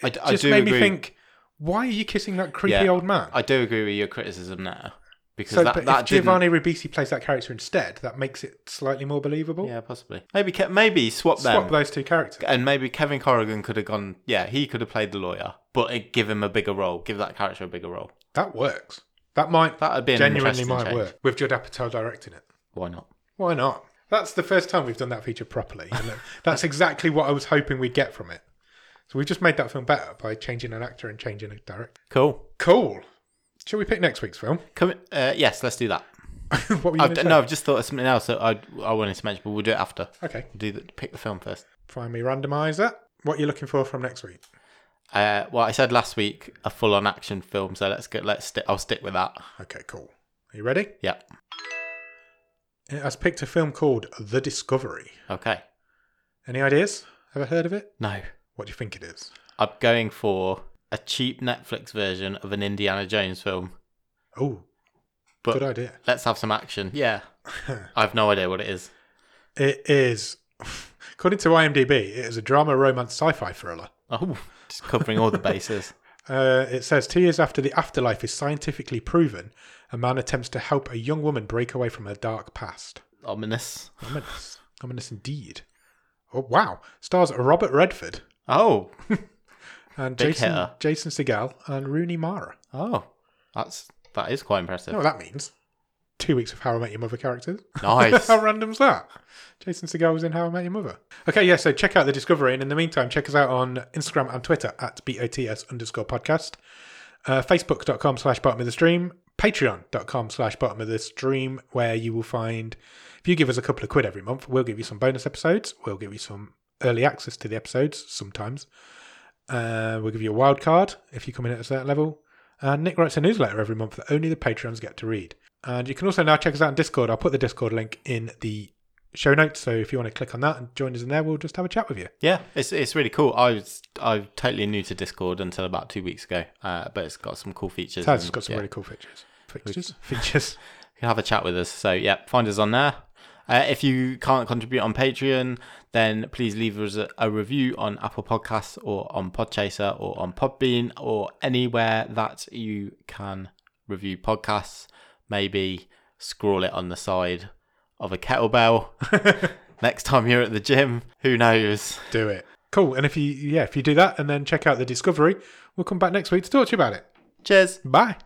[SPEAKER 1] I, d- I
[SPEAKER 2] just
[SPEAKER 1] do
[SPEAKER 2] made me
[SPEAKER 1] agree.
[SPEAKER 2] think, why are you kissing that creepy
[SPEAKER 1] Yeah,
[SPEAKER 2] old man?
[SPEAKER 1] I do agree with your criticism now because
[SPEAKER 2] so,
[SPEAKER 1] that
[SPEAKER 2] but
[SPEAKER 1] that
[SPEAKER 2] if
[SPEAKER 1] didn't-
[SPEAKER 2] Giovanni Ribisi plays that character instead, that makes it slightly more believable.
[SPEAKER 1] Yeah, possibly. Maybe Ke- maybe swap them.
[SPEAKER 2] Swap those two characters.
[SPEAKER 1] and maybe Kevin Corrigan could have gone. Yeah, he could have played the lawyer, but it, give him a bigger role. Give that character a bigger role.
[SPEAKER 2] That works. That might
[SPEAKER 1] That'd be an
[SPEAKER 2] genuinely
[SPEAKER 1] interesting
[SPEAKER 2] might
[SPEAKER 1] change.
[SPEAKER 2] work with Judd Apatow directing it.
[SPEAKER 1] Why not?
[SPEAKER 2] Why not? That's the first time we've done that feature properly. And that- that's exactly what I was hoping we'd get from it. So we've just made that film better by changing an actor and changing a director.
[SPEAKER 1] Cool.
[SPEAKER 2] Cool. Shall we pick next week's film?
[SPEAKER 1] Come. Uh, yes, let's do that.
[SPEAKER 2] what were you
[SPEAKER 1] I've,
[SPEAKER 2] gonna say?
[SPEAKER 1] no, I've just thought of something else that I I wanted to mention, but we'll do it after.
[SPEAKER 2] Okay.
[SPEAKER 1] Do the, pick the film first.
[SPEAKER 2] Find me randomizer. What are you looking for from next week?
[SPEAKER 1] Uh, well, I said last week a full-on action film, so let's go. Let's stick. I'll stick with that.
[SPEAKER 2] Okay, cool. Are you ready?
[SPEAKER 1] Yeah.
[SPEAKER 2] It has picked a film called The Discovery.
[SPEAKER 1] Okay.
[SPEAKER 2] Any ideas? Ever heard of it?
[SPEAKER 1] No,
[SPEAKER 2] What do you think it is?
[SPEAKER 1] I'm going for a cheap Netflix version of an Indiana Jones film,
[SPEAKER 2] Oh,
[SPEAKER 1] but
[SPEAKER 2] good idea.
[SPEAKER 1] let's have some action. Yeah. I have no idea what it is.
[SPEAKER 2] It is, according to IMDb, it is a drama, romance, sci-fi thriller.
[SPEAKER 1] Oh, just covering all the bases.
[SPEAKER 2] Uh, it says two years after the afterlife is scientifically proven, a man attempts to help a young woman break away from her dark past.
[SPEAKER 1] Ominous.
[SPEAKER 2] Ominous, ominous indeed. Oh wow! Stars Robert Redford
[SPEAKER 1] Oh.
[SPEAKER 2] and
[SPEAKER 1] Big
[SPEAKER 2] Jason
[SPEAKER 1] hitter.
[SPEAKER 2] Jason Segel and Rooney Mara.
[SPEAKER 1] Oh. That's that is quite
[SPEAKER 2] You know
[SPEAKER 1] impressive.
[SPEAKER 2] what that means? Two weeks of How I Met Your Mother characters.
[SPEAKER 1] Nice.
[SPEAKER 2] How random's that? Jason Segel was in How I Met Your Mother. Okay, yeah, so check out The Discovery. And in the meantime, check us out on Instagram and Twitter at BOTS underscore podcast, uh, Facebook.com slash bottom of the stream, Patreon.com slash bottom of the stream, where you will find, if you give us a couple of quid every month, we'll give you some bonus episodes. We'll give you some early access to the episodes sometimes. Uh, we'll give you a wild card if you come in at a certain level. And Nick writes a newsletter every month that only the Patreons get to read. And you can also now check us out on Discord. I'll put the Discord link in the show notes. So if you want to click on that and join us in there, we'll just have a chat with you.
[SPEAKER 1] Yeah, it's it's really cool. I was I'm totally new to Discord until about two weeks ago, uh, but it's got some cool features.
[SPEAKER 2] Taz has
[SPEAKER 1] and,
[SPEAKER 2] got some
[SPEAKER 1] Mm, yeah,
[SPEAKER 2] really cool features. Fixtures? Features.
[SPEAKER 1] you can have a chat with us. So yeah, find us on there. Uh, if you can't contribute on Patreon, then please leave us a, a review on Apple Podcasts or on Podchaser or on Podbean or anywhere that you can review podcasts. Maybe scroll it on the side of a kettlebell next time you're at the gym. Who knows?
[SPEAKER 2] do it. Cool. And if you, yeah, if you do that and then check out the Discovery, we'll come back next week to talk to you about it.
[SPEAKER 1] Cheers.
[SPEAKER 2] Bye.